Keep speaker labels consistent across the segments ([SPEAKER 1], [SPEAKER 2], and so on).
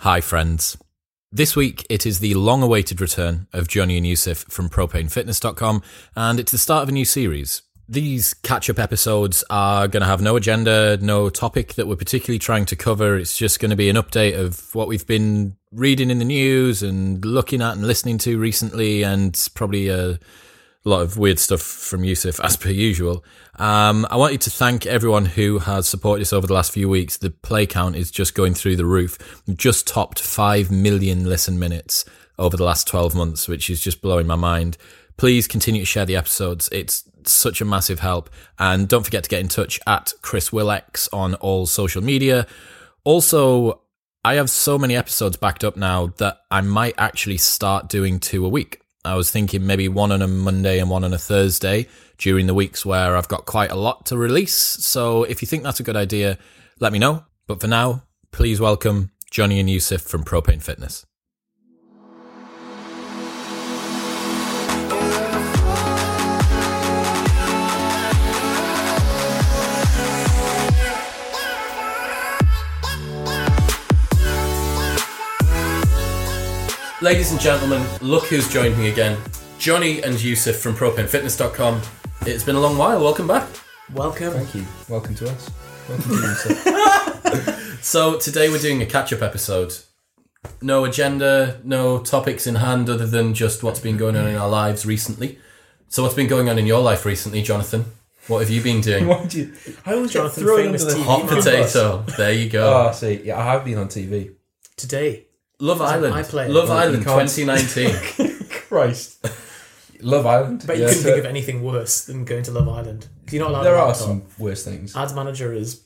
[SPEAKER 1] Hi, friends. This week, it is the long awaited return of Johnny and Yusuf from propanefitness.com, and it's the start of a new series. These catch up episodes are going to have no agenda, no topic that we're particularly trying to cover. It's just going to be an update of what we've been reading in the news and looking at and listening to recently, and probably a a lot of weird stuff from Yusuf as per usual. Um, I want you to thank everyone who has supported us over the last few weeks. The play count is just going through the roof. We've just topped 5 million listen minutes over the last 12 months, which is just blowing my mind. Please continue to share the episodes. It's such a massive help. And don't forget to get in touch at Chris Willex on all social media. Also, I have so many episodes backed up now that I might actually start doing two a week. I was thinking maybe one on a Monday and one on a Thursday during the weeks where I've got quite a lot to release. So if you think that's a good idea, let me know. But for now, please welcome Johnny and Yusuf from Propane Fitness. Ladies and gentlemen, look who's joined me again. Johnny and Yusuf from propanefitness.com. It's been a long while. Welcome back.
[SPEAKER 2] Welcome.
[SPEAKER 3] Thank you. Welcome to us. Welcome to you,
[SPEAKER 1] So today we're doing a catch-up episode. No agenda, no topics in hand other than just what's been going on in our lives recently. So what's been going on in your life recently, Jonathan? What have you been doing?
[SPEAKER 3] Why do you? I always
[SPEAKER 2] Jonathan
[SPEAKER 3] get thrown
[SPEAKER 2] Famous
[SPEAKER 3] under the
[SPEAKER 2] TV
[SPEAKER 1] Hot
[SPEAKER 2] man.
[SPEAKER 1] potato. There you go.
[SPEAKER 3] Oh, I see, yeah, I have been on TV.
[SPEAKER 2] Today,
[SPEAKER 1] Love
[SPEAKER 2] on
[SPEAKER 1] Island.
[SPEAKER 2] iPlayer.
[SPEAKER 1] Love
[SPEAKER 3] Well,
[SPEAKER 1] Island
[SPEAKER 3] you can't-
[SPEAKER 1] 2019.
[SPEAKER 3] Christ. Love Island.
[SPEAKER 2] but you
[SPEAKER 3] yeah,
[SPEAKER 2] couldn't
[SPEAKER 3] so
[SPEAKER 2] think of anything worse than going to Love Island. You're not allowed.
[SPEAKER 3] There
[SPEAKER 2] a
[SPEAKER 3] are
[SPEAKER 2] laptop.
[SPEAKER 3] some worse things.
[SPEAKER 2] Ads manager is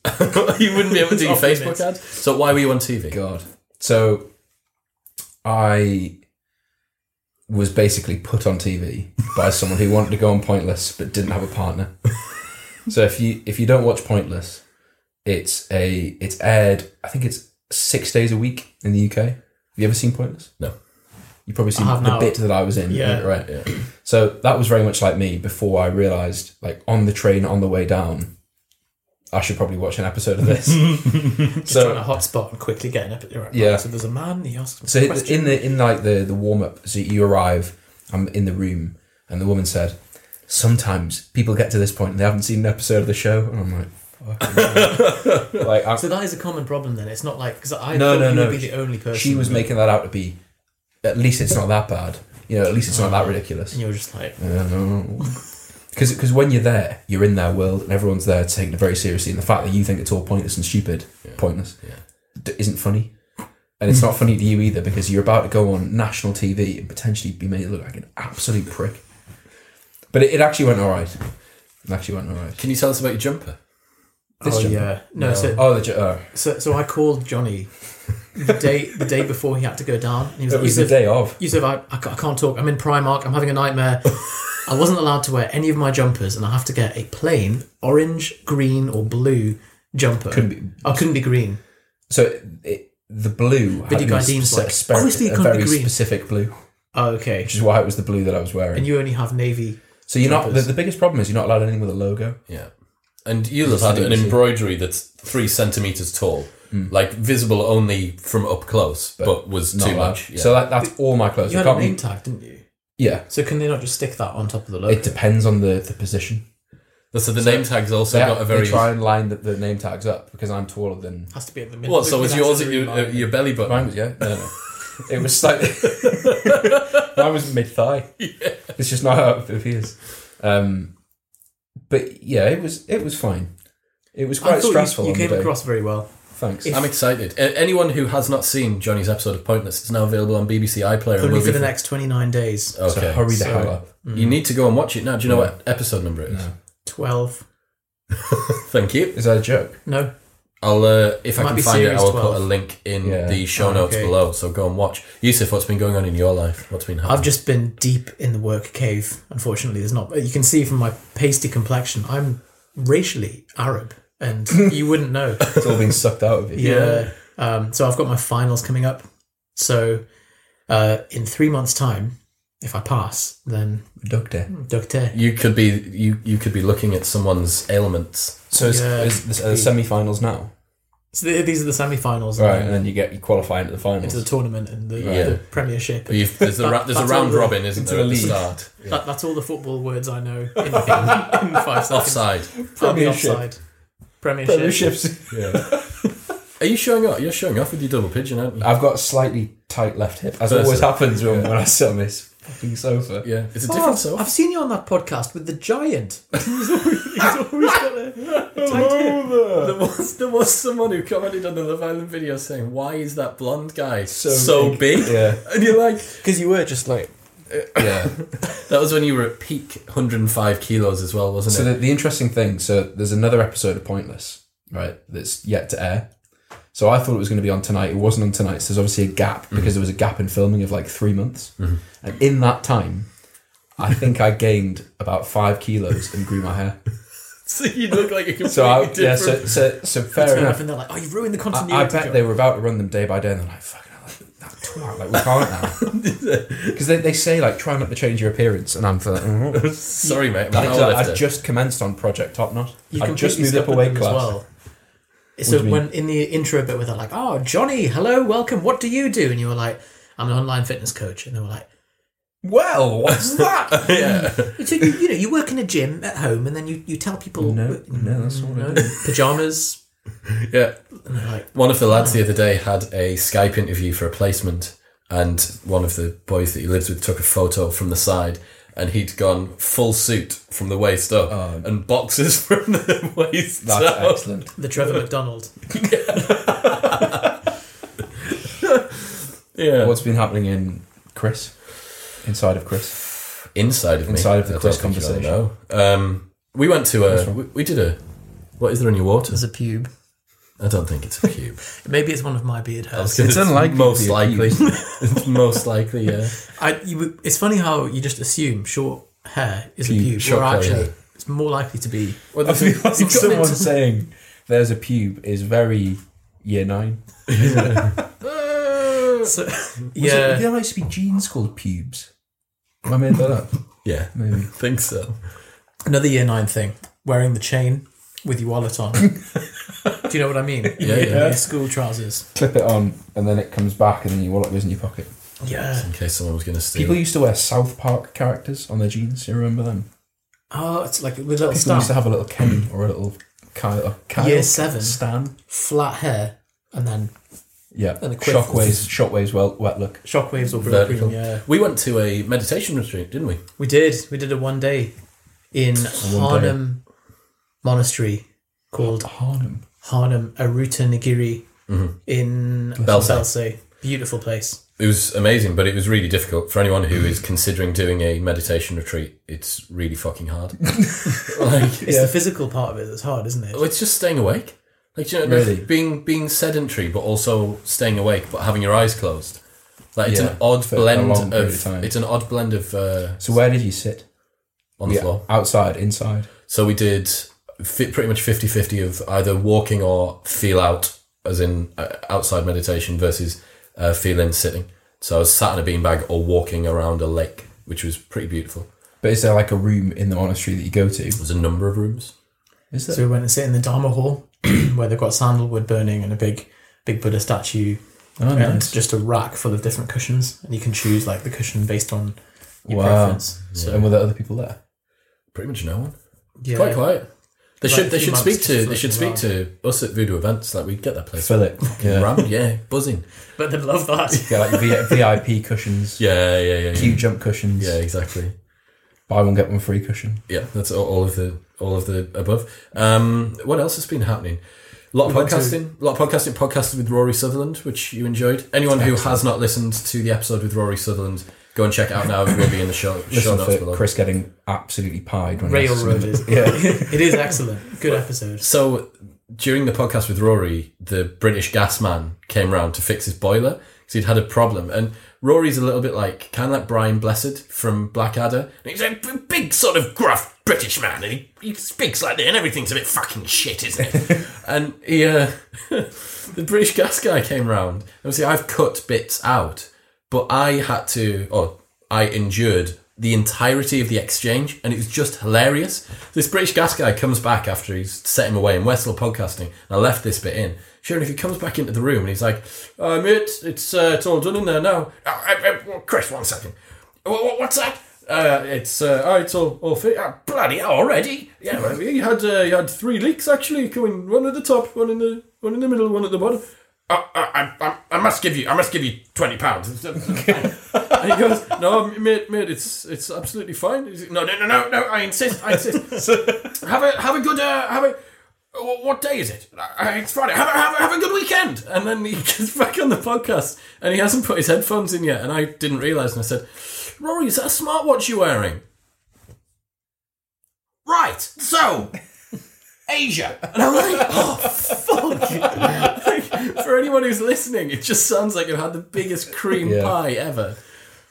[SPEAKER 1] you wouldn't be able to do your
[SPEAKER 2] Off
[SPEAKER 1] Facebook
[SPEAKER 2] limits.
[SPEAKER 1] ad. So why were you on TV?
[SPEAKER 3] God. So, I was basically put on TV by someone who wanted to go on Pointless but didn't have a partner. so if you if you don't watch Pointless, it's a it's aired. I think it's six days a week in the UK. Have you ever seen Pointless?
[SPEAKER 1] No.
[SPEAKER 3] You've probably seen
[SPEAKER 2] I have
[SPEAKER 3] the
[SPEAKER 2] now.
[SPEAKER 3] bit that I was in.
[SPEAKER 2] Yeah.
[SPEAKER 3] Right. So that was very much like me before I realised, like on the train on the way down, I should probably watch an episode of this.
[SPEAKER 2] just trying to hotspot and quickly getting up. You're Right,
[SPEAKER 3] Yeah.
[SPEAKER 2] So there's a man. He asks.
[SPEAKER 3] So
[SPEAKER 2] So
[SPEAKER 3] it- in the in like the the warm up, so you arrive. I'm in the room, and the woman said, "Sometimes people get to this point and they haven't seen an episode of the show." And I'm like, "Fucking hell." like I'm,
[SPEAKER 2] so that is a common problem. Then it's not like because I
[SPEAKER 3] No,
[SPEAKER 2] thought
[SPEAKER 3] no,
[SPEAKER 2] you
[SPEAKER 3] no.
[SPEAKER 2] would be the only person.
[SPEAKER 3] she was making that out to be, at least it's not that bad. You know, at least it's not that ridiculous.
[SPEAKER 2] and you're just like
[SPEAKER 3] Because because Uh, when you're there, you're in their world, and everyone's there taking it very seriously. And the fact that you think it's all pointless and stupid, pointless, d- isn't funny. And it's not funny to you either because you're about to go on national TV and potentially be made look like an absolute prick. But it, it actually went all right. It actually went all right.
[SPEAKER 1] Can you tell us about your jumper?
[SPEAKER 3] This
[SPEAKER 2] oh
[SPEAKER 3] jumper.
[SPEAKER 2] yeah no, So,
[SPEAKER 3] Oh, the ju- oh.
[SPEAKER 2] so so I called Johnny the day the day before he had to go down. And he was
[SPEAKER 3] it
[SPEAKER 2] like,
[SPEAKER 3] was the
[SPEAKER 2] "Yusuf,
[SPEAKER 3] day of.
[SPEAKER 2] Yusuf, I, I, ca- I can't talk. I'm in Primark. I'm having a nightmare. I wasn't allowed to wear any of my jumpers, and I have to get a plain orange, green, or blue jumper.
[SPEAKER 3] Couldn't be-
[SPEAKER 2] I couldn't be green.
[SPEAKER 3] So it, it- the blue had
[SPEAKER 2] Video
[SPEAKER 3] to be
[SPEAKER 2] guy Dean's
[SPEAKER 3] spe-
[SPEAKER 2] like,
[SPEAKER 3] spe-
[SPEAKER 2] obviously it
[SPEAKER 3] a
[SPEAKER 2] can't be
[SPEAKER 3] very
[SPEAKER 2] green.
[SPEAKER 3] specific blue, which
[SPEAKER 2] Oh, okay.
[SPEAKER 3] is why it was the blue that I was wearing.
[SPEAKER 2] And you only have navy.
[SPEAKER 3] so you're not the,
[SPEAKER 2] jumpers.
[SPEAKER 3] the biggest problem is you're not allowed anything with a logo.
[SPEAKER 1] Yeah. And you have had an
[SPEAKER 3] Absolutely.
[SPEAKER 1] embroidery that's three centimeters tall, like visible only from up close, but, was
[SPEAKER 3] Not
[SPEAKER 1] too
[SPEAKER 3] allowed.
[SPEAKER 1] much. Yeah.
[SPEAKER 3] So that, that's all my clothes.
[SPEAKER 2] You
[SPEAKER 3] It
[SPEAKER 2] had a
[SPEAKER 3] can't be-
[SPEAKER 2] name tag, didn't you?
[SPEAKER 3] yeah,
[SPEAKER 2] So can they not just stick that on top of the logo?
[SPEAKER 3] it depends on the, the position.
[SPEAKER 1] so the name tags also
[SPEAKER 3] They,
[SPEAKER 1] got a very.
[SPEAKER 3] they try and line the, the name tags up because I'm taller than
[SPEAKER 2] has to be at the middle.
[SPEAKER 1] What? So was
[SPEAKER 2] That's
[SPEAKER 1] yours
[SPEAKER 2] the
[SPEAKER 1] at your,
[SPEAKER 2] remark.
[SPEAKER 1] uh, your belly button?
[SPEAKER 3] mine was. Yeah, no, no. it was slightly. mine was mid thigh. It's just not how it appears. Um, but yeah, it was it was fine. It was
[SPEAKER 2] I
[SPEAKER 3] quite
[SPEAKER 2] thought
[SPEAKER 3] stressful.
[SPEAKER 2] you, you
[SPEAKER 3] on the
[SPEAKER 2] came
[SPEAKER 3] day.
[SPEAKER 2] across very well.
[SPEAKER 3] Thanks.
[SPEAKER 1] I'm excited. A- Anyone who has not seen Johnny's episode of Pointless is now available on BBC iPlayer. and
[SPEAKER 2] Only
[SPEAKER 1] will
[SPEAKER 2] for
[SPEAKER 1] be
[SPEAKER 2] the next 29 days.
[SPEAKER 1] Okay.
[SPEAKER 3] So hurry the
[SPEAKER 2] so-
[SPEAKER 3] hell up.
[SPEAKER 1] You need to go and watch it now. Do you know what episode number it is?
[SPEAKER 2] 12.
[SPEAKER 1] Thank you.
[SPEAKER 3] Is that a joke?
[SPEAKER 2] No.
[SPEAKER 1] I'll uh, if I
[SPEAKER 2] Might
[SPEAKER 1] can
[SPEAKER 2] be
[SPEAKER 1] find it, I
[SPEAKER 2] series
[SPEAKER 1] will put
[SPEAKER 2] 12.
[SPEAKER 1] a link in
[SPEAKER 3] Yeah.
[SPEAKER 1] the show
[SPEAKER 2] Oh,
[SPEAKER 1] notes
[SPEAKER 2] okay.
[SPEAKER 1] below. So go and watch. Yusuf, what's been going on in your life? What's been happening?
[SPEAKER 2] I've just been deep in the work cave, unfortunately. There's not. You can see from my pasty complexion, I'm racially Arab, and you wouldn't know.
[SPEAKER 3] It's all been sucked out of you.
[SPEAKER 2] Yeah. Um, so I've got my finals coming up. So uh, in three months' time, if I pass, then
[SPEAKER 3] Doctor.
[SPEAKER 2] doctor.
[SPEAKER 1] you could be you you could be looking at someone's ailments.
[SPEAKER 3] So is,
[SPEAKER 2] Yeah.
[SPEAKER 3] is, is, are the semi-finals now?
[SPEAKER 2] So th- these are the semi-finals,
[SPEAKER 3] Right,
[SPEAKER 2] and
[SPEAKER 3] and
[SPEAKER 2] then
[SPEAKER 3] then you get you qualify into the finals.
[SPEAKER 2] into the tournament and the,
[SPEAKER 1] Right.
[SPEAKER 2] the Premiership.
[SPEAKER 1] But you've, there's a, ra- there's a
[SPEAKER 2] That's all
[SPEAKER 1] round
[SPEAKER 2] the-
[SPEAKER 1] robin, isn't
[SPEAKER 3] into
[SPEAKER 1] there, at
[SPEAKER 3] the
[SPEAKER 1] the
[SPEAKER 3] league.
[SPEAKER 1] start?
[SPEAKER 2] That, that's all the football words I know in, in, in five seconds.
[SPEAKER 1] Offside.
[SPEAKER 2] I'll be
[SPEAKER 3] Premiership.
[SPEAKER 2] offside. Premiership.
[SPEAKER 3] Premierships.
[SPEAKER 1] Yeah. Uh, Are you showing off? You're showing off with your double pigeon, aren't you?
[SPEAKER 3] I've got a slightly tight left hip, as
[SPEAKER 1] Versus-
[SPEAKER 3] always happens when, when I sit on this fucking sofa.
[SPEAKER 1] yeah. It's a
[SPEAKER 2] Oh,
[SPEAKER 1] different
[SPEAKER 2] I've-
[SPEAKER 1] self.
[SPEAKER 2] I've seen you on that podcast with the giant. he's always, he's always got a, a tight hip.
[SPEAKER 1] There was, there was someone who commented on the Love Island video saying, "Why is that blonde guy so, big?"
[SPEAKER 3] Yeah,
[SPEAKER 1] And you're like,
[SPEAKER 4] Because you were just like,
[SPEAKER 3] yeah.
[SPEAKER 1] that was when you were at peak 105 kilos as well, wasn't
[SPEAKER 3] so
[SPEAKER 1] it?
[SPEAKER 3] the, the interesting thing, so there's another episode of Pointless, right? That's yet to air. So I thought it was going to be on tonight. It wasn't on tonight. So there's obviously a gap
[SPEAKER 1] Mm-hmm.
[SPEAKER 3] because there was a gap in filming of like three months, and in that time, I think I gained about five kilos and grew my hair.
[SPEAKER 1] So, you look like a completely
[SPEAKER 3] So I,
[SPEAKER 1] different.
[SPEAKER 3] yeah, so so, so fair enough.
[SPEAKER 2] And they're like, oh, you've ruined the
[SPEAKER 3] I,
[SPEAKER 2] continuity.
[SPEAKER 3] I bet
[SPEAKER 2] John."
[SPEAKER 3] they were about to run them day by day, and they're like, "Fucking hell, like, that twat, like we can't now," because they, they say like, "Try not to change your appearance," and I'm for
[SPEAKER 1] Sorry, mate. I'm an
[SPEAKER 3] Like, I- I've
[SPEAKER 1] powerlifter.
[SPEAKER 3] just commenced on Project Top Knot.
[SPEAKER 2] You've
[SPEAKER 3] I've just
[SPEAKER 2] completely
[SPEAKER 3] moved up a
[SPEAKER 2] scuppered
[SPEAKER 3] weight
[SPEAKER 2] them
[SPEAKER 3] class.
[SPEAKER 2] So
[SPEAKER 3] do you
[SPEAKER 2] when in the intro bit where they're like, "Oh, Johnny, hello, welcome. What do you do?" and you were like, "I'm an online fitness coach," and they were like,
[SPEAKER 3] Well, what's that?
[SPEAKER 2] "So you, you know, you work in a gym at home, and then you, you tell people
[SPEAKER 3] No, no, that's not what I do.
[SPEAKER 2] pajamas."
[SPEAKER 1] yeah.
[SPEAKER 2] And they're like,
[SPEAKER 1] One of the lads the other day had a Skype interview for a placement, and one of the boys that he lives with took a photo from the side, and he'd gone full suit from the waist up and boxes from the waist
[SPEAKER 3] Oh. That's
[SPEAKER 1] down.
[SPEAKER 3] excellent.
[SPEAKER 2] the Trevor McDonald.
[SPEAKER 1] Yeah.
[SPEAKER 3] What's been happening in Chris? Inside of Chris.
[SPEAKER 1] inside of me.
[SPEAKER 3] Inside of
[SPEAKER 1] I
[SPEAKER 3] the
[SPEAKER 1] don't
[SPEAKER 3] quiz
[SPEAKER 1] think you all
[SPEAKER 3] conversation.
[SPEAKER 1] know. Um, we went to a. We, we did a. What is there in your water?
[SPEAKER 2] There's a pube.
[SPEAKER 1] I don't think it's a cube.
[SPEAKER 2] Maybe it's one of my beard hairs.
[SPEAKER 3] It's unlikely
[SPEAKER 1] Most
[SPEAKER 3] to be a
[SPEAKER 1] likely. it's most likely. Yeah.
[SPEAKER 2] I, you, it's funny how you just assume short hair is
[SPEAKER 3] Pube,
[SPEAKER 2] a pube,
[SPEAKER 1] short
[SPEAKER 2] or
[SPEAKER 1] hair,
[SPEAKER 2] actually,
[SPEAKER 1] yeah.
[SPEAKER 2] it's more likely to be.
[SPEAKER 1] Well,
[SPEAKER 3] I feel like
[SPEAKER 2] You've got
[SPEAKER 3] someone
[SPEAKER 2] it.
[SPEAKER 3] saying there's a pube is very year nine.
[SPEAKER 2] So,
[SPEAKER 3] Was it-
[SPEAKER 2] yeah,
[SPEAKER 3] there used to be jeans called pubes. I made that up.
[SPEAKER 1] yeah.
[SPEAKER 3] Maybe.
[SPEAKER 1] I think so.
[SPEAKER 2] another year nine thing: wearing the chain with your wallet on. do you know what I mean?
[SPEAKER 1] Yeah, yeah.
[SPEAKER 2] Your school trousers.
[SPEAKER 3] Clip it on, and then it comes back, and then your wallet goes in your pocket.
[SPEAKER 2] Yeah.
[SPEAKER 1] In case someone was going to steal.
[SPEAKER 3] People used to wear South Park characters on their jeans. You remember them?
[SPEAKER 2] Oh, it's like with little
[SPEAKER 3] People used to
[SPEAKER 2] stamp,
[SPEAKER 3] have a little Kenny or a little Kyle. Or Kyle
[SPEAKER 2] Year seven.
[SPEAKER 3] Stan.
[SPEAKER 2] flat hair, and then
[SPEAKER 3] Yeah.
[SPEAKER 2] And a quiff.
[SPEAKER 3] Shockwaves. Shockwaves. Well, wet look.
[SPEAKER 2] shockwaves or blue
[SPEAKER 1] Vertical.
[SPEAKER 2] cream. Yeah,
[SPEAKER 1] We went to a meditation retreat, didn't we?
[SPEAKER 2] we did. We did a one day in
[SPEAKER 3] one day.
[SPEAKER 2] Harnam Monastery called
[SPEAKER 3] Harnham.
[SPEAKER 2] Harnam Aruta Nagiri in
[SPEAKER 1] Belfast.
[SPEAKER 2] Belsay. Beautiful place.
[SPEAKER 1] It was amazing, but it was really difficult for anyone who is considering doing a meditation retreat. It's really fucking hard. like,
[SPEAKER 2] It's the physical part of it that's hard, isn't it?
[SPEAKER 1] Well, it's just staying awake. Like do you know,
[SPEAKER 3] Really?
[SPEAKER 1] being being sedentary, but also staying awake, but having your eyes closed. Like it's
[SPEAKER 3] Yeah,
[SPEAKER 1] an odd
[SPEAKER 3] for a
[SPEAKER 1] blend
[SPEAKER 3] long period
[SPEAKER 1] of,
[SPEAKER 3] of time.
[SPEAKER 1] it's an odd blend of uh,
[SPEAKER 3] So where did you sit?
[SPEAKER 1] on the floor.
[SPEAKER 3] Outside, inside.
[SPEAKER 1] So we did fi pretty much 50-50 of either walking or feel out, as in uh, outside meditation versus uh, feel in sitting. So I was sat in a beanbag or walking around a lake, which was pretty beautiful.
[SPEAKER 3] But is there like a room in the monastery that you go to?
[SPEAKER 1] There's a number of rooms.
[SPEAKER 3] Is
[SPEAKER 2] So we went and sit in the Dharma Hall, where they've got sandalwood burning and a big, big Buddha statue,
[SPEAKER 3] Oh,
[SPEAKER 2] and
[SPEAKER 3] nice.
[SPEAKER 2] just a rack full of different cushions, and you can choose like the cushion based on your
[SPEAKER 3] Wow.
[SPEAKER 2] preference. So
[SPEAKER 3] and were there other people there?
[SPEAKER 1] Pretty much no one.
[SPEAKER 2] yeah,
[SPEAKER 1] Quite quiet. They
[SPEAKER 2] Like
[SPEAKER 1] should they
[SPEAKER 2] a few
[SPEAKER 1] should
[SPEAKER 2] months
[SPEAKER 1] speak
[SPEAKER 2] just
[SPEAKER 1] to they should speak
[SPEAKER 2] floating
[SPEAKER 1] to us at Voodoo events. Like we get that place
[SPEAKER 3] Philip.
[SPEAKER 1] yeah.
[SPEAKER 3] Yeah.
[SPEAKER 1] rammed, yeah, buzzing.
[SPEAKER 2] but they love that.
[SPEAKER 3] Get like v- VIP cushions.
[SPEAKER 1] Yeah, yeah, yeah,
[SPEAKER 3] Q
[SPEAKER 1] yeah.
[SPEAKER 3] jump cushions.
[SPEAKER 1] Yeah, exactly.
[SPEAKER 3] Buy one get one free cushion.
[SPEAKER 1] Yeah, that's all, all of the all of the above. Um, what else has been happening? A lot of
[SPEAKER 2] We went to-
[SPEAKER 1] podcasting, a lot of podcasting, podcasted with Rory Sutherland, which you enjoyed. Anyone who has not listened to the episode with Rory Sutherland, go and check it out now. It will be in the show, show
[SPEAKER 3] Listen
[SPEAKER 1] notes
[SPEAKER 3] for
[SPEAKER 1] below.
[SPEAKER 3] Chris getting absolutely pied when he listens.
[SPEAKER 2] Railroaded. yeah, it is excellent. Good episode.
[SPEAKER 1] So during the podcast with Rory, the British gas man came round to fix his boiler because he'd had a problem. And Rory's a little bit like, kind of like Brian Blessed from Blackadder. And he's a b- big sort of gruff British man and he, he speaks like that and everything's a bit fucking shit, isn't it? and he, uh, the British gas guy came round. Obviously, I've cut bits out, but I had to, or I endured the entirety of the exchange, and it was just hilarious. This British gas guy comes back after he's set him away, and we're still podcasting. And I left this bit in. Sure enough, he comes back into the room and he's like, uh, "Mate, it's uh, it's all done in there now." "Uh, uh, uh, Chris, one second. Wha- wha- What's that? Uh, it's uh, oh, it's all all fit. Ah, bloody hell, already? Yeah, well, you had uh, you had three leaks actually coming. One at the top, one in the one in the middle, one at the bottom. Uh, I, I, I- I must give you, I must give you twenty pounds. And he goes, "No, mate, mate, it's it's absolutely fine." He's like, "No, no, no, no, no! I insist, I insist. have a have a good uh, have a wh- what day is it? Uh, It's Friday. Have a, have a have a good weekend." And then he gets back on the podcast, and he hasn't put his headphones in yet. And I didn't realise, and I said, "Rory, is that a smartwatch you're wearing?" Right. So. Asia, and I'm like, oh fuck! Like, for anyone who's listening, it just sounds like you had the biggest cream
[SPEAKER 3] Yeah.
[SPEAKER 1] pie ever.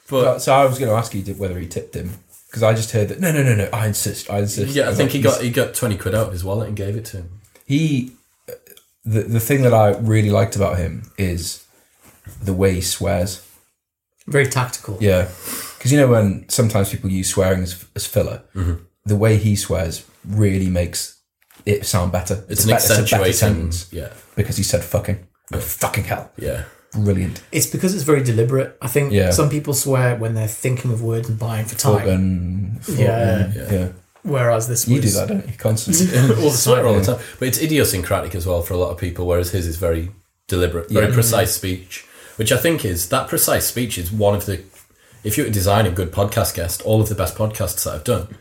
[SPEAKER 3] So, so I was going to ask you did- whether he tipped him because I just heard that. No, no, no, no. I insist. I insist.
[SPEAKER 1] Yeah, I
[SPEAKER 3] was
[SPEAKER 1] think he
[SPEAKER 3] like,
[SPEAKER 1] got he got twenty quid out of his wallet and gave it to him.
[SPEAKER 3] he the the thing that I really liked about him is the way he swears.
[SPEAKER 2] Very tactical.
[SPEAKER 3] Yeah, because you know when sometimes people use swearing as, as filler,
[SPEAKER 1] Mm-hmm.
[SPEAKER 3] the way he swears really makes it sound better.
[SPEAKER 1] It's,
[SPEAKER 3] a
[SPEAKER 1] an
[SPEAKER 3] bet- a better
[SPEAKER 1] accentuating.
[SPEAKER 3] sentence
[SPEAKER 1] Yeah,
[SPEAKER 3] because he said "fucking." Oh, fucking hell!
[SPEAKER 1] yeah,
[SPEAKER 3] Brilliant.
[SPEAKER 2] It's because it's very deliberate. I think
[SPEAKER 3] Yeah.
[SPEAKER 2] some people swear when they're thinking of words and buying for time.
[SPEAKER 3] Fucking.
[SPEAKER 2] Yeah.
[SPEAKER 3] fucking, yeah.
[SPEAKER 2] Whereas this
[SPEAKER 3] You
[SPEAKER 2] was
[SPEAKER 3] do that, don't you? Constantly.
[SPEAKER 1] all the time, all the time. But it's idiosyncratic as well for a lot of people, whereas his is very deliberate, very precise speech. Which I think is that precise speech is one of the. If you were to design a good podcast guest, all of the best podcasts that I've done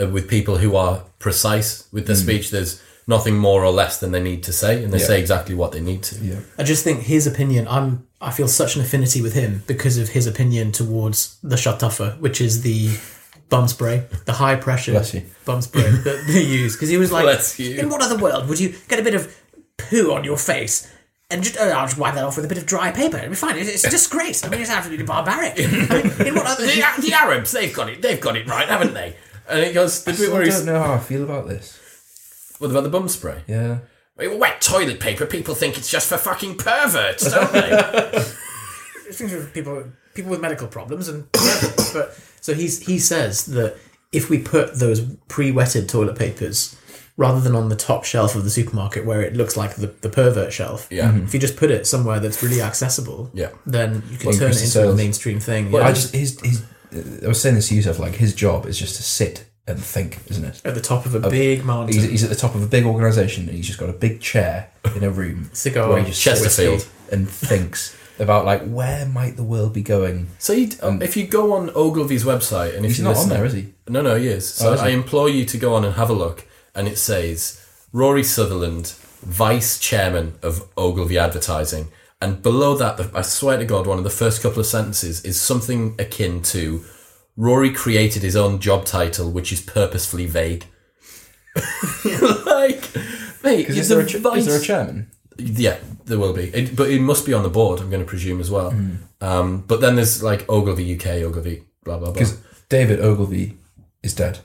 [SPEAKER 1] uh, with people who are precise with
[SPEAKER 3] Hmm.
[SPEAKER 1] their speech, there's nothing more or less than they need to say, and they say exactly what they need to. Yeah.
[SPEAKER 2] I just think his opinion. I'm. I feel such an affinity with him because of his opinion towards the shatuffer, which is the bum spray, the high pressure
[SPEAKER 3] Bless you.
[SPEAKER 2] bum spray that they use. Because he was like,
[SPEAKER 1] Bless you.
[SPEAKER 2] "In what other world would you get a bit of poo on your face?" And just, oh, I'll just wipe that off with a bit of dry paper. It'll be fine. It's, it's a disgrace. I mean, it's absolutely barbaric. I mean, in what other?
[SPEAKER 1] The, the Arabs, they've got it. They've got it right, haven't they? And it goes the bit where
[SPEAKER 3] I
[SPEAKER 1] he's
[SPEAKER 3] don't know how I feel about this.
[SPEAKER 1] What about the bum spray?
[SPEAKER 3] Yeah.
[SPEAKER 1] Wet toilet paper, people think it's just for fucking perverts, don't they?
[SPEAKER 2] things for people people with medical problems and yeah, but so he's he says that if we put those pre-wetted toilet papers rather than on the top shelf of the supermarket where it looks like the, the pervert shelf
[SPEAKER 1] Yeah.
[SPEAKER 3] Mm-hmm.
[SPEAKER 1] Mhm.
[SPEAKER 2] if you just put it somewhere that's really accessible
[SPEAKER 1] Yeah.
[SPEAKER 2] then you can
[SPEAKER 3] Well,
[SPEAKER 2] turn it
[SPEAKER 3] increase
[SPEAKER 2] into
[SPEAKER 3] the
[SPEAKER 2] a
[SPEAKER 3] sales.
[SPEAKER 2] mainstream thing
[SPEAKER 3] I
[SPEAKER 2] yeah.
[SPEAKER 3] just his his. I was saying this to Yusuf, like his job is just to sit and think, isn't it?
[SPEAKER 2] at the top of a big mountain
[SPEAKER 3] He's, he's at the top of a big organisation and he's just got a big chair in a room
[SPEAKER 2] Cigar.
[SPEAKER 3] where he just
[SPEAKER 1] Chesterfield.
[SPEAKER 3] sits and thinks about like where might the world be going.
[SPEAKER 1] so you, um, if you go on Ogilvy's website and if
[SPEAKER 3] He's
[SPEAKER 1] you
[SPEAKER 3] not on
[SPEAKER 1] listen-
[SPEAKER 3] there, is he? Oh,
[SPEAKER 1] No, no, he is. So
[SPEAKER 3] is he?
[SPEAKER 1] I implore you to go on and have a look. And it says Rory Sutherland, vice chairman of Ogilvy Advertising. And below that, the- I swear to God, one of the first couple of sentences is something akin to Rory created his own job title, which is purposefully vague. like, mate,
[SPEAKER 3] Because
[SPEAKER 1] you're
[SPEAKER 3] is, there a
[SPEAKER 1] the
[SPEAKER 3] ch-
[SPEAKER 1] vice
[SPEAKER 3] is there a chairman?
[SPEAKER 1] Yeah, there will be, it, but it must be on the board. I'm going to presume as well. Um, but then there's like Ogilvy UK, Ogilvy blah blah blah.
[SPEAKER 3] Because David Ogilvy is dead.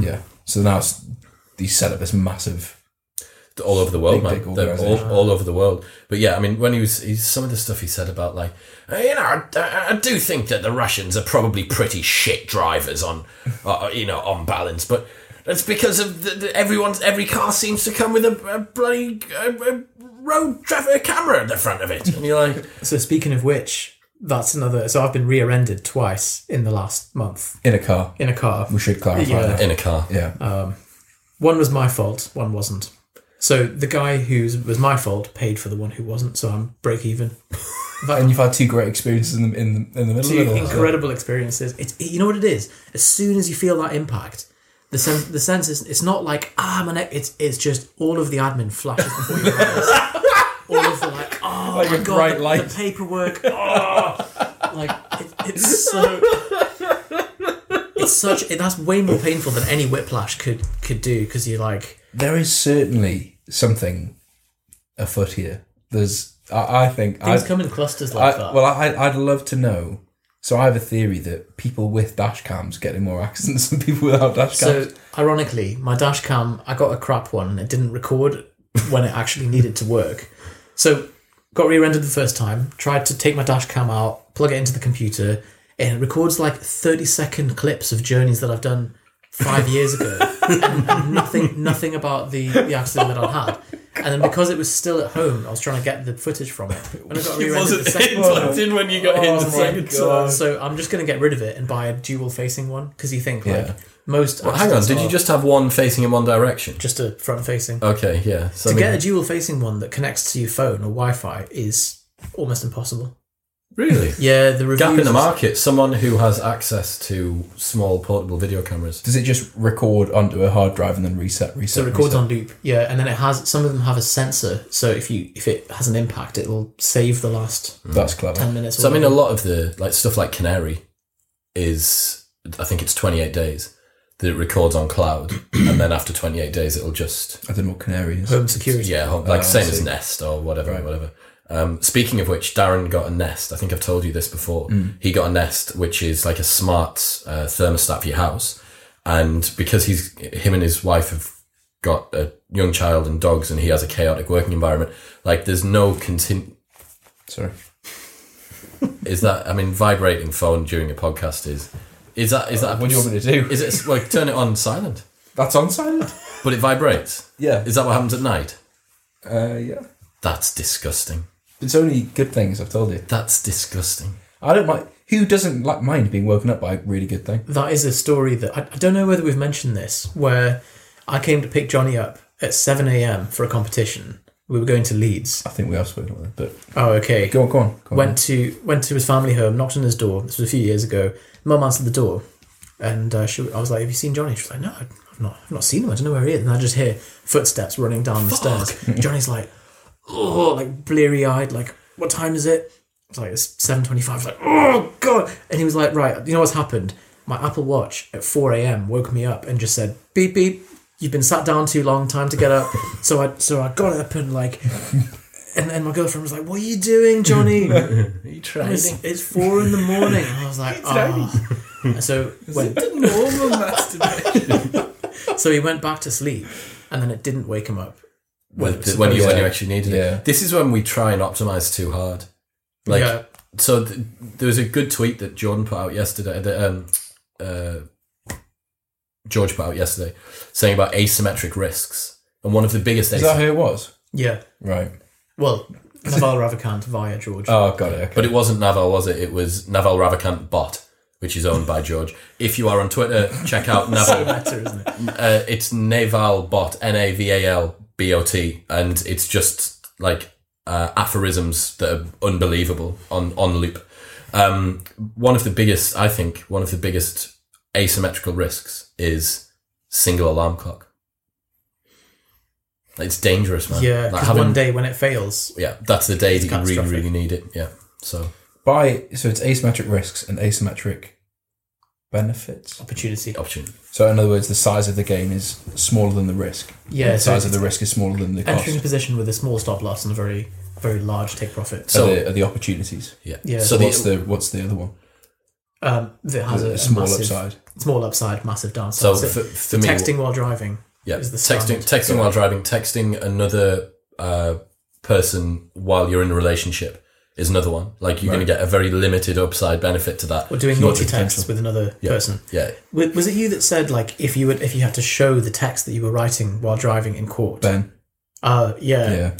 [SPEAKER 3] Yeah. So now it's, he set up this massive.
[SPEAKER 1] All over the world,
[SPEAKER 3] Big, big
[SPEAKER 1] man. They're all,
[SPEAKER 3] organisation.
[SPEAKER 1] all over the world. But yeah, I mean, when he was, he, some of the stuff he said about like, "Uh, you know, I, I, I do think that the Russians are probably pretty shit drivers on, uh, you know, on balance, but. That's because of the, the, everyone's. Every car seems to come with a, a bloody uh uh road traffic camera at the front of it, and you're like,
[SPEAKER 2] so speaking of which that's another so i've been rear-ended twice in the last month
[SPEAKER 3] In a car.
[SPEAKER 2] in a car
[SPEAKER 3] We should clarify
[SPEAKER 2] Yeah.
[SPEAKER 3] that.
[SPEAKER 1] in a car.
[SPEAKER 3] Yeah. Oh.
[SPEAKER 2] One was my fault, one wasn't. So the guy who was my fault paid for the one who wasn't, so I'm break even.
[SPEAKER 3] and you've had two great experiences in the, in the, in the middle
[SPEAKER 2] Two
[SPEAKER 3] of it. all.
[SPEAKER 2] incredible experiences. It's you know what it is. As soon as you feel that impact, the sense the sense is it's not like ah my neck. It's it's just all of the admin flashes before your eyes. all of the like oh my
[SPEAKER 3] a
[SPEAKER 2] god
[SPEAKER 3] bright
[SPEAKER 2] the,
[SPEAKER 3] light.
[SPEAKER 2] the paperwork. Oh, like it, it's so. It's such it, that's way more painful than any whiplash could could do because you're like
[SPEAKER 3] there is certainly something afoot here. There's, I, I think,
[SPEAKER 2] things
[SPEAKER 3] I,
[SPEAKER 2] come in clusters like
[SPEAKER 3] I,
[SPEAKER 2] that.
[SPEAKER 3] well, I, I'd love to know. So I have a theory that people with dash cams getting more accidents than people without dash cams.
[SPEAKER 2] So ironically, my dash cam, I got a crap one. and It didn't record when it actually needed to work. So got rear-ended the first time. Tried to take my dash cam out, plug it into the computer. and it records like 30 second clips of journeys that I've done five years ago and, and nothing nothing about the, the accident that I had. And then because it was still at home, I was trying to get the footage from it. When I got
[SPEAKER 1] It
[SPEAKER 2] re-rendered the
[SPEAKER 1] wasn't
[SPEAKER 2] second Oh
[SPEAKER 1] in Oh plugged in when you got in the second time.
[SPEAKER 2] So I'm just going to get rid of it and buy a dual facing one because you think like
[SPEAKER 3] Yeah.
[SPEAKER 2] most.
[SPEAKER 1] Well, hang on,
[SPEAKER 2] accidents
[SPEAKER 1] did you
[SPEAKER 2] are
[SPEAKER 1] just have one facing in one direction?
[SPEAKER 2] just a front facing?
[SPEAKER 1] Okay, Oh, yeah. So I
[SPEAKER 2] to
[SPEAKER 1] mean-
[SPEAKER 2] get a dual facing one that connects to your phone or Wi-Fi is almost impossible.
[SPEAKER 1] really
[SPEAKER 2] Yeah, the reviews
[SPEAKER 1] gap in the
[SPEAKER 2] are-
[SPEAKER 1] market. Someone who has access to small portable video cameras.
[SPEAKER 3] Does it just record onto a hard drive and then reset,
[SPEAKER 2] So
[SPEAKER 3] reset?
[SPEAKER 2] it records
[SPEAKER 3] reset?
[SPEAKER 2] on loop, yeah, and then it has some of them have a sensor. So if you if it has an impact, it'll save the last
[SPEAKER 3] That's clever.
[SPEAKER 2] ten minutes. or
[SPEAKER 1] So I mean, a
[SPEAKER 2] whatever.
[SPEAKER 1] lot of the like stuff like Canary is, I think it's 28 days that it records on cloud, and then after 28 days, it'll just
[SPEAKER 3] I don't know what canary is.
[SPEAKER 2] home security.
[SPEAKER 1] yeah, home- like
[SPEAKER 3] Oh, I
[SPEAKER 1] same as
[SPEAKER 3] see.
[SPEAKER 1] Nest or whatever,
[SPEAKER 3] Right.
[SPEAKER 1] whatever. Um, speaking of which, Darren got a Nest. I think I've told you this before.
[SPEAKER 3] Mm.
[SPEAKER 1] He got a Nest, which is like a smart uh, thermostat for your house, and because he's him and his wife have got a young child and dogs, and he has a chaotic working environment. Like, there's no contin-
[SPEAKER 3] Sorry.
[SPEAKER 1] Is that I mean vibrating phone during a podcast is is that is that
[SPEAKER 3] What do you want me to do?
[SPEAKER 1] Is it like turn it on silent?
[SPEAKER 3] That's on silent.
[SPEAKER 1] But it vibrates.
[SPEAKER 3] Yeah.
[SPEAKER 1] Is that what happens at night?
[SPEAKER 3] Uh, yeah.
[SPEAKER 1] That's disgusting.
[SPEAKER 3] It's only good things I've told you.
[SPEAKER 1] That's disgusting.
[SPEAKER 3] I don't mind. Who doesn't like mind being woken up by a really good thing?
[SPEAKER 2] That is a story that I, I don't know whether we've mentioned this. Where I came to pick Johnny up at seven a.m. for a competition. We were going to Leeds.
[SPEAKER 3] I think we have spoken about that. But
[SPEAKER 2] Oh, okay.
[SPEAKER 3] go on, go on. Go on.
[SPEAKER 2] went to went to his family home, knocked on his door. This was a few years ago. Mum answered the door, and uh, she, I was like, "Have you seen Johnny?" She was like, "No, I've not, I've not seen him. I don't know where he is." And I just hear footsteps running down the stairs. Johnny's like, "Oh, like bleary eyed. Like, what time is it?" It's like it's seven twenty-five. Like, "Oh God!" And he was like, "Right, you know what's happened? My Apple Watch at four a.m. woke me up and just said, beep beep." You've been sat down too long. Time to get up. So I, so I got up and like, and then my girlfriend was like, "What are you doing, Johnny?"
[SPEAKER 1] Are you
[SPEAKER 2] And
[SPEAKER 1] trying?
[SPEAKER 2] It's, it's four in the morning. And I was like, oh. And so went,
[SPEAKER 1] normal masturbation.
[SPEAKER 2] so he went back to sleep, and then it didn't wake him up.
[SPEAKER 1] when, when you when you actually needed
[SPEAKER 3] Yeah.
[SPEAKER 1] it. This is when we try and optimize too hard. Like
[SPEAKER 2] Yeah.
[SPEAKER 1] so, th- there was a good tweet that Jordan put out yesterday. That um, uh, George put out yesterday, saying about asymmetric risks, and one of the biggest
[SPEAKER 3] Is that
[SPEAKER 1] asymmetric,
[SPEAKER 3] who it was?
[SPEAKER 2] Yeah.
[SPEAKER 3] Right.
[SPEAKER 2] Well, Naval Ravikant via George.
[SPEAKER 3] Oh, got it. Okay.
[SPEAKER 1] but it wasn't Naval, was it? It was Naval Ravikant bot, which is owned by George. If you are on Twitter, check out Naval.
[SPEAKER 2] Better, isn't it?
[SPEAKER 1] uh, it's Naval Bot, N A V A L B O T, and it's just like uh, aphorisms that are unbelievable on on loop. Um, one of the biggest, I think, one of the biggest asymmetrical risks is single alarm clock. It's dangerous, man.
[SPEAKER 2] Yeah,
[SPEAKER 1] like
[SPEAKER 2] 'cause
[SPEAKER 1] having,
[SPEAKER 2] one day when it fails,
[SPEAKER 1] yeah, that's the day that you really,
[SPEAKER 2] catastrophic.
[SPEAKER 1] really need it. Yeah, so
[SPEAKER 3] By so it's asymmetric risks and asymmetric benefits.
[SPEAKER 2] opportunity.
[SPEAKER 1] option.
[SPEAKER 3] So in other words, the size of the game is smaller than the risk.
[SPEAKER 2] Yeah,
[SPEAKER 3] The
[SPEAKER 2] so
[SPEAKER 3] size of
[SPEAKER 2] it's
[SPEAKER 3] the risk is smaller than the cost.
[SPEAKER 2] entering a position with a small stop loss and a very, very large take profit.
[SPEAKER 3] So
[SPEAKER 1] So-
[SPEAKER 3] are the, are the opportunities.
[SPEAKER 1] Yeah.
[SPEAKER 2] Yeah.
[SPEAKER 1] So
[SPEAKER 3] So
[SPEAKER 1] the,
[SPEAKER 3] what's the what's the other one?
[SPEAKER 2] Um, that has
[SPEAKER 3] The
[SPEAKER 2] a, a
[SPEAKER 3] small
[SPEAKER 2] massive,
[SPEAKER 3] upside.
[SPEAKER 2] small upside, massive
[SPEAKER 1] so
[SPEAKER 2] downside.
[SPEAKER 1] for, for me,
[SPEAKER 2] texting while driving.
[SPEAKER 1] Yeah,
[SPEAKER 2] is the
[SPEAKER 1] texting
[SPEAKER 2] standard.
[SPEAKER 1] texting while driving, texting another uh, person while you're in a relationship is another one. Like you're going to get a very limited upside benefit to that.
[SPEAKER 2] Or doing
[SPEAKER 1] Not
[SPEAKER 2] naughty
[SPEAKER 1] intentional.
[SPEAKER 2] texts with another person.
[SPEAKER 1] Yeah,
[SPEAKER 2] W- Was it you that said like if you would if you had to show the text that you were writing while driving in court?
[SPEAKER 3] Ben.
[SPEAKER 2] Uh yeah.
[SPEAKER 3] Yeah.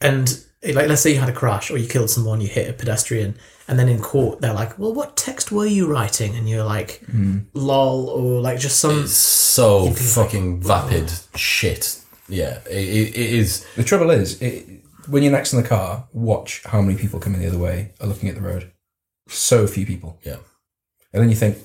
[SPEAKER 2] And eh, like let's say you had a crash or you killed someone, you hit a pedestrian, and then in court they're like, "Well, what text were you writing?" And you're like, "Lol," or like just some.
[SPEAKER 1] it's so fucking vapid shit. Yeah, it, it, it is.
[SPEAKER 3] The trouble is, it, when you're next in the car, watch how many people coming the other way are looking at the road. So few people.
[SPEAKER 1] Yeah.
[SPEAKER 3] And then you think,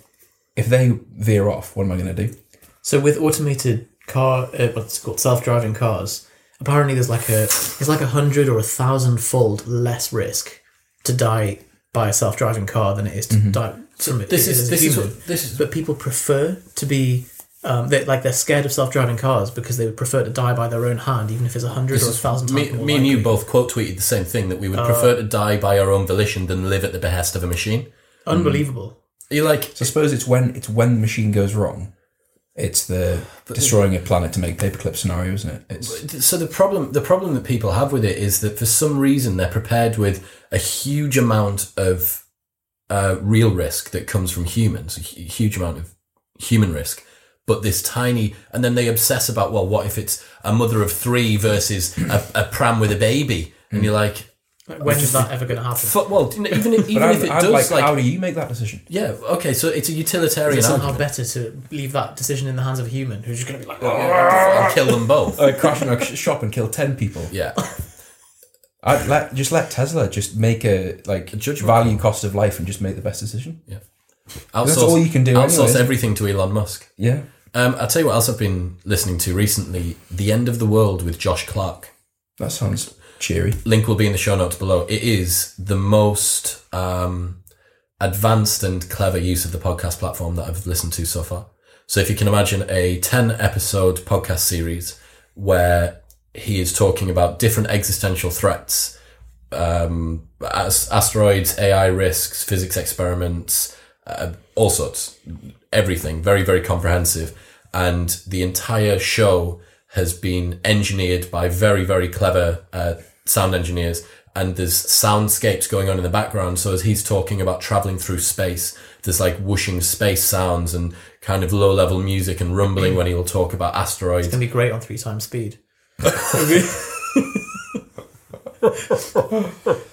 [SPEAKER 3] if they veer off, what am I going to do?
[SPEAKER 2] So with automated car, uh, what's it called self-driving cars, apparently there's like a it's like a hundred or a thousand fold less risk to die by a self-driving car than it is to die from it.
[SPEAKER 1] This
[SPEAKER 2] it
[SPEAKER 1] is
[SPEAKER 2] a
[SPEAKER 1] this is
[SPEAKER 2] human.
[SPEAKER 1] what, this is
[SPEAKER 2] but people prefer to be um, they like they're scared of self-driving cars because they would prefer to die by their own hand even if it's Uh, a hundred or a thousand
[SPEAKER 1] me,
[SPEAKER 2] times more
[SPEAKER 1] me and you
[SPEAKER 2] likely.
[SPEAKER 1] both quote tweeted the same thing that we would prefer to die by our own volition than live at the behest of a machine.
[SPEAKER 2] unbelievable
[SPEAKER 1] You like
[SPEAKER 3] So I suppose it's when it's when the machine goes wrong. It's the destroying a planet to make paperclip scenario, isn't it? It's
[SPEAKER 1] so the problem the problem that people have with it is that for some reason they're prepared with a huge amount of uh, real risk that comes from humans, a hu- huge amount of human risk. But this tiny, and then they obsess about, well, what if it's a mother of three versus a, a pram with a baby? And you're like,
[SPEAKER 2] Like, when is that ever going to happen?
[SPEAKER 1] fuck, well, even, even if
[SPEAKER 3] But I'm,
[SPEAKER 1] it
[SPEAKER 3] I'm
[SPEAKER 1] does,
[SPEAKER 3] like,
[SPEAKER 1] like,
[SPEAKER 3] how do you make that decision?
[SPEAKER 1] yeah, okay, so it's a utilitarian
[SPEAKER 2] It's somehow
[SPEAKER 1] argument.
[SPEAKER 2] better to leave that decision in the hands of a human who's just going to be like, "Oh,
[SPEAKER 1] I'll kill them both.
[SPEAKER 3] Uh, crash into a sh- shop and kill ten people.
[SPEAKER 1] Yeah.
[SPEAKER 3] I'd let just let Tesla just make a like
[SPEAKER 1] judgment
[SPEAKER 3] value cost of life and just make the best decision.
[SPEAKER 1] Outsource,
[SPEAKER 3] all you can do
[SPEAKER 1] Outsource
[SPEAKER 3] anyway.
[SPEAKER 1] everything to Elon Musk.
[SPEAKER 3] Yeah,
[SPEAKER 1] Um, I'll tell you what else I've been listening to recently The End of the World with Josh Clark.
[SPEAKER 3] that sounds cheery.
[SPEAKER 1] link will be in the show notes below. It is the most um, advanced and clever use of the podcast platform that I've listened to so far. So if you can imagine a 10 episode podcast series where he is talking about different existential threats, um, as asteroids, AI risks, physics experiments, uh, all sorts, everything, very, very comprehensive. And the entire show has been engineered by very, very clever uh, sound engineers. And there's soundscapes going on in the background. So as he's talking about traveling through space, there's like whooshing space sounds and kind of low level music and rumbling when he'll talk about asteroids.
[SPEAKER 2] going to be great on three times speed.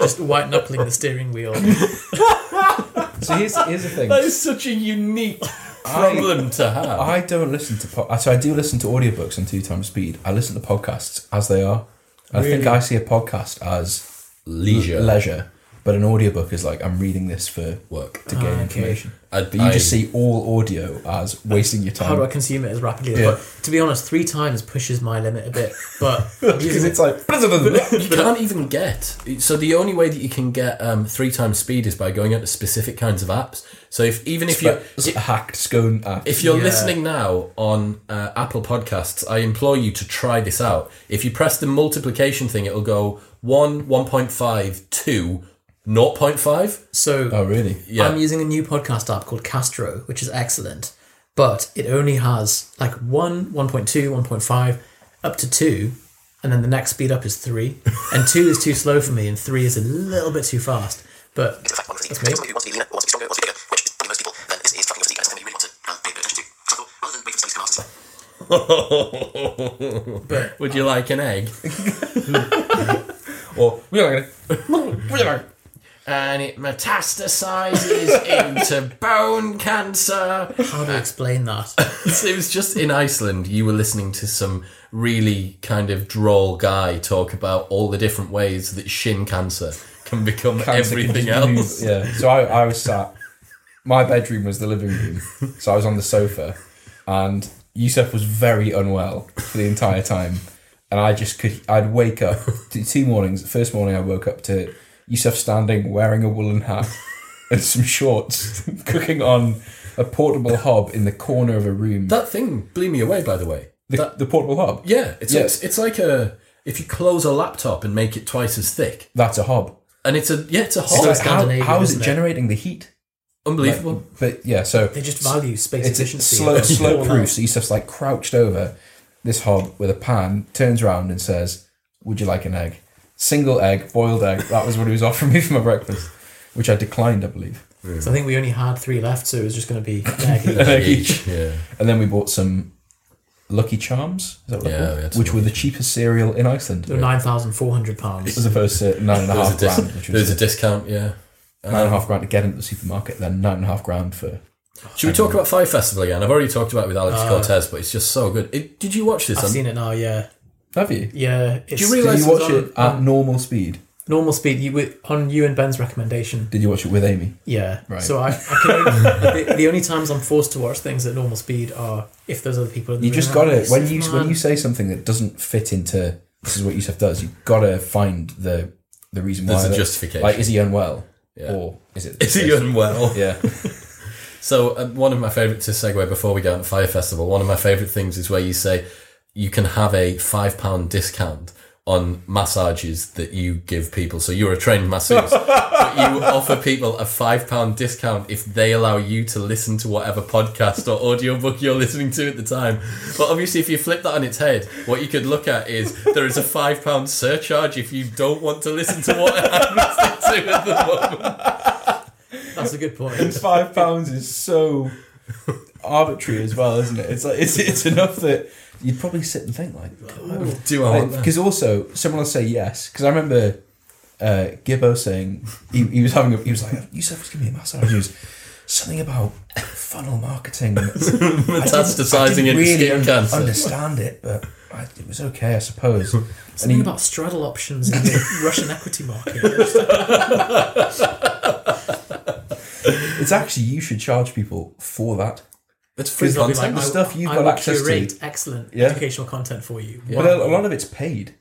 [SPEAKER 2] just white knuckling the steering wheel.
[SPEAKER 3] So here's here's the thing.
[SPEAKER 1] That is such a unique problem to have.
[SPEAKER 3] I don't listen to po- so I do listen to audiobooks on two times speed. I listen to podcasts as they are. I think I see a podcast as
[SPEAKER 1] Leisure.
[SPEAKER 3] leisure, but an audiobook is like I'm reading this for
[SPEAKER 1] Work.
[SPEAKER 3] to gain
[SPEAKER 2] Ah, okay.
[SPEAKER 3] information.
[SPEAKER 1] I-
[SPEAKER 3] but you
[SPEAKER 1] I-
[SPEAKER 3] just see all audio as wasting your
[SPEAKER 2] How do I
[SPEAKER 3] time
[SPEAKER 2] consume it as rapidly as
[SPEAKER 3] Yeah.
[SPEAKER 2] possible? To be honest, three times pushes my limit a bit, but I'm
[SPEAKER 3] because
[SPEAKER 2] using
[SPEAKER 3] it's
[SPEAKER 2] it.
[SPEAKER 3] like
[SPEAKER 1] You can't even get. So the only way that you can get um, three times speed is by going out to specific kinds of apps. So if even if you
[SPEAKER 3] a hacked scone app.
[SPEAKER 1] if you're
[SPEAKER 2] Yeah.
[SPEAKER 1] listening now on uh, Apple Podcasts, I implore you to try this out. If you press the multiplication thing, it'll go 1, 1.5, 2, 0.5.
[SPEAKER 2] So
[SPEAKER 3] oh really?
[SPEAKER 1] Yeah.
[SPEAKER 2] I'm using a new podcast app called Castro, which is excellent, but it only has like one, 1.2, 1.5, up to two, and then the next speed up is three, and two is too slow for me, and three is a little bit too fast. But
[SPEAKER 5] It's a fact one of the
[SPEAKER 2] That's
[SPEAKER 5] things.
[SPEAKER 2] me.
[SPEAKER 5] Someone who wants to be leaner, wants to be stronger, wants to be bigger, which is pretty most people, then this is tracking of sleep. That's something we really want to um, pay attention to. So rather than wait for space to master,
[SPEAKER 2] but
[SPEAKER 1] Would you like an egg?
[SPEAKER 3] Or we're not gonna
[SPEAKER 1] And it metastasizes into bone cancer.
[SPEAKER 2] how do you explain that?
[SPEAKER 1] So it was just in Iceland. You were listening to some really kind of droll guy talk about all the different ways that shin cancer can become
[SPEAKER 3] cancer can
[SPEAKER 1] everything
[SPEAKER 3] just move.
[SPEAKER 1] else.
[SPEAKER 3] Yeah. So I, I was sat. My bedroom was the living room, so I was on the sofa, and Yusuf was very unwell for the entire time, and I just could. I'd wake up t- two mornings. The first morning I woke up to Yusuf standing wearing a woolen hat and some shorts, cooking on a portable hob in the corner of a room.
[SPEAKER 1] That thing blew me away, by the way.
[SPEAKER 3] the, the portable hob.
[SPEAKER 1] Yeah, it's,
[SPEAKER 3] Yeah.
[SPEAKER 1] it's it's like a if you close a laptop and make it twice as thick,
[SPEAKER 3] That's a hob.
[SPEAKER 1] and it's a yeah, it's a
[SPEAKER 3] So
[SPEAKER 1] whole
[SPEAKER 2] like-
[SPEAKER 3] how,
[SPEAKER 2] Scandinavian,
[SPEAKER 3] how is
[SPEAKER 2] isn't
[SPEAKER 3] it
[SPEAKER 2] it?
[SPEAKER 3] generating the heat?
[SPEAKER 1] unbelievable.
[SPEAKER 3] But yeah, so
[SPEAKER 2] They just value space
[SPEAKER 3] it's a
[SPEAKER 2] efficiency.
[SPEAKER 3] slow,
[SPEAKER 2] above
[SPEAKER 3] slow
[SPEAKER 2] all
[SPEAKER 3] proof.
[SPEAKER 2] else.
[SPEAKER 3] So Yusuf's like crouched over this hob with a pan, turns around and says, "Would you like an egg? Single egg, boiled egg." That was what he was offering me for my breakfast, which I declined, I believe.
[SPEAKER 2] So I think we only had three left, so it was just going to be yeah,
[SPEAKER 3] An egg each.
[SPEAKER 1] Each, yeah,
[SPEAKER 3] And then we bought some Lucky Charms, is that what they're
[SPEAKER 1] Yeah,
[SPEAKER 3] called?
[SPEAKER 1] we had some
[SPEAKER 3] which were the cheapest cereal in Iceland,
[SPEAKER 2] nine thousand four hundred pounds.
[SPEAKER 3] as opposed to uh, nine and a
[SPEAKER 1] there was
[SPEAKER 3] half
[SPEAKER 1] a, dis-
[SPEAKER 3] grand, which
[SPEAKER 1] there was
[SPEAKER 3] was
[SPEAKER 1] a discount. Yeah.
[SPEAKER 3] nine and a half grand to get into the supermarket, then nine and a half grand for.
[SPEAKER 1] Should we talk about Fire Festival again? I've already talked about it with Alex
[SPEAKER 3] Uh,
[SPEAKER 1] Cortez, but it's just so good. It, did you watch this?
[SPEAKER 2] I've
[SPEAKER 1] on-
[SPEAKER 2] seen it now. Yeah,
[SPEAKER 3] Have you?
[SPEAKER 2] yeah. It's,
[SPEAKER 1] you realise
[SPEAKER 3] Did
[SPEAKER 1] License
[SPEAKER 3] you watch
[SPEAKER 1] on- Oh.
[SPEAKER 3] it at normal speed?
[SPEAKER 2] normal speed? You were on you and Ben's recommendation.
[SPEAKER 3] Did you watch it with Amy?
[SPEAKER 2] Yeah.
[SPEAKER 3] Right.
[SPEAKER 2] So I, I can only, the, the only times I'm forced to watch things at normal speed are if there's other people in the
[SPEAKER 3] You
[SPEAKER 2] room.
[SPEAKER 3] just gotta when you
[SPEAKER 2] Man.
[SPEAKER 3] when you say something that doesn't fit into this is what Yusuf does. You have gotta find the the reason why.
[SPEAKER 1] There's a
[SPEAKER 3] that-
[SPEAKER 1] justification.
[SPEAKER 3] Like, is he unwell, or is it?
[SPEAKER 1] Is he unwell?
[SPEAKER 3] Yeah.
[SPEAKER 1] So uh, one of my favourite to segue before we go on the Fire Festival, one of my favourite things is where you say you can have a five pound discount on massages that you give people. So you're a trained masseuse, but you offer people a five pound discount if they allow you to listen to whatever podcast or audiobook you're listening to at the time. But obviously, if you flip that on its head, what you could look at is there is a five pound surcharge if you don't want to listen to what I'm listening to at the moment.
[SPEAKER 2] That's a good point.
[SPEAKER 3] five pounds is so arbitrary as well, isn't it? It's like it's, it's enough that you'd probably sit and think like,
[SPEAKER 1] Do I want that?
[SPEAKER 3] because also someone will say yes. Because I remember uh, Gibbo saying he, he was having a, he was like Yusuf was giving me a massage. He was something about funnel marketing, I didn't- I
[SPEAKER 1] Metastasizing
[SPEAKER 3] didn't
[SPEAKER 1] into skin
[SPEAKER 3] un-
[SPEAKER 1] cancer.
[SPEAKER 3] Understand it, but I, it was okay, I suppose. and
[SPEAKER 2] Something
[SPEAKER 3] he,
[SPEAKER 2] about straddle options in the Russian equity market.
[SPEAKER 3] it's actually you should charge people for that.
[SPEAKER 1] It's free
[SPEAKER 2] They'll be
[SPEAKER 1] content.
[SPEAKER 3] the
[SPEAKER 2] I-
[SPEAKER 3] stuff you've
[SPEAKER 2] I
[SPEAKER 3] got
[SPEAKER 2] will
[SPEAKER 3] access to.
[SPEAKER 2] curate Excellent
[SPEAKER 3] Yeah.
[SPEAKER 2] educational content for you.
[SPEAKER 3] But a, a lot of it's paid.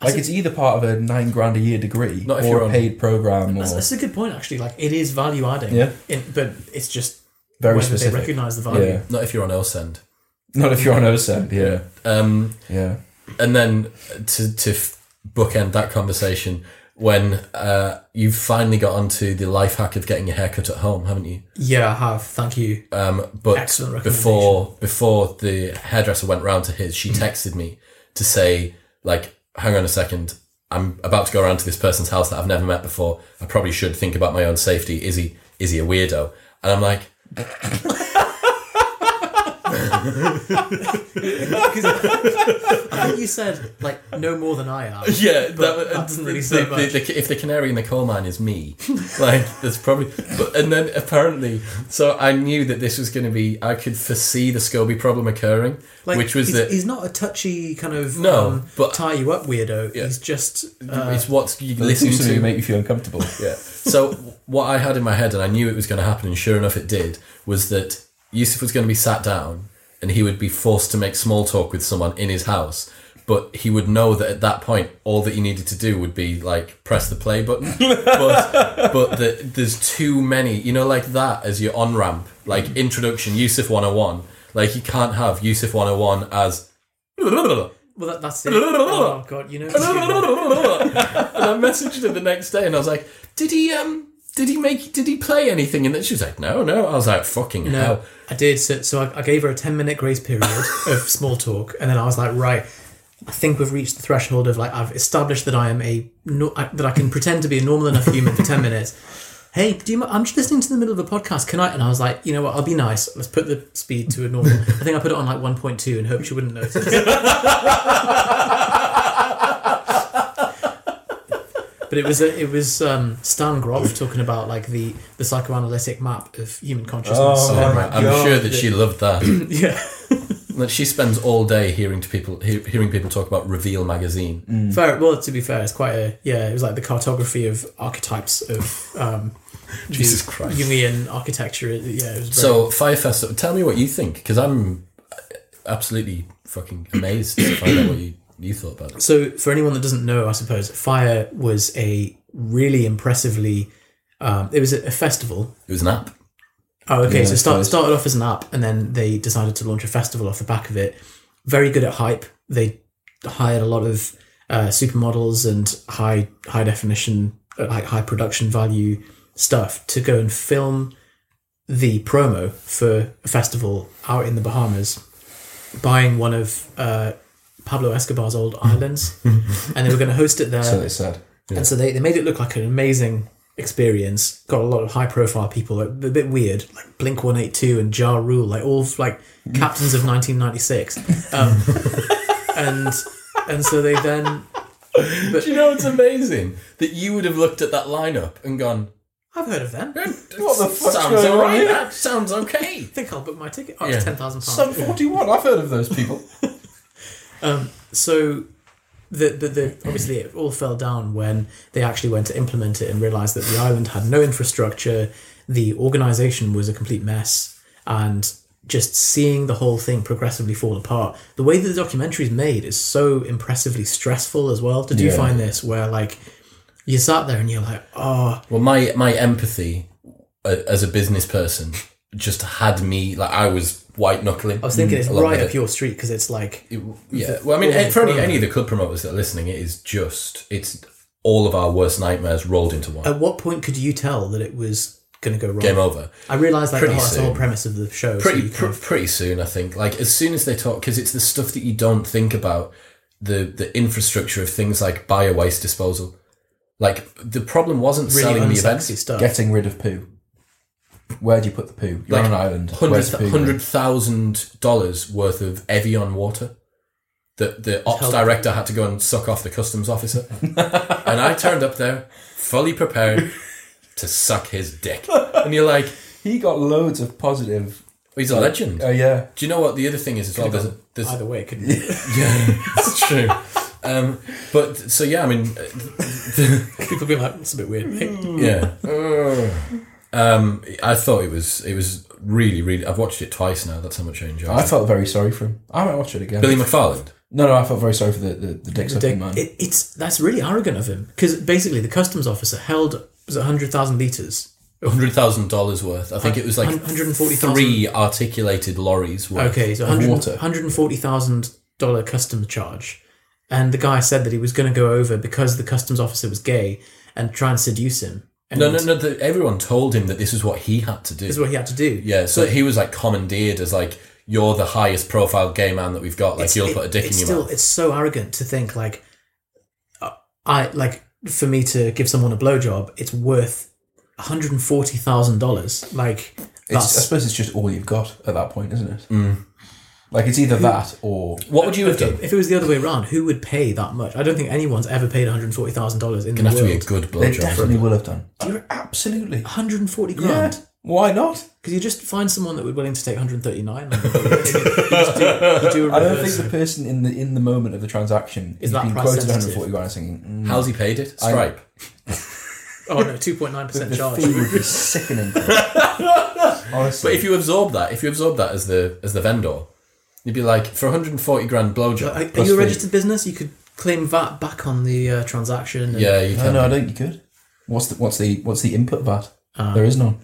[SPEAKER 3] Like
[SPEAKER 2] see.
[SPEAKER 3] it's either part of a nine grand a year degree
[SPEAKER 1] Not if
[SPEAKER 3] or
[SPEAKER 1] you're
[SPEAKER 3] a
[SPEAKER 1] on-
[SPEAKER 3] paid program or
[SPEAKER 2] That's, that's a good point, actually. Like it is value adding.
[SPEAKER 3] Yeah.
[SPEAKER 2] but it's just
[SPEAKER 3] very
[SPEAKER 2] whether they
[SPEAKER 3] specific.
[SPEAKER 2] recognise the value.
[SPEAKER 3] Yeah,
[SPEAKER 1] Not if you're on Elsend.
[SPEAKER 3] not if you're on OSEP. Yeah,
[SPEAKER 1] Um,
[SPEAKER 3] yeah.
[SPEAKER 1] and then to to f- bookend that conversation when uh, you've finally got onto the life hack of getting your haircut at home, haven't you?
[SPEAKER 2] Yeah, I have. Thank you.
[SPEAKER 1] Um, but
[SPEAKER 2] Excellent
[SPEAKER 1] before before the hairdresser went round to his, she texted me to say like, "Hang on a second, I'm about to go around to this person's house that I've never met before. I probably should think about my own safety. Is he is he a weirdo?" And I'm like,
[SPEAKER 2] Because I think you said like no more than I am.
[SPEAKER 1] Yeah,
[SPEAKER 2] But
[SPEAKER 1] that,
[SPEAKER 2] that doesn't really
[SPEAKER 1] the,
[SPEAKER 2] say
[SPEAKER 1] the,
[SPEAKER 2] much.
[SPEAKER 1] the- if the canary in the coal mine is me, like there's probably. But, and then apparently, so I knew that this was going to be. I could foresee the Scobie problem occurring,
[SPEAKER 2] Like,
[SPEAKER 1] which was
[SPEAKER 2] he's,
[SPEAKER 1] that
[SPEAKER 2] he's not a touchy kind of
[SPEAKER 1] No,
[SPEAKER 2] um,
[SPEAKER 1] but-
[SPEAKER 2] tie you up weirdo. He's just uh,
[SPEAKER 1] it's what you
[SPEAKER 3] Listen
[SPEAKER 1] listen
[SPEAKER 3] to
[SPEAKER 1] to.
[SPEAKER 3] make you feel uncomfortable.
[SPEAKER 1] Yeah. So what I had in my head, and I knew it was going to happen, and sure enough, it did. Was that Yusuf was going to be sat down, and he would be forced to make small talk with someone in his house. But he would know that at that point, all that he needed to do would be like press the play button. But but the, there's too many, you know, like that as your on ramp, like introduction, Yusuf 101. Like you can't have Yusuf 101 as.
[SPEAKER 2] well, that, that's it. oh god, you know.
[SPEAKER 1] and I messaged her the next day, and I was like, "Did he um? Did he make? Did he play anything?" And then she was like, "No, no." I was like, "Fucking
[SPEAKER 2] No,
[SPEAKER 1] hell!"
[SPEAKER 2] I did. So, so I, I gave her a 10 minute grace period of small talk. And then I was like, right, I think we've reached the threshold of like, I've established that I am a, no, I, that I can pretend to be a normal enough human for 10 minutes. Hey, do you, mi- I'm just listening to the middle of a podcast. Can I? And I was like, you know what? I'll be nice. Let's put the speed to a normal. I think I put it on like 1.2 and hope she wouldn't notice. But it was a, it was um, Stan Groff talking about like the, the psychoanalytic map of human consciousness.
[SPEAKER 3] Oh my
[SPEAKER 1] I'm sure that she loved that.
[SPEAKER 2] yeah.
[SPEAKER 1] That she spends all day hearing to people, he- hearing people talk about Reveal magazine.
[SPEAKER 2] Fair. Well, to be fair, it's quite a yeah. It was like the cartography of archetypes of um,
[SPEAKER 1] Jesus
[SPEAKER 2] the
[SPEAKER 1] Christ.
[SPEAKER 2] Jungian architecture. Yeah. It was very,
[SPEAKER 1] So Firefest, tell me what you think, because I'm absolutely fucking amazed to find out what you, you thought about it.
[SPEAKER 2] so for anyone that doesn't know, I suppose Fire was a really impressively. Um, it was a, a festival.
[SPEAKER 1] It was an app.
[SPEAKER 2] Oh, okay. so
[SPEAKER 3] I
[SPEAKER 2] start,
[SPEAKER 3] suppose.
[SPEAKER 2] started off as an app, and then they decided to launch a festival off the back of it. Very good at hype. They hired a lot of uh, supermodels and high high definition, uh, like high production value stuff to go and film the promo for a festival out in the Bahamas, buying one of uh, Pablo Escobar's old islands, and they were going to host it there.
[SPEAKER 3] So they said.
[SPEAKER 2] And so they, they made it look like an amazing experience. Got a lot of high profile people, like, a bit weird, like Blink One Eight Two and Ja Rule, like all like captains of nineteen ninety six. Um, and and so they then
[SPEAKER 1] Do you know it's amazing that you would have looked at that lineup and gone,
[SPEAKER 2] I've heard of them. I
[SPEAKER 1] "What
[SPEAKER 3] the fuck's
[SPEAKER 1] sounds
[SPEAKER 3] going on
[SPEAKER 1] alright,
[SPEAKER 3] here?"
[SPEAKER 1] That sounds okay."
[SPEAKER 2] think I'll book my ticket. Oh, it's
[SPEAKER 1] Yeah.
[SPEAKER 2] ten thousand pounds.
[SPEAKER 3] Some 41, I've heard of those people.
[SPEAKER 2] so the, the, the obviously it all fell down when they actually went to implement it and realized that the island had no infrastructure the organization was a complete mess and just seeing the whole thing progressively fall apart the way that the documentary is made is so impressively stressful as well did you
[SPEAKER 3] Yeah.
[SPEAKER 2] find this where like you sat there and you're like oh
[SPEAKER 1] Well, my my empathy uh, as a business person just had me like I was white knuckling.
[SPEAKER 2] i was thinking it's
[SPEAKER 1] along
[SPEAKER 2] right
[SPEAKER 1] with
[SPEAKER 2] up your street because it's like
[SPEAKER 1] it. Yeah. Well, I mean,
[SPEAKER 2] Yeah.
[SPEAKER 1] for any, any of the club promoters that are listening, it is just it's all of our worst nightmares rolled into one.
[SPEAKER 2] at what point could you tell that it was going to go wrong
[SPEAKER 1] Game over.
[SPEAKER 2] i realized like the
[SPEAKER 1] Pretty
[SPEAKER 2] whole, the whole
[SPEAKER 1] soon.
[SPEAKER 2] premise of the show so
[SPEAKER 1] pretty
[SPEAKER 2] you kind
[SPEAKER 1] pr-
[SPEAKER 2] of-
[SPEAKER 1] pretty soon i think like as soon as they talk because it's the stuff that you don't think about the the infrastructure of things like bio waste disposal like the problem wasn't
[SPEAKER 2] really
[SPEAKER 1] selling the
[SPEAKER 2] unsexy
[SPEAKER 1] event
[SPEAKER 2] stuff
[SPEAKER 3] Getting rid of poo. Where do you put the poo? You're on an island. Where's the poo?
[SPEAKER 1] hundred thousand dollars worth of Evian water that the ops director had to go and suck off the customs officer, and I turned up there fully prepared to suck his dick, and you're like,
[SPEAKER 3] He got loads of positive.
[SPEAKER 1] he's a legend.
[SPEAKER 3] Oh yeah.
[SPEAKER 1] Do you know what the other thing is as well? There's, a, there's
[SPEAKER 2] Either way, it could be.
[SPEAKER 1] yeah, it's true. Um, but so yeah, I mean, uh,
[SPEAKER 2] people be like, it's a bit weird. Mm. mate."
[SPEAKER 1] yeah.
[SPEAKER 3] Mm.
[SPEAKER 1] Um, I thought it was it was really really. I've watched it twice now. That's how much I enjoyed.
[SPEAKER 3] I
[SPEAKER 1] it.
[SPEAKER 3] felt very sorry for him. I might watch it again.
[SPEAKER 1] Billy McFarland.
[SPEAKER 3] no, no, I felt very sorry for the the, the dick sucking man.
[SPEAKER 2] It, it's that's really arrogant of him because basically the customs officer held was hundred thousand liters.
[SPEAKER 1] hundred thousand dollars worth. I think it was like
[SPEAKER 2] Hun- $140,000.
[SPEAKER 1] three articulated lorries worth.
[SPEAKER 2] Okay, so
[SPEAKER 3] water.
[SPEAKER 2] hundred forty thousand dollar customs charge, and the guy said that he was going to go over because the customs officer was gay and try and seduce him. And
[SPEAKER 1] No, no, no. The, everyone told him that this is what he had to do.
[SPEAKER 2] This is what he had to do.
[SPEAKER 1] yeah, so he was like commandeered as like you're the highest profile gay man that we've got. Like you'll
[SPEAKER 2] it-
[SPEAKER 1] put a dick
[SPEAKER 2] it's
[SPEAKER 1] in your
[SPEAKER 2] still,
[SPEAKER 1] mouth.
[SPEAKER 2] It's so arrogant to think like uh, I like for me to give someone a blowjob, it's worth one hundred and forty thousand dollars. Like
[SPEAKER 3] It's, I
[SPEAKER 2] that's
[SPEAKER 3] suppose it's just all you've got at that point, isn't it?
[SPEAKER 1] Hmm.
[SPEAKER 3] Like it's either that or
[SPEAKER 1] What would you have done?
[SPEAKER 2] if it was the other way around, who would pay that much? I don't think anyone's ever paid one hundred forty thousand dollars in the
[SPEAKER 1] Gonna have to be a
[SPEAKER 2] world.
[SPEAKER 1] good
[SPEAKER 3] they
[SPEAKER 1] blowjob.
[SPEAKER 3] definitely will have done. absolutely.
[SPEAKER 2] One hundred forty
[SPEAKER 3] Yeah.
[SPEAKER 2] grand.
[SPEAKER 3] Why not?
[SPEAKER 2] Because you just find someone that would be willing to take 139. you just do, you do a
[SPEAKER 3] I don't think
[SPEAKER 2] reverse.
[SPEAKER 3] the person in the in the moment of the transaction
[SPEAKER 2] Is
[SPEAKER 3] who's
[SPEAKER 2] that
[SPEAKER 3] been
[SPEAKER 2] price
[SPEAKER 3] quoted
[SPEAKER 2] sensitive?
[SPEAKER 3] 140 grand and thinking, mm,
[SPEAKER 1] How's he paid it? Stripe.
[SPEAKER 2] Oh no, 2.9%
[SPEAKER 3] the
[SPEAKER 2] charge.
[SPEAKER 3] fee would be sickening. Honestly,
[SPEAKER 1] But if you absorb that, if you absorb that as the as the vendor, you'd be like for 140 grand blowjob.
[SPEAKER 2] Are, are
[SPEAKER 3] Plus
[SPEAKER 2] you a
[SPEAKER 3] fee.
[SPEAKER 2] registered business? You could claim VAT back on the uh, transaction. and-
[SPEAKER 1] yeah, you
[SPEAKER 3] no,
[SPEAKER 1] can.
[SPEAKER 3] no, I don't. think You could. What's the what's the what's the input VAT? there is none.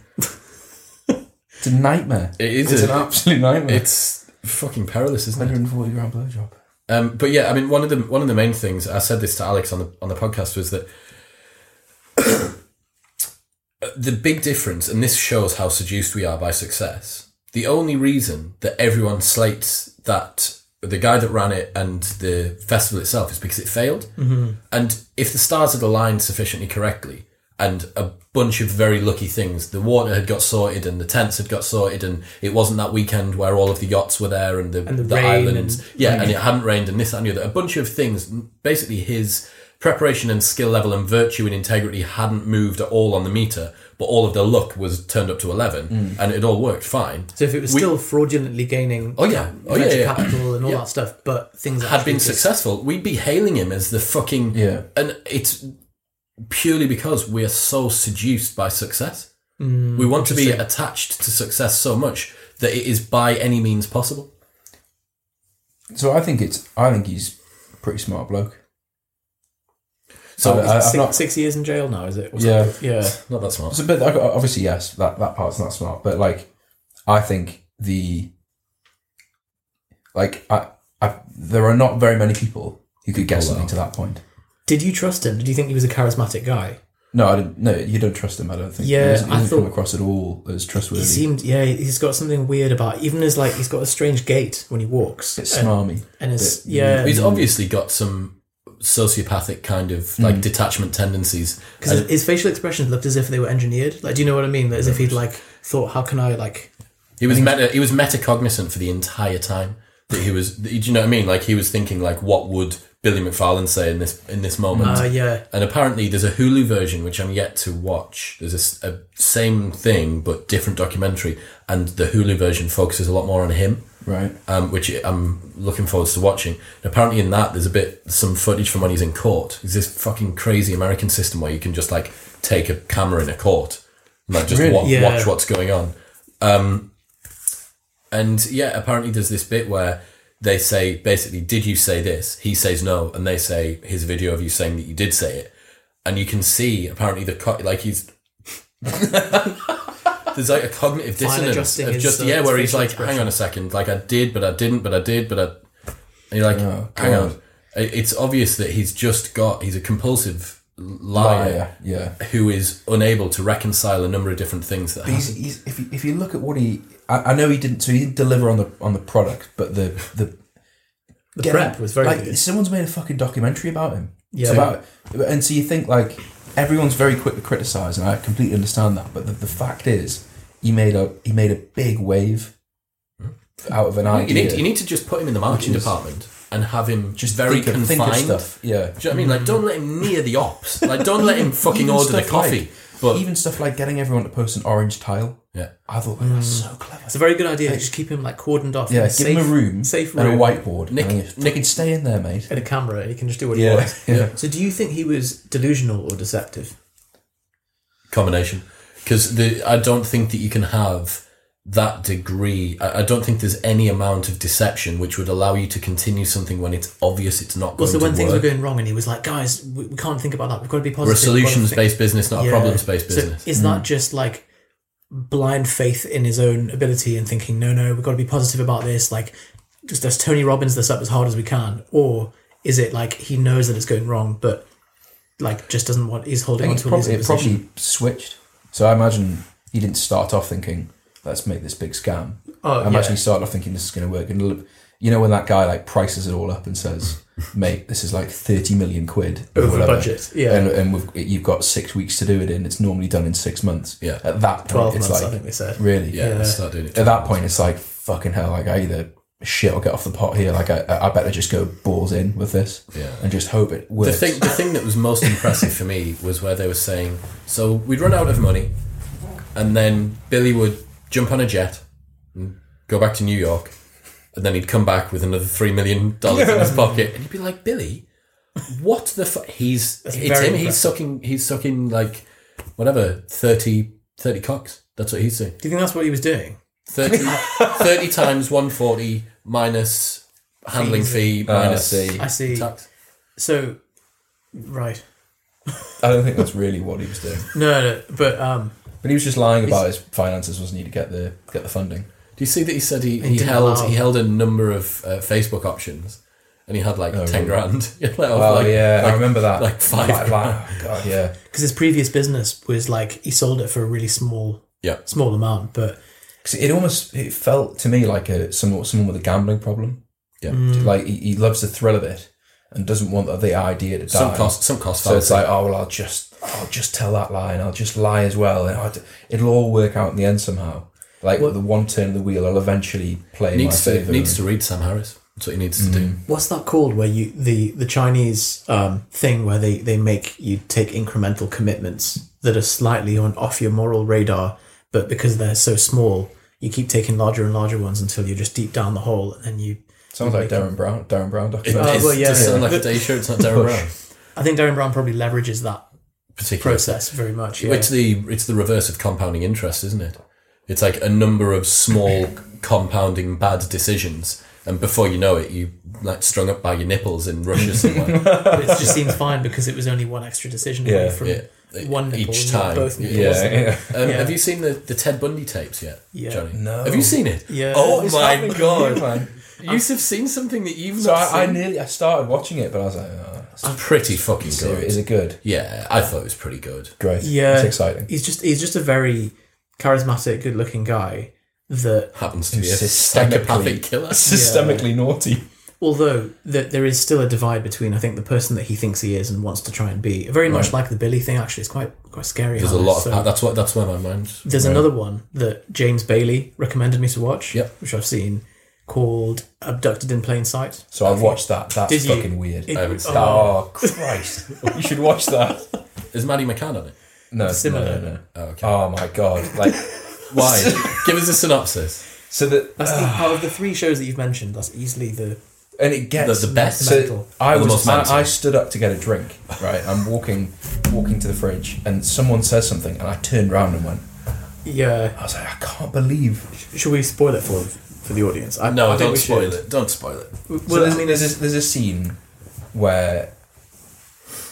[SPEAKER 3] it's a nightmare.
[SPEAKER 1] It is
[SPEAKER 3] It's
[SPEAKER 1] a-
[SPEAKER 3] an absolute nightmare.
[SPEAKER 1] It's fucking perilous, isn't it?
[SPEAKER 3] 140 grand blowjob.
[SPEAKER 1] Um, but yeah, I mean, one of the one of the main things I said this to Alex on the on the podcast was that the big difference, and this shows how seduced we are by success. The only reason that everyone slates that the guy that ran it and the festival itself is because it failed. Mm-hmm. And if the stars had aligned sufficiently correctly, and a bunch of very lucky things, the water had got sorted, and the tents had got sorted, and it wasn't that weekend where all of the yachts were there and the,
[SPEAKER 2] And the rain
[SPEAKER 1] islands,
[SPEAKER 2] and-
[SPEAKER 1] yeah, and it hadn't rained, and this that, and the other. A bunch of things. Basically, his preparation and skill level and virtue and integrity hadn't moved at all on the meter, but all of the luck was turned up to eleven, and it all worked fine.
[SPEAKER 2] So if it was
[SPEAKER 1] We-
[SPEAKER 2] still fraudulently gaining
[SPEAKER 1] Oh yeah, oh yeah,
[SPEAKER 2] venture
[SPEAKER 1] yeah.
[SPEAKER 2] capital and all that stuff, but things
[SPEAKER 1] had
[SPEAKER 2] actually
[SPEAKER 1] been
[SPEAKER 2] just-
[SPEAKER 1] successful, we'd be hailing him as the fucking
[SPEAKER 3] Yeah.
[SPEAKER 1] And it's purely because we are so seduced by success. we want to be attached to success so much that it is by any means possible.
[SPEAKER 3] So I think it's. I think he's a pretty smart bloke.
[SPEAKER 1] So
[SPEAKER 3] I- I've
[SPEAKER 2] Six,
[SPEAKER 3] not-
[SPEAKER 2] six years in jail now, is it? Or
[SPEAKER 3] Yeah.
[SPEAKER 2] something? Yeah.
[SPEAKER 1] not that smart.
[SPEAKER 3] So, but I- obviously, yes, that that part's not smart. But like, I think the like I, I there are not very many people who could
[SPEAKER 1] Oh,
[SPEAKER 3] get something to that point.
[SPEAKER 2] Did you trust him? Did you think he was a charismatic guy?
[SPEAKER 3] No, I don't. No, you don't trust him. I don't think.
[SPEAKER 2] Yeah,
[SPEAKER 3] he doesn't, he
[SPEAKER 2] I
[SPEAKER 3] doesn't come
[SPEAKER 2] thought-
[SPEAKER 3] across at all as trustworthy.
[SPEAKER 2] He seemed, yeah, he's got something weird about Even his, like, he's got a strange gait when he walks.
[SPEAKER 3] It's
[SPEAKER 2] and,
[SPEAKER 3] smarmy.
[SPEAKER 2] and his,
[SPEAKER 3] bit-
[SPEAKER 2] yeah.
[SPEAKER 1] He's obviously got some sociopathic kind of like detachment tendencies.
[SPEAKER 2] Hmm. Because his, his facial expressions looked as if they were engineered. Like, do you know what I mean? As if he'd like thought, how can I like?
[SPEAKER 1] He was meta, he was metacognizant for the entire time that he was. Do you know what I mean? Like he was thinking like, what would Billy McFarland say in this in this moment?
[SPEAKER 2] Uh, yeah,
[SPEAKER 1] And apparently, there's a Hulu version which I'm yet to watch. There's a s- a, same thing but different documentary, and the Hulu version focuses a lot more on him,
[SPEAKER 3] Right.
[SPEAKER 1] um, which I'm looking forward to watching. And apparently, in that, there's a bit some footage from when he's in court. It's this fucking crazy American system where you can just like take a camera in a court and like just
[SPEAKER 3] Really?
[SPEAKER 1] wa-
[SPEAKER 2] Yeah.
[SPEAKER 1] watch what's going on. Um, And yeah, apparently there's this bit where they say basically, "Did you say this?" He says no, and they say, "Here's a video of you saying that you did say it." And you can see apparently the co- like he's there's like a cognitive dissonance
[SPEAKER 2] adjusting
[SPEAKER 1] of
[SPEAKER 2] his,
[SPEAKER 1] just
[SPEAKER 2] uh,
[SPEAKER 1] yeah, where he's
[SPEAKER 2] facial
[SPEAKER 1] like,
[SPEAKER 2] expression.
[SPEAKER 1] "Hang on a second, like I did, but I didn't, but I did, but I." And you're like,
[SPEAKER 3] Oh,
[SPEAKER 1] "Hang
[SPEAKER 3] God.
[SPEAKER 1] on." It- It's obvious that he's just got he's a compulsive
[SPEAKER 2] Oh,
[SPEAKER 3] Ah,
[SPEAKER 1] liar
[SPEAKER 3] yeah. Yeah.
[SPEAKER 1] who is unable to reconcile a number of different things that
[SPEAKER 3] But he's,
[SPEAKER 1] happen.
[SPEAKER 3] he's, if, you, if you look at what he, I, I know he didn't. So he didn't deliver on the on the product, but the the
[SPEAKER 2] the
[SPEAKER 3] Get
[SPEAKER 2] prep
[SPEAKER 3] out.
[SPEAKER 2] was very
[SPEAKER 3] like
[SPEAKER 2] good.
[SPEAKER 3] someone's made a fucking documentary about him.
[SPEAKER 2] Yeah.
[SPEAKER 3] So about and so you think like everyone's very quick to criticize, and I completely understand that. But the, the fact is, He made a he made a big wave out of an
[SPEAKER 1] Hmm. You
[SPEAKER 3] idea.
[SPEAKER 1] need, to, you need to just put him in the marching department and have him just very
[SPEAKER 3] think of-
[SPEAKER 1] confined.
[SPEAKER 3] think of stuff. Yeah.
[SPEAKER 1] Do you know what I mean? Like, don't let him near the ops. Like, don't let him fucking
[SPEAKER 3] Even
[SPEAKER 1] order the
[SPEAKER 3] stuff
[SPEAKER 1] coffee.
[SPEAKER 3] like-
[SPEAKER 1] but
[SPEAKER 3] even stuff like getting everyone to post an orange tile.
[SPEAKER 1] yeah,
[SPEAKER 3] I thought like, that's
[SPEAKER 1] Hmm.
[SPEAKER 3] so clever.
[SPEAKER 2] It's a very good idea. Just keep him like cordoned off.
[SPEAKER 3] Yeah,
[SPEAKER 2] in
[SPEAKER 3] give him a room,
[SPEAKER 2] safe
[SPEAKER 3] and
[SPEAKER 2] room,
[SPEAKER 3] a whiteboard.
[SPEAKER 1] Nick-
[SPEAKER 3] and you-
[SPEAKER 1] Nick-
[SPEAKER 3] fucking stay in there, mate.
[SPEAKER 2] and a camera. He can just do what he
[SPEAKER 3] Yeah,
[SPEAKER 2] wants.
[SPEAKER 3] yeah.
[SPEAKER 2] So, do you think he was delusional or deceptive?
[SPEAKER 1] combination. Because I don't think that you can have that degree. I, I don't think there's any amount of deception which would allow you to continue something when it's obvious it's not
[SPEAKER 2] Well,
[SPEAKER 1] going
[SPEAKER 2] so
[SPEAKER 1] to
[SPEAKER 2] when
[SPEAKER 1] work.
[SPEAKER 2] things were going wrong, and he was like, "Guys, we, we can't think about that. We've got to be positive."
[SPEAKER 1] We're a
[SPEAKER 2] We've got to
[SPEAKER 1] solutions
[SPEAKER 2] think-
[SPEAKER 1] based business, not a
[SPEAKER 2] Yeah.
[SPEAKER 1] problems based
[SPEAKER 2] So
[SPEAKER 1] business.
[SPEAKER 2] Is
[SPEAKER 3] Mm.
[SPEAKER 2] that just like blind faith in his own ability and thinking, no, no, we've got to be positive about this? Like, just let's Tony Robbins this up as hard as we can. Or is it like he knows that it's going wrong, but like just doesn't want, he's
[SPEAKER 3] I
[SPEAKER 2] holding on
[SPEAKER 3] think
[SPEAKER 2] to
[SPEAKER 3] it
[SPEAKER 2] a
[SPEAKER 3] probably,
[SPEAKER 2] losing
[SPEAKER 3] it
[SPEAKER 2] position.
[SPEAKER 3] probably switched. So I imagine he didn't start off thinking, "Let's make this big scam."
[SPEAKER 2] Oh,
[SPEAKER 3] I imagine
[SPEAKER 2] yeah.
[SPEAKER 3] he started off thinking this is going to work. And look, you know when that guy like prices it all up and says, "Mate, this is like thirty million quid or
[SPEAKER 2] Over
[SPEAKER 3] whatever,
[SPEAKER 2] budget, yeah.
[SPEAKER 3] and, and we've, you've got six weeks to do it in. It's normally done in six months.
[SPEAKER 1] Yeah.
[SPEAKER 3] at that point,
[SPEAKER 2] 12
[SPEAKER 3] it's
[SPEAKER 2] months,
[SPEAKER 3] like
[SPEAKER 2] I think they said.
[SPEAKER 3] really,
[SPEAKER 1] yeah, let's start doing it.
[SPEAKER 3] At that point, it's like fucking hell. Like I either shit or get off the pot here. Like I, I better just go balls in with this,
[SPEAKER 1] Yeah.
[SPEAKER 3] and just hope it works.
[SPEAKER 1] The thing, the thing that was most impressive for me was where they were saying, so we'd run out of money, and then Billy would jump on a jet, and go back to New York, and then he'd come back with another three million dollars in his pocket, and you'd be like, Billy, what the fuck? He's it's
[SPEAKER 2] very
[SPEAKER 1] him. He's
[SPEAKER 2] impressive.
[SPEAKER 1] sucking. He's sucking like whatever 30, 30 cocks. That's what he's doing.
[SPEAKER 2] Do you think that's what he was doing?
[SPEAKER 1] 30, 30 times one forty minus handling fee minus
[SPEAKER 3] see.
[SPEAKER 2] Uh, I see.
[SPEAKER 1] tax.
[SPEAKER 2] So, right.
[SPEAKER 3] I don't think that's really what he was doing.
[SPEAKER 2] No, no, but um,
[SPEAKER 3] But he was just lying about his finances, wasn't he, to get the get the funding?
[SPEAKER 1] Do you see that he said he,
[SPEAKER 2] He
[SPEAKER 1] he
[SPEAKER 2] didn't
[SPEAKER 1] held
[SPEAKER 2] allow-
[SPEAKER 1] he held a number of uh, Facebook options, and he had like ten
[SPEAKER 3] Oh, really?
[SPEAKER 1] grand. He let off,
[SPEAKER 3] Oh
[SPEAKER 1] like-
[SPEAKER 3] yeah,
[SPEAKER 1] like-
[SPEAKER 3] I remember that.
[SPEAKER 1] Like five.
[SPEAKER 3] Like,
[SPEAKER 1] grand.
[SPEAKER 3] like, oh, God, yeah.
[SPEAKER 2] because his previous business was like he sold it for a really small,
[SPEAKER 1] Yeah.
[SPEAKER 2] small amount, but
[SPEAKER 3] 'Cause it almost it felt to me like a someone someone with a gambling problem.
[SPEAKER 1] Yeah.
[SPEAKER 2] Mm.
[SPEAKER 3] Like he, he loves the thrill of it and doesn't want the idea to die.
[SPEAKER 1] Some cost. Some cost.
[SPEAKER 3] So it's
[SPEAKER 1] fallacy.
[SPEAKER 3] like, oh well, I'll just I'll just tell that lie and I'll just lie as well, and I'll, it'll all work out in the end somehow. Like the one turn of the wheel, I'll eventually play in
[SPEAKER 1] needs
[SPEAKER 3] my Mm.
[SPEAKER 1] to
[SPEAKER 3] favor.
[SPEAKER 1] needs to read Sam Harris. That's what he needs to do.
[SPEAKER 2] what's that called where you the the chinese um thing where they they make you take incremental commitments that are slightly on off your moral radar but because they're so small you keep taking larger and larger ones until you're just deep down the hole and then you
[SPEAKER 3] Sounds like Darren Brown. Darren Brown.
[SPEAKER 1] It
[SPEAKER 3] documentary.
[SPEAKER 1] does-
[SPEAKER 2] Uh, well, yeah,
[SPEAKER 1] does
[SPEAKER 2] yeah.
[SPEAKER 1] sound like a day show. It's not Darren Brown.
[SPEAKER 2] i think darren brown probably leverages that
[SPEAKER 1] Particularly,
[SPEAKER 2] process very much yeah.
[SPEAKER 1] it's the it's the reverse of compounding interest, isn't it? It's like a number of small compounding bad decisions, and before you know it, you like strung up by your nipples in Russia somewhere.
[SPEAKER 2] But it just seems fine because it was only one extra decision away
[SPEAKER 3] Yeah,
[SPEAKER 2] from
[SPEAKER 1] yeah.
[SPEAKER 2] one nipple
[SPEAKER 1] Each
[SPEAKER 2] not
[SPEAKER 1] time.
[SPEAKER 2] both
[SPEAKER 1] Yeah.
[SPEAKER 2] nipples.
[SPEAKER 3] Yeah, yeah.
[SPEAKER 1] Um,
[SPEAKER 2] Yeah.
[SPEAKER 1] Have you seen the, the Ted Bundy tapes yet,
[SPEAKER 2] Yeah.
[SPEAKER 1] Johnny?
[SPEAKER 3] No.
[SPEAKER 1] Have you seen it?
[SPEAKER 2] Yeah.
[SPEAKER 1] Oh
[SPEAKER 2] What is
[SPEAKER 1] my
[SPEAKER 3] happening to you,
[SPEAKER 1] god!
[SPEAKER 3] man?
[SPEAKER 1] You've seen something that you've
[SPEAKER 3] So
[SPEAKER 1] not
[SPEAKER 3] I, I
[SPEAKER 1] seen.
[SPEAKER 3] nearly I started watching it, but I was like, oh, it's
[SPEAKER 1] it's pretty fucking
[SPEAKER 3] serious.
[SPEAKER 1] good.
[SPEAKER 3] is it good?
[SPEAKER 1] Yeah, I thought it was pretty good.
[SPEAKER 3] Great.
[SPEAKER 2] Yeah.
[SPEAKER 3] It's exciting.
[SPEAKER 2] he's just he's just a very charismatic good looking guy that
[SPEAKER 1] Happens to be a
[SPEAKER 3] Systemically-
[SPEAKER 1] psychopathic killer.
[SPEAKER 3] Systemically naughty.
[SPEAKER 2] although that there is still a divide between I think the person that he thinks he is and wants to try and be very much like the Billy thing actually it's quite quite scary
[SPEAKER 1] There's
[SPEAKER 2] how
[SPEAKER 1] a lot of
[SPEAKER 2] so-
[SPEAKER 1] pa- that's what that's where my mind.
[SPEAKER 2] there's another one that James Bailey recommended me to watch
[SPEAKER 1] Yep.
[SPEAKER 2] which I've seen called Abducted in Plain Sight
[SPEAKER 3] So I've watched that. That's
[SPEAKER 2] Did you?
[SPEAKER 3] fucking weird.
[SPEAKER 2] It-
[SPEAKER 1] I haven't seen
[SPEAKER 2] oh,
[SPEAKER 3] oh Christ! you should watch that.
[SPEAKER 1] Is Maddie McCann on it?
[SPEAKER 3] No,
[SPEAKER 2] Similar.
[SPEAKER 3] no, no, no. Oh,
[SPEAKER 1] okay.
[SPEAKER 3] my god! Like,
[SPEAKER 1] Why? Give us a synopsis.
[SPEAKER 3] so that
[SPEAKER 2] that's the, out of the three shows that you've mentioned that's easily the
[SPEAKER 3] and it gets
[SPEAKER 1] The- the best.
[SPEAKER 3] So
[SPEAKER 2] Mental.
[SPEAKER 3] I
[SPEAKER 1] The
[SPEAKER 3] was
[SPEAKER 1] most mental.
[SPEAKER 3] I, I stood up to get a drink. Right, I'm walking walking to the fridge, and someone says something, and I turned around and went.
[SPEAKER 2] yeah
[SPEAKER 3] I was like, I can't believe.
[SPEAKER 2] should we spoil it for for the audience I,
[SPEAKER 1] No,
[SPEAKER 2] I think
[SPEAKER 1] don't
[SPEAKER 2] we
[SPEAKER 1] spoil
[SPEAKER 2] should.
[SPEAKER 1] it. Don't spoil it.
[SPEAKER 3] Well,
[SPEAKER 2] well
[SPEAKER 3] there's,
[SPEAKER 2] I mean
[SPEAKER 3] there's this, there's a scene where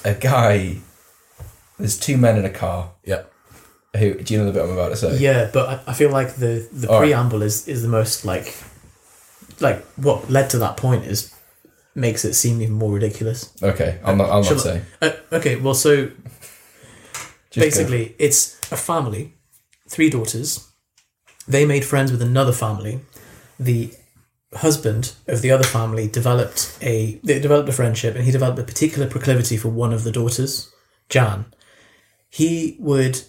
[SPEAKER 3] a guy, there's two men in a car.
[SPEAKER 1] Yeah.
[SPEAKER 3] Who do you know the bit I'm about to say?
[SPEAKER 2] Yeah, but I, I feel like the the
[SPEAKER 3] All right.
[SPEAKER 2] preamble is is the most like like what led to that point is makes it seem even more ridiculous.
[SPEAKER 3] Okay, I'll not. I'll
[SPEAKER 2] Shall
[SPEAKER 3] not
[SPEAKER 2] I-
[SPEAKER 3] say.
[SPEAKER 2] Uh, okay, well, so
[SPEAKER 3] Just go.
[SPEAKER 2] basically, it's a family, three daughters. They made friends with another family. The husband of the other family developed a they developed a friendship, and he developed a particular proclivity for one of the daughters, Jan. He would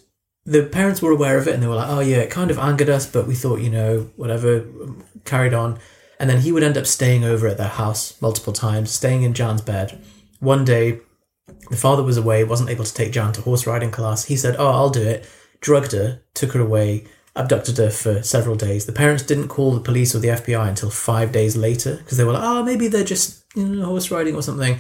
[SPEAKER 2] the parents were aware of it and they were like, oh yeah, it kind of angered us, but we thought, you know, whatever, um, carried on. And then he would end up staying over at their house multiple times, staying in Jan's bed. One day, the father was away, wasn't able to take Jan to horse riding class. He said, oh, I'll do it. Drugged her, took her away, abducted her for several days. The parents didn't call the police or the FBI until five days later because they were like, oh, maybe they're just you know, horse riding or something.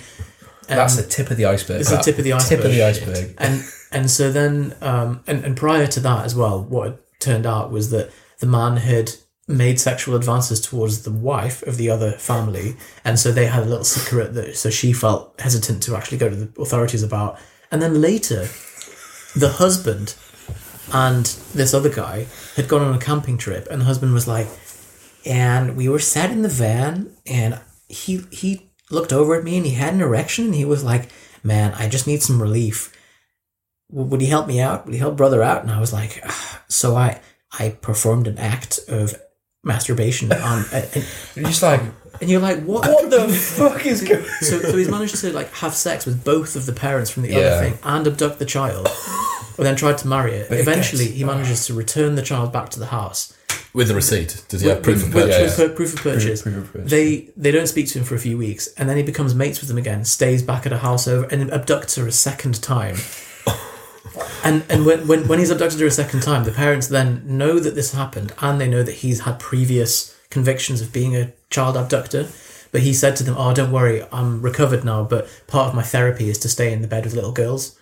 [SPEAKER 3] That's the tip of the iceberg.
[SPEAKER 2] um, It's the
[SPEAKER 3] that.
[SPEAKER 2] tip of the iceberg.
[SPEAKER 3] Tip of the iceberg.
[SPEAKER 2] and and so then um, and and prior to that as well, what had turned out was that the man had made sexual advances towards the wife of the other family, and so they had a little secret that so she felt hesitant to actually go to the authorities about, and then later, the husband and this other guy had gone on a camping trip, and the husband was like, and we were sat in the van and he he looked over at me and he had an erection and he was like man i just need some relief W- would he help me out would he help brother out and i was like "Ah." so i i performed an act of masturbation on and,
[SPEAKER 3] You're just like,
[SPEAKER 2] and you're like what
[SPEAKER 3] what the fuck is going
[SPEAKER 2] so, so he's managed to like have sex with both of the parents from the
[SPEAKER 3] Yeah.
[SPEAKER 2] other thing and abduct the child and then tried to marry it
[SPEAKER 3] it
[SPEAKER 2] eventually
[SPEAKER 3] gets-
[SPEAKER 2] he manages to return the child back to the house
[SPEAKER 1] With the receipt. Does he have proof of
[SPEAKER 2] with,
[SPEAKER 1] purchase?
[SPEAKER 2] with per- proof of purchase.
[SPEAKER 3] proof of purchase.
[SPEAKER 2] They they don't speak to him for a few weeks, and then he becomes mates with them again. Stays back at a house over and abducts her a second time. And and when, when when he's abducted her a second time, the parents then know that this happened, and they know that he's had previous convictions of being a child abductor. But he said to them, "Oh, don't worry, I'm recovered now. But part of my therapy is to stay in the bed with little girls."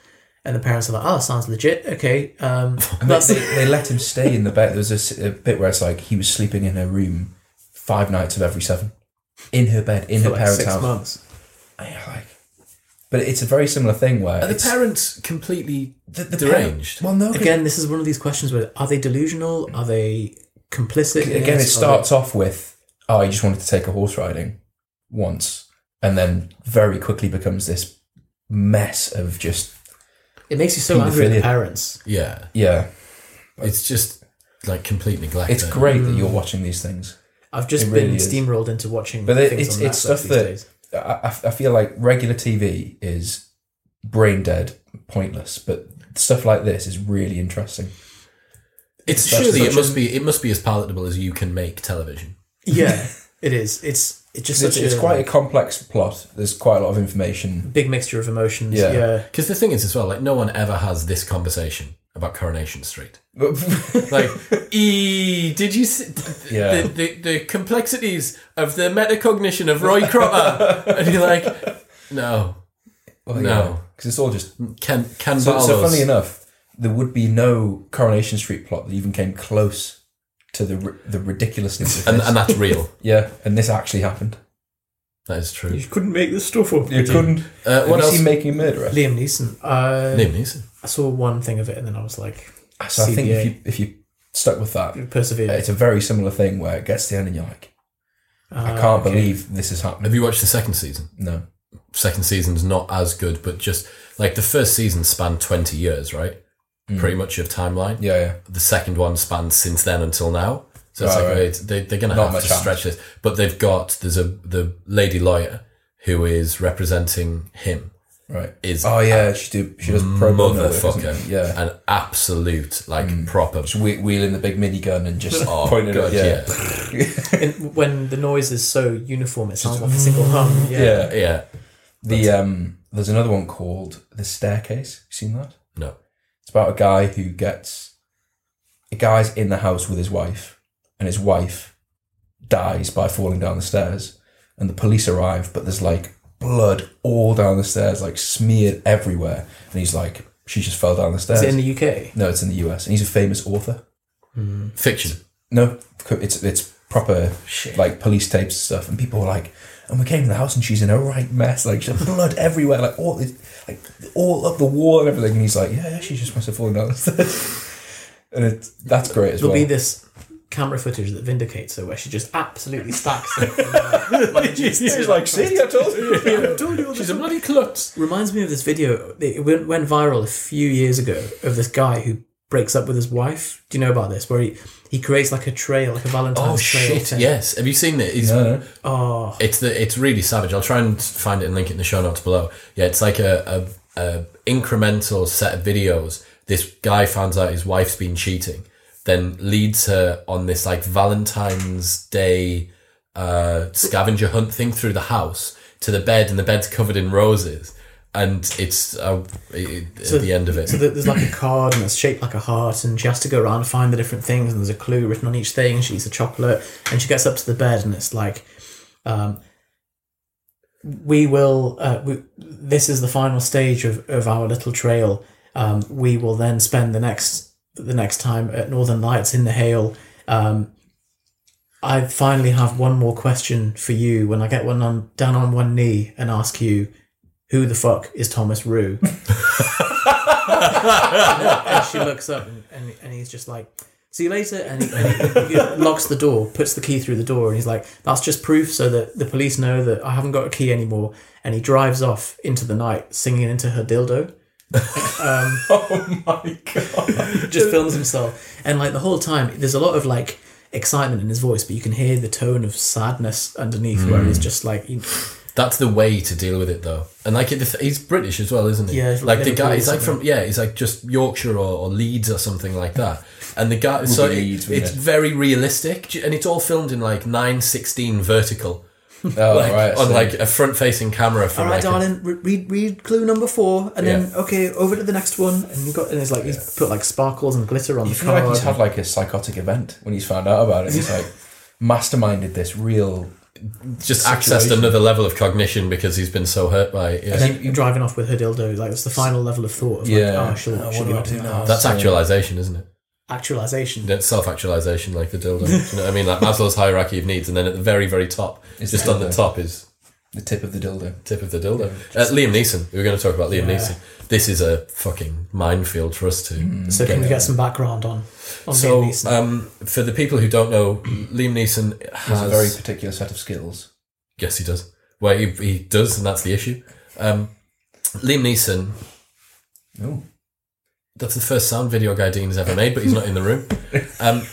[SPEAKER 2] And the parents are like, "Oh, sounds legit. Okay, um,
[SPEAKER 3] But
[SPEAKER 2] that's
[SPEAKER 3] they, they let him stay in the bed. There was a s- a, bit where it's like he was sleeping in her room five nights of every seven, in her bed, in
[SPEAKER 2] for
[SPEAKER 3] her
[SPEAKER 2] like
[SPEAKER 3] parents'
[SPEAKER 2] six
[SPEAKER 3] house.
[SPEAKER 2] months."
[SPEAKER 3] And you're like, but it's a very similar thing where
[SPEAKER 1] Are the
[SPEAKER 3] it's-
[SPEAKER 1] parents completely
[SPEAKER 3] the- the parent-
[SPEAKER 1] deranged?
[SPEAKER 3] well, no, 'cause-
[SPEAKER 2] again, this is one of these questions where are they delusional? Are they complicit? in
[SPEAKER 3] again, it
[SPEAKER 2] this? Are
[SPEAKER 3] starts off with, oh, I just wanted to take a horse riding once, and then very quickly becomes this mess of just
[SPEAKER 2] they- It makes you so angry at the
[SPEAKER 3] Pedophilia.
[SPEAKER 2] parents.
[SPEAKER 1] yeah.
[SPEAKER 3] yeah.
[SPEAKER 1] It's just like complete neglect.
[SPEAKER 3] It's
[SPEAKER 1] then.
[SPEAKER 3] great
[SPEAKER 2] Mm.
[SPEAKER 3] that you're watching these things.
[SPEAKER 2] I've just
[SPEAKER 3] It
[SPEAKER 2] been
[SPEAKER 3] really is.
[SPEAKER 2] steamrolled into watching.
[SPEAKER 3] But it,
[SPEAKER 2] things
[SPEAKER 3] it's
[SPEAKER 2] on
[SPEAKER 3] it's
[SPEAKER 2] Netflix
[SPEAKER 3] stuff
[SPEAKER 2] these
[SPEAKER 3] that
[SPEAKER 2] days.
[SPEAKER 3] I, I- I feel like regular TV is brain dead, pointless. But stuff like this is really interesting.
[SPEAKER 1] It's
[SPEAKER 3] That's
[SPEAKER 1] surely it
[SPEAKER 3] such
[SPEAKER 1] must be it must be as palatable as you can make television.
[SPEAKER 2] yeah, it is. It's it's just
[SPEAKER 3] It's,
[SPEAKER 2] such
[SPEAKER 3] it's
[SPEAKER 2] a
[SPEAKER 3] quite a complex plot. There's quite a lot of information.
[SPEAKER 2] big mixture of emotions.
[SPEAKER 3] Yeah.
[SPEAKER 2] Yeah,
[SPEAKER 1] Because the thing is as well, like no one ever has this conversation about Coronation Street.
[SPEAKER 3] yeah,
[SPEAKER 1] Like, e did you see th-
[SPEAKER 3] Yeah.
[SPEAKER 1] the, the the complexities of the metacognition of Roy Cropper? and you're like, no, No.
[SPEAKER 3] because it's all just.
[SPEAKER 1] can can
[SPEAKER 3] So, so
[SPEAKER 1] Barlow's-
[SPEAKER 3] funny enough, there would be no Coronation Street plot that even came close to the ri- the ridiculousness of
[SPEAKER 1] and,
[SPEAKER 3] this.
[SPEAKER 1] and that's real.
[SPEAKER 3] yeah, and this actually happened.
[SPEAKER 1] That is true.
[SPEAKER 2] couldn't make this stuff up.
[SPEAKER 3] You couldn't.
[SPEAKER 1] Uh,
[SPEAKER 3] What
[SPEAKER 1] what else?
[SPEAKER 3] making a murderer?
[SPEAKER 2] Liam Neeson. Uh,
[SPEAKER 1] Liam Neeson.
[SPEAKER 2] I saw one thing of it, and then I was like,
[SPEAKER 3] So I think
[SPEAKER 2] CBA.
[SPEAKER 3] if you if you stuck with that,
[SPEAKER 2] persevere.
[SPEAKER 3] it's a very similar thing where it gets to the end and you're like, I can't believe this is happening.
[SPEAKER 1] Have you watched the second season?
[SPEAKER 3] No.
[SPEAKER 1] second season's not as good, but just like the first season spanned 20 years, right?
[SPEAKER 3] Hmm.
[SPEAKER 1] Pretty much of timeline.
[SPEAKER 3] Yeah, yeah.
[SPEAKER 1] The second one spans since then until now. So it's
[SPEAKER 3] Right,
[SPEAKER 1] like,
[SPEAKER 3] right.
[SPEAKER 1] it's- they, they're going to
[SPEAKER 3] Not
[SPEAKER 1] have
[SPEAKER 3] much
[SPEAKER 1] to
[SPEAKER 3] chance.
[SPEAKER 1] stretch this. But they've got, there's a, the lady lawyer who is representing him
[SPEAKER 3] Right.
[SPEAKER 1] is
[SPEAKER 3] Oh yeah, she do. She does pro bono work, doesn't
[SPEAKER 1] motherfucker.
[SPEAKER 3] she? Yeah. Mm.
[SPEAKER 1] An absolute, like, proper.
[SPEAKER 3] Just whe- wheeling the big minigun and just
[SPEAKER 1] Oh,
[SPEAKER 3] pointing
[SPEAKER 1] God,
[SPEAKER 3] it. Yeah.
[SPEAKER 1] yeah.
[SPEAKER 2] And when the noise is so uniform, it sounds like a single hum. Yeah.
[SPEAKER 3] yeah.
[SPEAKER 1] Yeah.
[SPEAKER 3] The um, there's another one called the staircase. You seen that?
[SPEAKER 1] No.
[SPEAKER 3] It's about a guy who gets a guy's in the house with his wife, and his wife dies by falling down the stairs, and the police arrive, but there's like blood all down the stairs, like smeared everywhere, and he's like, she just fell down the stairs.
[SPEAKER 2] Is it in the UK?
[SPEAKER 3] no, it's in the US, and he's a famous author.
[SPEAKER 1] Fiction.
[SPEAKER 3] No, it's it's proper like police tapes and stuff, and people were like, and we came to the house and she's in a right mess, like she's blood everywhere, like all like all up the wall and everything. And he's like, yeah, yeah she just must have fallen down the stairs. and it's that's great as
[SPEAKER 2] There'll
[SPEAKER 3] well.
[SPEAKER 2] be this camera footage that vindicates her, where she just absolutely stacks it. like, just-
[SPEAKER 3] He's like, see, I told you.
[SPEAKER 1] She's a bloody klutz.
[SPEAKER 2] Reminds me of this video. It went, went viral a few years ago of this guy who breaks up with his wife. Do you know about this? Where he, he creates like a trail, like a
[SPEAKER 1] Oh,
[SPEAKER 2] Valentine's trail.
[SPEAKER 1] shit.
[SPEAKER 2] thing.
[SPEAKER 1] Yes. Have you seen it? He's,
[SPEAKER 3] no, no.
[SPEAKER 2] Oh,
[SPEAKER 1] It's the it's really savage. I'll try and find it and link it in the show notes below. Yeah, it's like a, a, a incremental set of videos this guy finds out his wife's been cheating, then leads her on this like Valentine's Day uh, scavenger hunt thing through the house to the bed, and the bed's covered in roses. And it's uh, it, it- at the end of it.
[SPEAKER 2] So that there's like a card and it's shaped like a heart, and she has to go around and find the different things, and there's a clue written on each thing. She eats a chocolate, and she gets up to the bed, and it's like, um, "We will. Uh, we, this is the final stage of, of our little trail. Um, we will then spend the next the next time at Northern Lights in the hail." Um, I finally have one more question for you. When I get one on down on one knee and ask you, "Who the fuck is Thomas Rue?" and she looks up and, and, and he's just like see you later and he, and he, he locks the door puts the key through the door and he's like that's just proof so that the police know that i haven't got a key anymore and he drives off into the night singing into her dildo Um,
[SPEAKER 3] Oh my god!
[SPEAKER 2] just films himself and like the whole time there's a lot of like excitement in his voice but you can hear the tone of sadness underneath where
[SPEAKER 3] Mm.
[SPEAKER 2] he's just like you-
[SPEAKER 1] That's the way to deal with it, though. And like, it, he's British as well, isn't he?
[SPEAKER 2] Yeah, he's from
[SPEAKER 1] like the
[SPEAKER 2] Liverpool
[SPEAKER 1] guy,
[SPEAKER 2] or
[SPEAKER 1] he's like from yeah, he's like just Yorkshire or, or Leeds or something like that. And the guy, so
[SPEAKER 3] be
[SPEAKER 1] it-
[SPEAKER 3] Leeds, wouldn't
[SPEAKER 1] it's
[SPEAKER 3] it?
[SPEAKER 1] very realistic, and it's all filmed in like nine sixteen vertical,
[SPEAKER 3] Oh
[SPEAKER 1] like,
[SPEAKER 3] right,
[SPEAKER 1] on
[SPEAKER 3] so-
[SPEAKER 1] like a front facing camera from
[SPEAKER 2] all
[SPEAKER 1] like
[SPEAKER 2] right
[SPEAKER 1] a-
[SPEAKER 2] darling re- read read clue number four and then
[SPEAKER 1] Yeah.
[SPEAKER 2] okay over to the next one and you got and it's like he's put like sparkles and glitter on
[SPEAKER 3] you
[SPEAKER 2] the
[SPEAKER 3] feel
[SPEAKER 2] card
[SPEAKER 3] like he's had like a psychotic event when he's found out about it. He's like masterminded this real.
[SPEAKER 1] just accessed
[SPEAKER 3] situation.
[SPEAKER 1] another level of cognition because he's been so hurt by it. Yeah.
[SPEAKER 2] And then driving off with her dildo, like that's the final level of thought of
[SPEAKER 3] Yeah.
[SPEAKER 2] like, oh, she'll,
[SPEAKER 3] Oh,
[SPEAKER 2] she'll
[SPEAKER 3] what
[SPEAKER 2] be
[SPEAKER 3] do I
[SPEAKER 2] able to
[SPEAKER 3] do
[SPEAKER 2] do
[SPEAKER 3] now?
[SPEAKER 2] that.
[SPEAKER 1] That's actualization, isn't it?
[SPEAKER 2] Actualization.
[SPEAKER 1] That's self-actualization, like the dildo. Do you know what I mean? Like Maslow's hierarchy of needs, and then at the very, very top,
[SPEAKER 3] Is
[SPEAKER 1] just
[SPEAKER 3] the
[SPEAKER 1] on the
[SPEAKER 3] dildo.
[SPEAKER 1] top is
[SPEAKER 3] The tip of the dildo.
[SPEAKER 1] tip of the dildo. Uh, Liam Neeson. We were going to talk about Liam
[SPEAKER 2] Yeah.
[SPEAKER 1] Neeson. This is a fucking minefield for us to.
[SPEAKER 2] So can we get some background on on
[SPEAKER 1] So,
[SPEAKER 2] Liam Neeson?
[SPEAKER 1] um, for the people who don't know, Liam Neeson
[SPEAKER 3] He has
[SPEAKER 1] has
[SPEAKER 3] a very particular set of skills.
[SPEAKER 1] Yes, he does. Well, he, he does, and that's the issue. Um, Liam Neeson.
[SPEAKER 3] Oh,
[SPEAKER 1] That's the first sound video guy Dean has ever made, but he's not in the room. Um,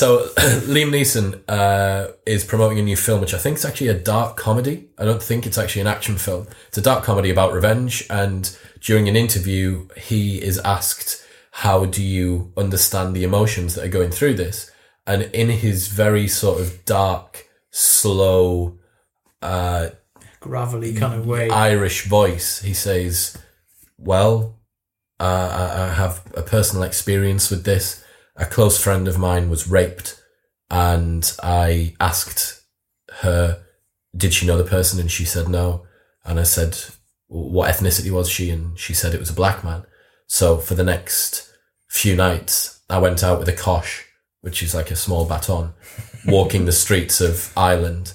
[SPEAKER 1] so Liam Neeson uh, is promoting a new film, which I think is actually a dark comedy. I don't think it's actually an action film. It's a dark comedy about revenge. And during an interview, he is asked, "How do you understand the emotions that are going through this?" And in his very sort of dark, slow, uh,
[SPEAKER 2] Gravelly kind of way.
[SPEAKER 1] Irish voice, he says, Well, uh, I, I have a personal experience with this. A close friend of mine was raped, and I asked her, Did she know the person? And she said no. And I said, What ethnicity was she? And she said it was a black man. So for the next few nights, I went out with a kosh, which is like a small baton, walking the streets of Ireland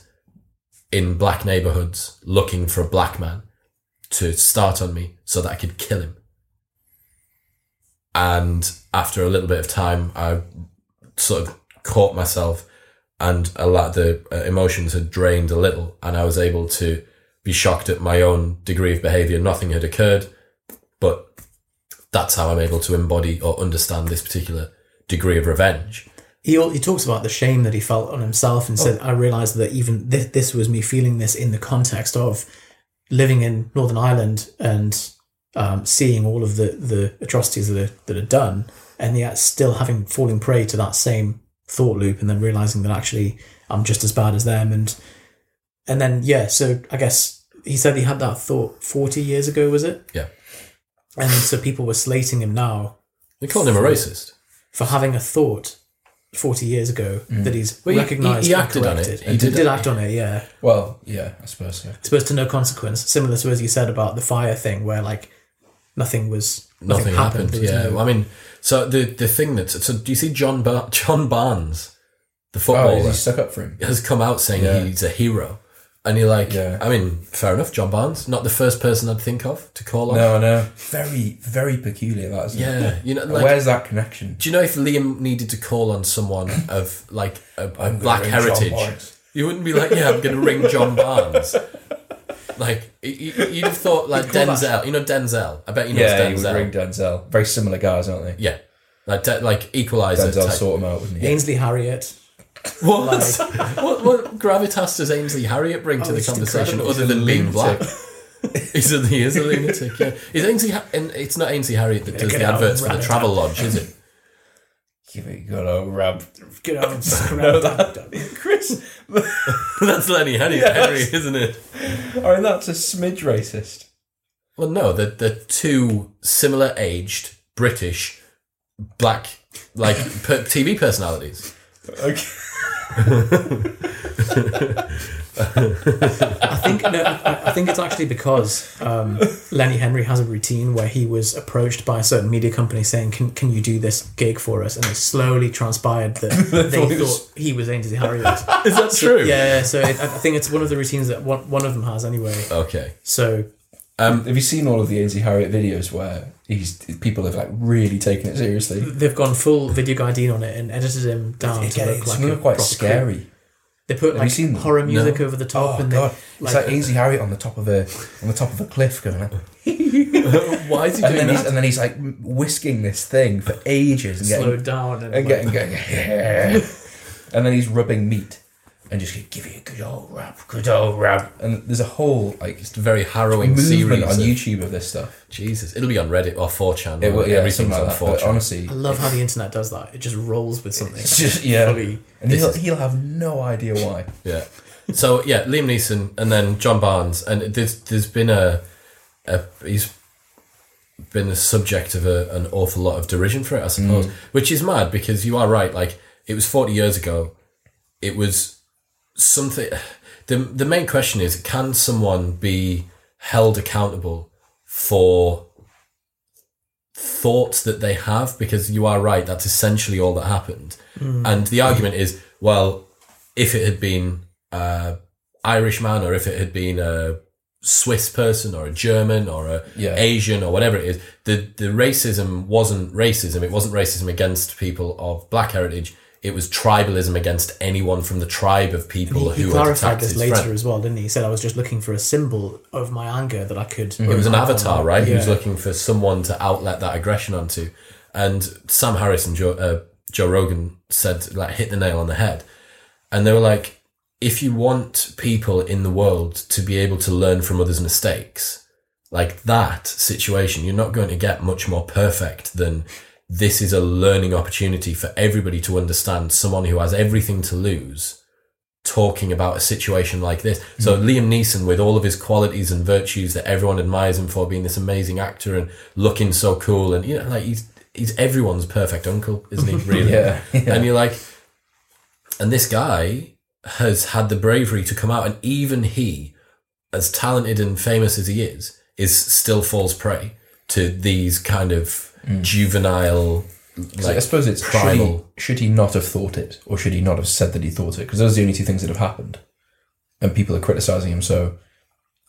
[SPEAKER 1] in black neighborhoods looking for a black man to start on me so that I could kill him. And after a little bit of time, I sort of caught myself and a lot the uh, emotions had drained a little and I was able to be shocked at my own degree of behavior. Nothing had occurred, but that's how I'm able to embody or understand this particular degree of revenge.
[SPEAKER 2] He al- he talks about the shame that he felt on himself and said, "I realized that even this this was me feeling this in the context of living in Northern Ireland and um, seeing all of the the atrocities that are, that are done, and yet still having falling prey to that same thought loop, and then realizing that actually I'm just as bad as them." And and then yeah, so I guess he said he had that thought 40 years ago, was it?
[SPEAKER 1] Yeah.
[SPEAKER 2] And so people were slating him now
[SPEAKER 1] They called him a racist.
[SPEAKER 2] for having a thought 40 years ago that he's
[SPEAKER 1] Mm. Well, he-
[SPEAKER 2] recognized
[SPEAKER 1] he- he
[SPEAKER 2] and
[SPEAKER 1] acted on it.
[SPEAKER 2] corrected.
[SPEAKER 1] He
[SPEAKER 2] He did,
[SPEAKER 1] did-
[SPEAKER 2] did act on it, yeah.
[SPEAKER 3] well, yeah, I suppose so.
[SPEAKER 2] Supposed to no consequence, similar to as you said about the fire thing, where like nothing was nothing,
[SPEAKER 1] nothing
[SPEAKER 2] happened.
[SPEAKER 1] happened.
[SPEAKER 2] There was
[SPEAKER 1] Yeah,
[SPEAKER 2] no-
[SPEAKER 1] Well, I mean, so the the thing that so do you see John Bar- John Barnes, the
[SPEAKER 3] Oh,
[SPEAKER 1] footballer,
[SPEAKER 3] is he stuck up for him?
[SPEAKER 1] has come out saying
[SPEAKER 3] Yeah.
[SPEAKER 1] he's a hero, and you're like,
[SPEAKER 3] Yeah.
[SPEAKER 1] I mean, fair enough, John Barnes, not the first person I'd think of to call on.
[SPEAKER 3] No, no. Oh. Very, very peculiar. That isn't it?
[SPEAKER 1] Yeah, you know,
[SPEAKER 3] And
[SPEAKER 1] like,
[SPEAKER 3] Where's that connection?
[SPEAKER 1] do you know if Liam needed to call on someone of like a, a black
[SPEAKER 3] ring John
[SPEAKER 1] heritage,
[SPEAKER 3] Barnes.
[SPEAKER 1] you wouldn't be like, yeah, I'm going to ring John Barnes. Like y- y- you'd have thought, like
[SPEAKER 2] You'd call that-
[SPEAKER 1] Denzel. You know Denzel. I bet you know
[SPEAKER 3] Yeah, he
[SPEAKER 1] it's
[SPEAKER 3] would
[SPEAKER 1] Denzel.
[SPEAKER 3] ring Denzel. Very similar guys, aren't they?
[SPEAKER 1] yeah, like de- like Equalizer.
[SPEAKER 3] Denzel
[SPEAKER 1] type.
[SPEAKER 3] sort him out, wouldn't he?
[SPEAKER 2] Ainsley Harriet.
[SPEAKER 1] What? what? What gravitas does Ainsley Harriet bring to
[SPEAKER 2] Oh,
[SPEAKER 1] the
[SPEAKER 2] it's
[SPEAKER 1] conversation
[SPEAKER 2] incredible.
[SPEAKER 1] other than being black? He's a, he is a lunatic. Yeah, is Ainsley? Ha- and it's not Ainsley Harriet that does
[SPEAKER 2] Get
[SPEAKER 1] the
[SPEAKER 2] out,
[SPEAKER 1] adverts for the
[SPEAKER 2] rabbit.
[SPEAKER 1] Travel Lodge, is it?
[SPEAKER 3] Give it a go, Rob.
[SPEAKER 2] Get out and scrap
[SPEAKER 3] Chris,
[SPEAKER 1] That's Lenny Henry, Henry, isn't it?
[SPEAKER 3] I mean, that's a smidge racist.
[SPEAKER 1] Well, no, they're, they're two similar aged British black like per- TV personalities.
[SPEAKER 3] Okay.
[SPEAKER 2] I think no, I, I think it's actually because um, Lenny Henry has a routine where he was approached by a certain media company saying, "Can can you do this gig for us?" And it slowly transpired that they
[SPEAKER 3] thought
[SPEAKER 2] thought
[SPEAKER 3] he
[SPEAKER 2] he
[SPEAKER 3] was-
[SPEAKER 2] was Ainsley Harriet.
[SPEAKER 1] Is that true?
[SPEAKER 2] yeah, yeah, so it, I I think it's one of the routines that one, one of them has anyway.
[SPEAKER 1] Okay.
[SPEAKER 2] So
[SPEAKER 3] Um, Have you seen all of the Ainsley Harriet videos where he's people have like really taken it seriously?
[SPEAKER 2] they've gone full video guy Dean on it and edited him down to
[SPEAKER 3] Again,
[SPEAKER 2] look
[SPEAKER 3] it's
[SPEAKER 2] like
[SPEAKER 3] really
[SPEAKER 2] a
[SPEAKER 3] quite
[SPEAKER 2] proper creep.
[SPEAKER 3] scary.
[SPEAKER 2] They put
[SPEAKER 3] you
[SPEAKER 2] like
[SPEAKER 3] seen them?
[SPEAKER 2] horror music
[SPEAKER 1] No.
[SPEAKER 2] over the top,
[SPEAKER 3] Oh
[SPEAKER 2] and
[SPEAKER 3] god,
[SPEAKER 2] they
[SPEAKER 3] it's
[SPEAKER 2] like,
[SPEAKER 3] like Ainsley Harriet on the top of a on the top of a cliff going. Like,
[SPEAKER 1] Why is he
[SPEAKER 3] and
[SPEAKER 1] doing
[SPEAKER 3] then he's
[SPEAKER 1] that?
[SPEAKER 3] and then he's like whisking this thing for ages and
[SPEAKER 2] slowed
[SPEAKER 3] getting
[SPEAKER 2] down and,
[SPEAKER 3] and
[SPEAKER 2] like,
[SPEAKER 3] getting going. Yeah. and then he's rubbing meat and just give it a good old rub, good old rub. And there's a whole like
[SPEAKER 1] It's a very harrowing
[SPEAKER 3] movement
[SPEAKER 1] series.
[SPEAKER 3] on
[SPEAKER 1] of-
[SPEAKER 3] YouTube of this stuff.
[SPEAKER 1] Jesus, it'll be on Reddit or 4chan.
[SPEAKER 3] It will, yeah,
[SPEAKER 1] Everything's
[SPEAKER 3] something like
[SPEAKER 1] on
[SPEAKER 3] that. But
[SPEAKER 1] 4chan.
[SPEAKER 3] honestly,
[SPEAKER 2] I love how the internet does that. It just rolls with something.
[SPEAKER 3] it's just yeah,
[SPEAKER 2] Fully-
[SPEAKER 3] and he'll, he'll have no idea why.
[SPEAKER 1] Yeah. So yeah, Liam Neeson and then John Barnes and there's there's been a, a he's been the subject of a, an awful lot of derision for it, I suppose, which is mad because you are right. Like it was forty years ago, it was something. The the main question is: Can someone be held accountable for thoughts that they have? Because you are right. That's essentially all that happened. And the argument is: Well, if it had been uh, Irish man or if it had been a Swiss person or a German or a
[SPEAKER 3] Yeah.
[SPEAKER 1] Asian or whatever it is, the the racism wasn't racism. It wasn't racism against people of black heritage. It was tribalism against anyone from the tribe of people
[SPEAKER 2] He
[SPEAKER 1] who had
[SPEAKER 2] clarified
[SPEAKER 1] attacked
[SPEAKER 2] this
[SPEAKER 1] his
[SPEAKER 2] later
[SPEAKER 1] friend.
[SPEAKER 2] as well, didn't he? He said I was just looking for a symbol of my anger that I could.
[SPEAKER 1] Mm-hmm. It was an avatar, right? He was
[SPEAKER 2] Yeah.
[SPEAKER 1] looking for someone to outlet that aggression onto. And Sam Harris and Joe, uh, Joe Rogan said, like, hit the nail on the head. And they were like, if you want people in the world to be able to learn from others' mistakes, like that situation, you're not going to get much more perfect than this is a learning opportunity for everybody to understand someone who has everything to lose talking about a situation like this.
[SPEAKER 3] Mm.
[SPEAKER 1] So Liam Neeson with all of his qualities and virtues that everyone admires him for being this amazing actor and looking so cool and you know like he's he's everyone's perfect uncle, isn't he really?
[SPEAKER 3] Yeah,
[SPEAKER 1] And you're like and this guy has had the bravery to come out and even he as talented and famous as he is, is still falls prey to these kind of
[SPEAKER 2] Hmm.
[SPEAKER 1] juvenile.
[SPEAKER 3] So I suppose it's should he,
[SPEAKER 1] primal.
[SPEAKER 3] should he not have thought it, or should he not have said that he thought it? Because those are the only two things that have happened, and people are criticizing him. So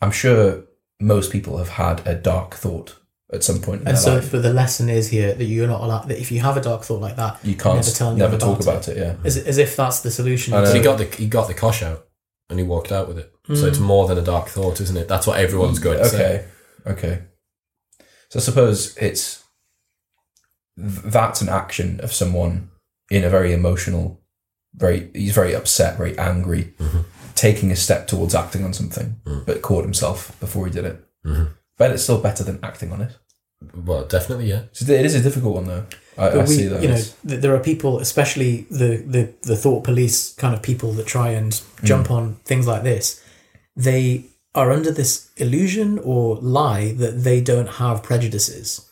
[SPEAKER 3] I'm sure most people have had a dark thought at some point in
[SPEAKER 2] And
[SPEAKER 3] their
[SPEAKER 2] so,
[SPEAKER 3] life.
[SPEAKER 2] but the lesson is here that you're not allowed. That if you have a dark thought like that,
[SPEAKER 3] You can't
[SPEAKER 2] never tell
[SPEAKER 3] never,
[SPEAKER 2] anyone about
[SPEAKER 3] talk
[SPEAKER 2] it.
[SPEAKER 3] about it. Yeah,
[SPEAKER 2] As, as if that's the solution.
[SPEAKER 3] I know.
[SPEAKER 1] So he
[SPEAKER 2] to-
[SPEAKER 1] got the he got the kosh out and he walked out with it. So
[SPEAKER 2] Hmm.
[SPEAKER 1] it's more than a dark thought, isn't it? That's what everyone's going to say.
[SPEAKER 3] okay, okay. So I suppose it's th- that's an action of someone in a very emotional, very he's very upset, very angry, taking a step towards acting on something, but caught himself before he did it. But it's still better than acting on it.
[SPEAKER 1] Well, definitely, yeah.
[SPEAKER 3] So it is a difficult one though. I, I
[SPEAKER 2] But we,
[SPEAKER 3] see
[SPEAKER 2] you know,
[SPEAKER 3] that. as-
[SPEAKER 2] th- there are people, especially the, the the thought police kind of people that try and jump
[SPEAKER 3] Mm.
[SPEAKER 2] on things like this. They are under this illusion or lie that they don't have prejudices,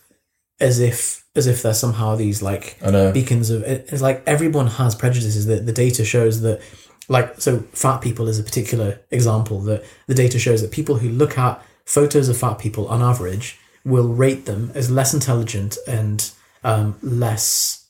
[SPEAKER 2] as if as if they're somehow these like
[SPEAKER 3] I know.
[SPEAKER 2] beacons of it- it's like everyone has prejudices that the data shows that like so fat people is a particular example that the data shows that people who look at photos of fat people on average will rate them as less intelligent and um, less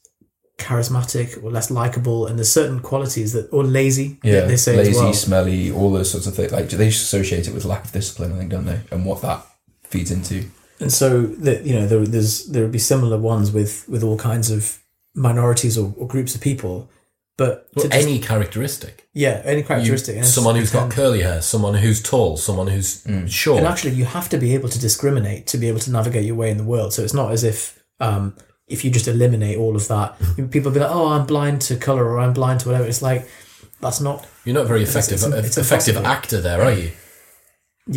[SPEAKER 2] charismatic or less likable and there's certain qualities that or lazy
[SPEAKER 3] yeah,
[SPEAKER 2] that they say
[SPEAKER 3] lazy,
[SPEAKER 2] as well.
[SPEAKER 3] smelly, all those sorts of things. Like they associate it with lack of discipline, I think, don't they? And what that feeds into.
[SPEAKER 2] and so that you know there there's there would be similar ones with with all kinds of minorities or, or groups of people but to
[SPEAKER 1] Well,
[SPEAKER 2] just-
[SPEAKER 1] any characteristic.
[SPEAKER 2] yeah any characteristic and it's
[SPEAKER 1] Someone who's got
[SPEAKER 2] pretend-
[SPEAKER 1] curly hair, someone who's tall, someone who's short.
[SPEAKER 2] Hmm. And actually, you have to be able to discriminate to be able to navigate your way in the world. So it's not as if um, if you just eliminate all of that, people be like, "Oh, I'm blind to color or I'm blind to whatever." It's like that's not.
[SPEAKER 1] You're not very effective
[SPEAKER 2] it's- it's
[SPEAKER 1] effective
[SPEAKER 2] impossible.
[SPEAKER 1] actor there, are you?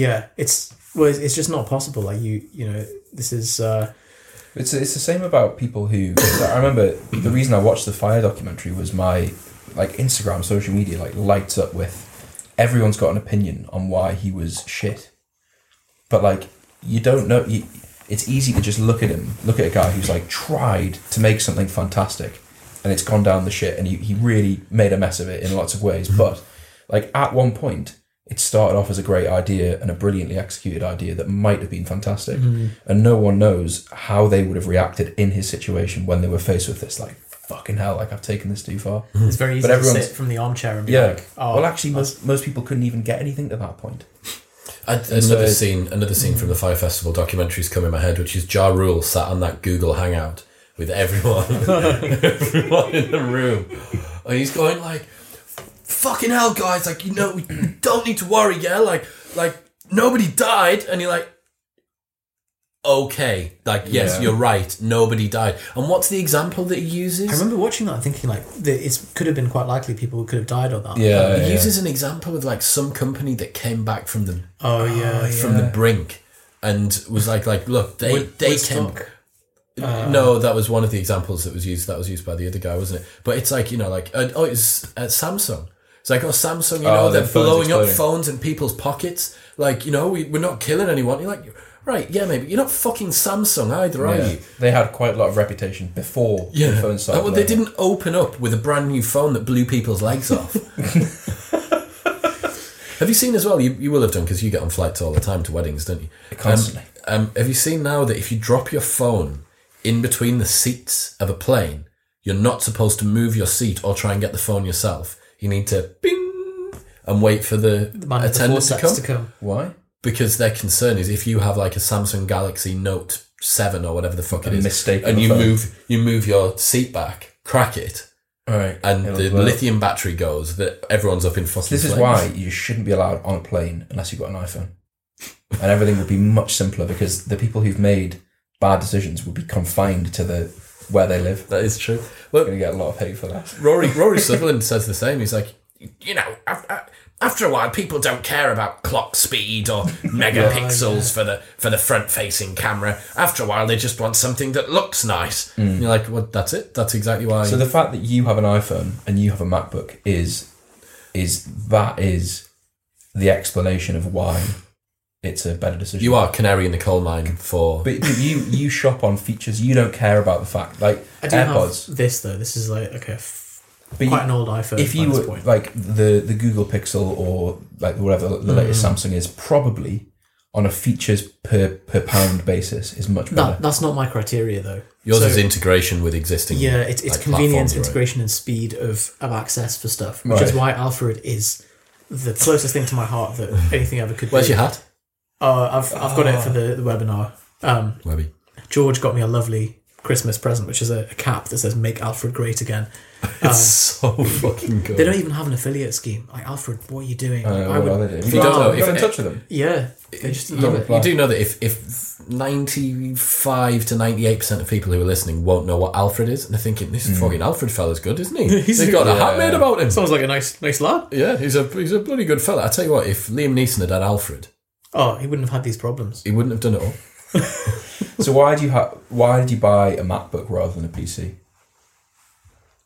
[SPEAKER 2] Yeah, it's well, it's, it's just not possible. Like you, you know, this is uh,
[SPEAKER 3] It's it's the same about people who. I remember the reason I watched the fire documentary was my like Instagram social media like lights up with everyone's got an opinion on why he was shit, but like you don't know. You, it's easy to just look at him, look at a guy who's like tried to make something fantastic, and it's gone down the shit, and he, he really made a mess of it in lots of ways. But like at one point, it started off as a great idea and a brilliantly executed idea that might have been fantastic. And no one knows how they would have reacted in his situation when they were faced with this. Like, fucking hell, like I've taken this too far.
[SPEAKER 2] it's very easy to
[SPEAKER 3] everyone's-
[SPEAKER 2] sit from the armchair and be
[SPEAKER 3] Yeah.
[SPEAKER 2] like, oh,
[SPEAKER 3] well, actually, most, most people couldn't even get anything to that point.
[SPEAKER 1] I, another scene, another scene from the Fire Festival documentary's come in my head, which is Ja Rule sat on that Google Hangout with everyone, everyone in the room, and he's going like, "Fucking hell, guys! Like you know, we don't need to worry, yeah? Like, like nobody died," and you're like. Okay, like yes,
[SPEAKER 3] Yeah.
[SPEAKER 1] you're right. Nobody died. And what's the example that he uses?
[SPEAKER 2] I remember watching that and thinking like it could have been quite likely people could have died on that.
[SPEAKER 3] Yeah,
[SPEAKER 1] He uses an example of like some company that came back from the
[SPEAKER 2] Oh yeah. yeah.
[SPEAKER 1] from the brink and was like like look they
[SPEAKER 2] Wood-
[SPEAKER 1] they
[SPEAKER 2] Woodstock.
[SPEAKER 1] came
[SPEAKER 3] Uh-huh.
[SPEAKER 1] no that was one of the examples that was used that was used by the other guy wasn't it but it's like you know like uh, oh it's uh, Samsung it's like oh Samsung you know
[SPEAKER 3] Oh, their
[SPEAKER 1] they're
[SPEAKER 3] phones
[SPEAKER 1] blowing up
[SPEAKER 3] exploding.
[SPEAKER 1] phones in people's pockets like you know we, we're not killing anyone you're like right yeah maybe you're not fucking Samsung either are you
[SPEAKER 3] They had quite a lot of reputation before
[SPEAKER 1] yeah,
[SPEAKER 3] the phone started.
[SPEAKER 1] Oh, well, they
[SPEAKER 3] blowing up.
[SPEAKER 1] didn't open up with a brand new phone that blew people's legs off. have you seen as well? You, you will have done because you get on flights all the time to weddings, don't you?
[SPEAKER 3] Constantly.
[SPEAKER 1] Um, um, have you seen now that if you drop your phone in between the seats of a plane, you're not supposed to move your seat or try and get the phone yourself. You need to bing and wait for the,
[SPEAKER 2] The man with the
[SPEAKER 1] attendant to
[SPEAKER 2] forceps
[SPEAKER 1] come
[SPEAKER 2] to come.
[SPEAKER 3] Why?
[SPEAKER 1] because their concern is if you have like a Samsung Galaxy Note Seven or whatever the fuck it
[SPEAKER 3] A
[SPEAKER 1] is,
[SPEAKER 3] mistake on
[SPEAKER 1] and
[SPEAKER 3] the
[SPEAKER 1] you
[SPEAKER 3] phone.
[SPEAKER 1] move you move your seat back, crack it,
[SPEAKER 3] All right.
[SPEAKER 1] and
[SPEAKER 3] It'll
[SPEAKER 1] the
[SPEAKER 3] blow up.
[SPEAKER 1] lithium battery goes. That everyone's up in fucking.
[SPEAKER 3] This is
[SPEAKER 1] flames.
[SPEAKER 3] why you shouldn't be allowed on a plane unless you've got an iPhone. and everything would be much simpler because the people who've made bad decisions would be confined to the where they live.
[SPEAKER 1] that is true.
[SPEAKER 3] We're
[SPEAKER 1] Well,
[SPEAKER 3] going to get a lot of hate for that.
[SPEAKER 1] Rory Rory Sutherland says the same. He's like, you know, af- af- after a while, people don't care about clock speed or megapixels for the for the front facing camera. After a while, they just want something that looks nice. And You're like, well, that's it. That's exactly why.
[SPEAKER 3] Mm. So the fact that you have an iPhone and you have a MacBook is is that is the explanation of why it's a better decision.
[SPEAKER 1] you are canary in the coal mine for
[SPEAKER 3] but but you you shop on features. You don't care about the fact like
[SPEAKER 2] I do
[SPEAKER 3] AirPods.
[SPEAKER 2] have this though. This is like okay, f-
[SPEAKER 3] but
[SPEAKER 2] quite
[SPEAKER 3] you-
[SPEAKER 2] an old iPhone.
[SPEAKER 3] if you
[SPEAKER 2] by
[SPEAKER 3] were
[SPEAKER 2] this point.
[SPEAKER 3] like the the Google Pixel or like whatever the latest
[SPEAKER 2] Mm.
[SPEAKER 3] Samsung is, probably on a features per per pound basis is much better.
[SPEAKER 2] that, that's not my criteria though.
[SPEAKER 1] Yours
[SPEAKER 2] So-
[SPEAKER 1] is integration with existing.
[SPEAKER 2] Yeah, it's, it's
[SPEAKER 1] like,
[SPEAKER 2] convenience,
[SPEAKER 1] platforms, right?
[SPEAKER 2] integration, and speed of, of access for stuff, which is
[SPEAKER 3] Right.
[SPEAKER 2] why Alfred is the closest thing to my heart that anything ever could
[SPEAKER 1] Where's
[SPEAKER 2] be.
[SPEAKER 1] your hat, Ah.
[SPEAKER 2] Uh, I've, I've got it for the, the webinar. Um,
[SPEAKER 1] Webby?
[SPEAKER 2] George got me a lovely Christmas present, which is a, a cap that says "Make Alfred Great Again." Ah.
[SPEAKER 1] so fucking good.
[SPEAKER 2] They don't even have an affiliate scheme. Like Alfred, what are you doing?
[SPEAKER 3] Uh,
[SPEAKER 2] I
[SPEAKER 3] what
[SPEAKER 2] would-
[SPEAKER 3] are they doing?
[SPEAKER 1] you Oh, don't
[SPEAKER 2] Wow.
[SPEAKER 1] know,
[SPEAKER 3] Got in
[SPEAKER 1] if-
[SPEAKER 3] touch with them.
[SPEAKER 2] yeah, they just
[SPEAKER 1] You,
[SPEAKER 2] love it.
[SPEAKER 1] you do know that if, if 95 to 98% of people who are listening won't know what Alfred is, and they're thinking, this fucking Alfred fella's good, isn't he?
[SPEAKER 2] Hmm. He's-
[SPEAKER 1] He's got a hat
[SPEAKER 3] yeah.
[SPEAKER 1] made about him.
[SPEAKER 2] Sounds like a nice, nice lad.
[SPEAKER 1] yeah, he's a, he's a bloody good fella. I tell you what, if Liam Neeson had had Alfred,
[SPEAKER 2] Oh, he wouldn't have had these problems.
[SPEAKER 1] he wouldn't have done it all.
[SPEAKER 3] So why do you ha- why did you buy a MacBook rather than a PC?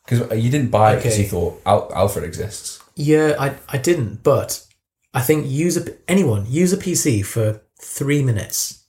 [SPEAKER 3] Because you didn't buy it because
[SPEAKER 2] Okay.
[SPEAKER 3] you thought Al- Alfred exists.
[SPEAKER 2] Yeah, I, I didn't, but I think use a p- anyone use a PC for three minutes,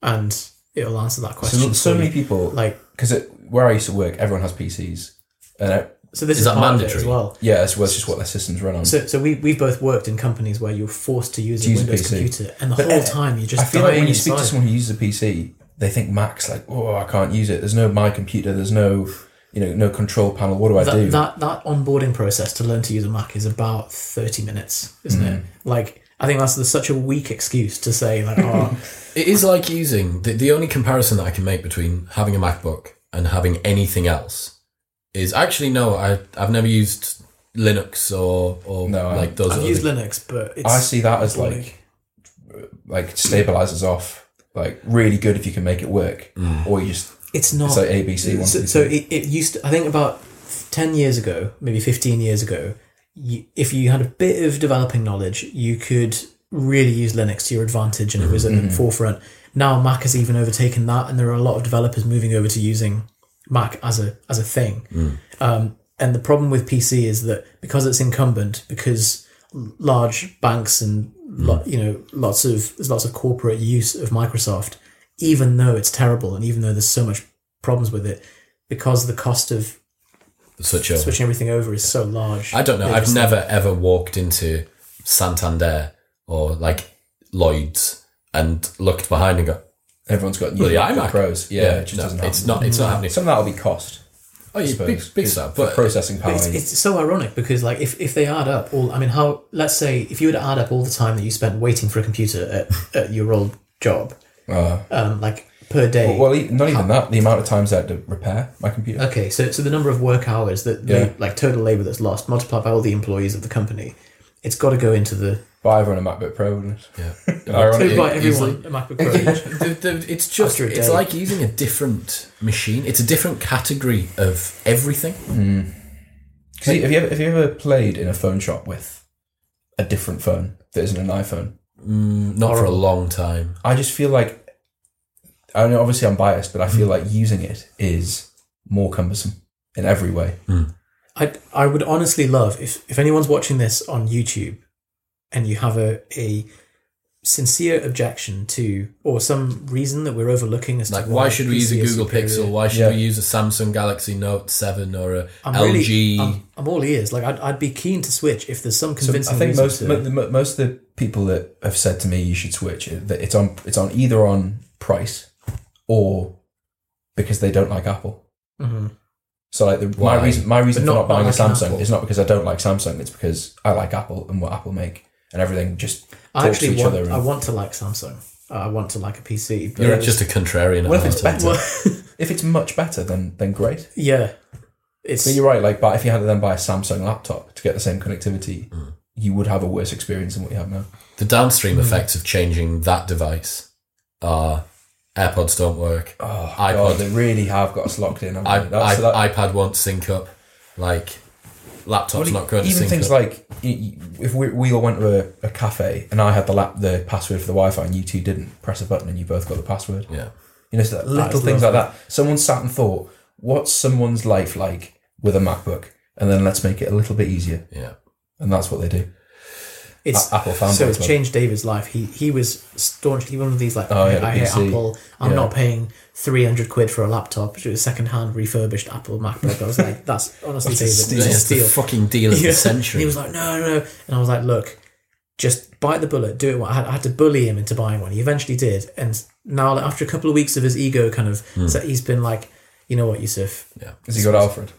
[SPEAKER 2] and it'll answer that
[SPEAKER 3] So,
[SPEAKER 2] question.
[SPEAKER 3] so
[SPEAKER 2] for
[SPEAKER 3] many
[SPEAKER 2] you.
[SPEAKER 3] people like
[SPEAKER 2] like
[SPEAKER 3] because where I used to work, everyone has PCs, and I,
[SPEAKER 2] so. This
[SPEAKER 1] Is
[SPEAKER 2] is,
[SPEAKER 1] that
[SPEAKER 2] part of it
[SPEAKER 1] mandatory?
[SPEAKER 2] as well.
[SPEAKER 3] yeah, that's, that's just what their systems run on.
[SPEAKER 2] So, so we we've both worked in companies where you're forced to use a
[SPEAKER 3] To use a
[SPEAKER 2] Windows
[SPEAKER 3] PC.
[SPEAKER 2] computer, and the
[SPEAKER 3] But,
[SPEAKER 2] whole
[SPEAKER 3] uh,
[SPEAKER 2] time you're just
[SPEAKER 3] I feel like
[SPEAKER 2] dying
[SPEAKER 3] when you speak to
[SPEAKER 2] inside.
[SPEAKER 3] someone who uses a PC, they think Mac's like, oh, I can't use it. There's no my computer. There's no, you know, no control panel. What do I do?
[SPEAKER 2] that, that that onboarding process to learn to use a Mac is about thirty minutes, isn't
[SPEAKER 3] Mm.
[SPEAKER 2] it? Like I think that's, that's such a weak excuse to say like, oh,
[SPEAKER 1] It is like using the, the only comparison that I can make between having a MacBook and having anything else is actually no, I, I've never used Linux or, or
[SPEAKER 3] No, I-
[SPEAKER 1] like those
[SPEAKER 2] I've
[SPEAKER 1] other
[SPEAKER 2] used Linux, but it's
[SPEAKER 3] I see that as
[SPEAKER 2] boring.
[SPEAKER 3] like, like stabilizers off. Like really good if you can make it work,
[SPEAKER 1] Mm.
[SPEAKER 3] or you just
[SPEAKER 2] it's not
[SPEAKER 3] it's like ABC. One,
[SPEAKER 2] so,
[SPEAKER 3] two,
[SPEAKER 2] so
[SPEAKER 3] three.
[SPEAKER 2] it, it used to, i think about 10 years ago maybe 15 years ago you, if you had a bit of developing knowledge you could really used Linux to your advantage and it was at the forefront. Now Mac has even overtaken that, and there are a lot of developers moving over to using Mac as a as a thing. Um, and the problem with PC is that because it's incumbent, because l- large banks and lo-
[SPEAKER 1] Hmm.
[SPEAKER 2] you know lots of there's lots of corporate use of Microsoft, even though it's terrible and even though there's so much problems with it, because the cost of
[SPEAKER 1] Such a
[SPEAKER 2] switching everything over is so large.
[SPEAKER 1] I don't know.
[SPEAKER 2] they
[SPEAKER 1] I've
[SPEAKER 2] just-
[SPEAKER 1] never ever walked into Santander or like Lloyd's and looked behind and go,
[SPEAKER 3] Everyone's got new
[SPEAKER 1] "Bloody iMac."
[SPEAKER 3] pros. Yeah, it just
[SPEAKER 1] no,
[SPEAKER 3] doesn't happen.
[SPEAKER 1] it's not. It's not happening.
[SPEAKER 3] Some of that will be cost.
[SPEAKER 1] Oh, yeah,
[SPEAKER 3] I
[SPEAKER 1] big,
[SPEAKER 3] suppose,
[SPEAKER 1] big
[SPEAKER 3] 'cause
[SPEAKER 1] stuff.
[SPEAKER 3] for
[SPEAKER 1] But
[SPEAKER 3] processing power.
[SPEAKER 2] It's, it's so ironic because like if, if they add up all I mean how let's say if you were to add up all the time that you spent waiting for a computer at, at your old job
[SPEAKER 1] Uh-huh.
[SPEAKER 3] uh,
[SPEAKER 2] um, like per day
[SPEAKER 3] well, e- not even that. The amount of times I had to repair my computer.
[SPEAKER 2] okay so so the number of work hours that
[SPEAKER 3] Yeah.
[SPEAKER 2] la- like total labor that's lost multiplied by all the employees of the company it's got to go into the
[SPEAKER 3] But I run a MacBook Pro. wouldn't it?
[SPEAKER 1] yeah.
[SPEAKER 3] Ironically,
[SPEAKER 2] Who bought
[SPEAKER 1] easily.
[SPEAKER 2] everyone a MacBook Pro
[SPEAKER 1] the, the, it's just
[SPEAKER 2] After a
[SPEAKER 1] it's
[SPEAKER 2] day.
[SPEAKER 1] like using a different machine. It's a different category of everything.
[SPEAKER 3] 'Cause have you ever, have you ever played in a phone shop with a different phone that isn't an iPhone?
[SPEAKER 1] Not for a long time.
[SPEAKER 3] I just feel like I know obviously I'm biased, but I
[SPEAKER 2] Mm.
[SPEAKER 3] feel like using it is more cumbersome in every way.
[SPEAKER 2] I I would honestly love if if anyone's watching this on YouTube and you have a a sincere objection to or some reason that we're overlooking as
[SPEAKER 1] Like,
[SPEAKER 2] to
[SPEAKER 1] why should we use a
[SPEAKER 2] PC is
[SPEAKER 1] Google
[SPEAKER 2] superior.
[SPEAKER 1] Pixel? Why should
[SPEAKER 3] Yeah.
[SPEAKER 1] we use a Samsung Galaxy Note Seven or a
[SPEAKER 2] I'm
[SPEAKER 1] LG?
[SPEAKER 2] Really, I'm, I'm all ears. Like I'd, I'd be keen to switch if there's some
[SPEAKER 3] So I
[SPEAKER 2] convincing.
[SPEAKER 3] think
[SPEAKER 2] reason
[SPEAKER 3] most
[SPEAKER 2] to-
[SPEAKER 3] mo- the- mo- most of the people that have said to me you should switch it- that it's on it's on either on price or because they don't like Apple.
[SPEAKER 2] Mhm.
[SPEAKER 3] So like the,
[SPEAKER 1] Why?
[SPEAKER 3] my reason my reason
[SPEAKER 2] But
[SPEAKER 3] for
[SPEAKER 2] not-
[SPEAKER 3] not buying
[SPEAKER 2] not
[SPEAKER 3] a
[SPEAKER 2] liking
[SPEAKER 3] Samsung
[SPEAKER 2] Apple.
[SPEAKER 3] is not because I don't like Samsung. It's because I like Apple and what Apple make and everything just
[SPEAKER 2] I
[SPEAKER 3] talks to
[SPEAKER 2] actually
[SPEAKER 3] each
[SPEAKER 2] want.
[SPEAKER 3] other. And
[SPEAKER 2] I want to like Samsung. Uh, I want to like a PC. But
[SPEAKER 1] You're just a contrarian.
[SPEAKER 3] What if
[SPEAKER 1] at
[SPEAKER 3] it's
[SPEAKER 1] heart.
[SPEAKER 3] better?
[SPEAKER 2] Well,
[SPEAKER 3] if it's much better, then then great.
[SPEAKER 2] yeah, it's
[SPEAKER 3] But you're right. Like, but if you had to then buy a Samsung laptop to get the same connectivity,
[SPEAKER 1] Mm.
[SPEAKER 3] you would have a worse experience than what you have now.
[SPEAKER 1] The downstream
[SPEAKER 3] Hmm.
[SPEAKER 1] effects of changing that device are AirPods don't work.
[SPEAKER 3] Oh,
[SPEAKER 1] iPod.
[SPEAKER 3] God, they really have got us locked in. haven't
[SPEAKER 1] I,
[SPEAKER 3] they? That's- so that-
[SPEAKER 1] I, iPad won't sync up. Like
[SPEAKER 3] Well,
[SPEAKER 1] laptop's
[SPEAKER 3] e-
[SPEAKER 1] not going to
[SPEAKER 3] even
[SPEAKER 1] sync
[SPEAKER 3] things
[SPEAKER 1] up.
[SPEAKER 3] like y- y- if we, we all went to a, a cafe and I had the lap, the password for the Wi-Fi, and you two didn't press a button, and you both got the password.
[SPEAKER 1] yeah.
[SPEAKER 3] You know, so that little things like that. Someone sat and thought, "What's someone's life like with a MacBook?" And then let's make it a little bit easier,
[SPEAKER 1] Yeah.
[SPEAKER 3] and that's what they do.
[SPEAKER 2] it's
[SPEAKER 3] A- Apple fanboy
[SPEAKER 2] So it's
[SPEAKER 3] club.
[SPEAKER 2] changed David's life. He he was staunchly one of these like
[SPEAKER 3] Oh, yeah,
[SPEAKER 2] I hate
[SPEAKER 3] PC.
[SPEAKER 2] Apple. I'm
[SPEAKER 3] Yeah.
[SPEAKER 2] not paying three hundred quid for a laptop, which was second hand refurbished Apple MacBook. I was like, that's honestly David,
[SPEAKER 1] It's
[SPEAKER 2] that's a
[SPEAKER 1] the
[SPEAKER 2] steal.
[SPEAKER 1] fucking deal of
[SPEAKER 2] Yeah.
[SPEAKER 1] the century.
[SPEAKER 2] And he was like, no, no, no. And I was like, look, just bite the bullet, do it. Well, I had, I had to bully him into buying one. He eventually did. And now, like, after a couple of weeks of his ego kind of, so he's been like, you know what, Yusuf?
[SPEAKER 3] Has he got Alfred?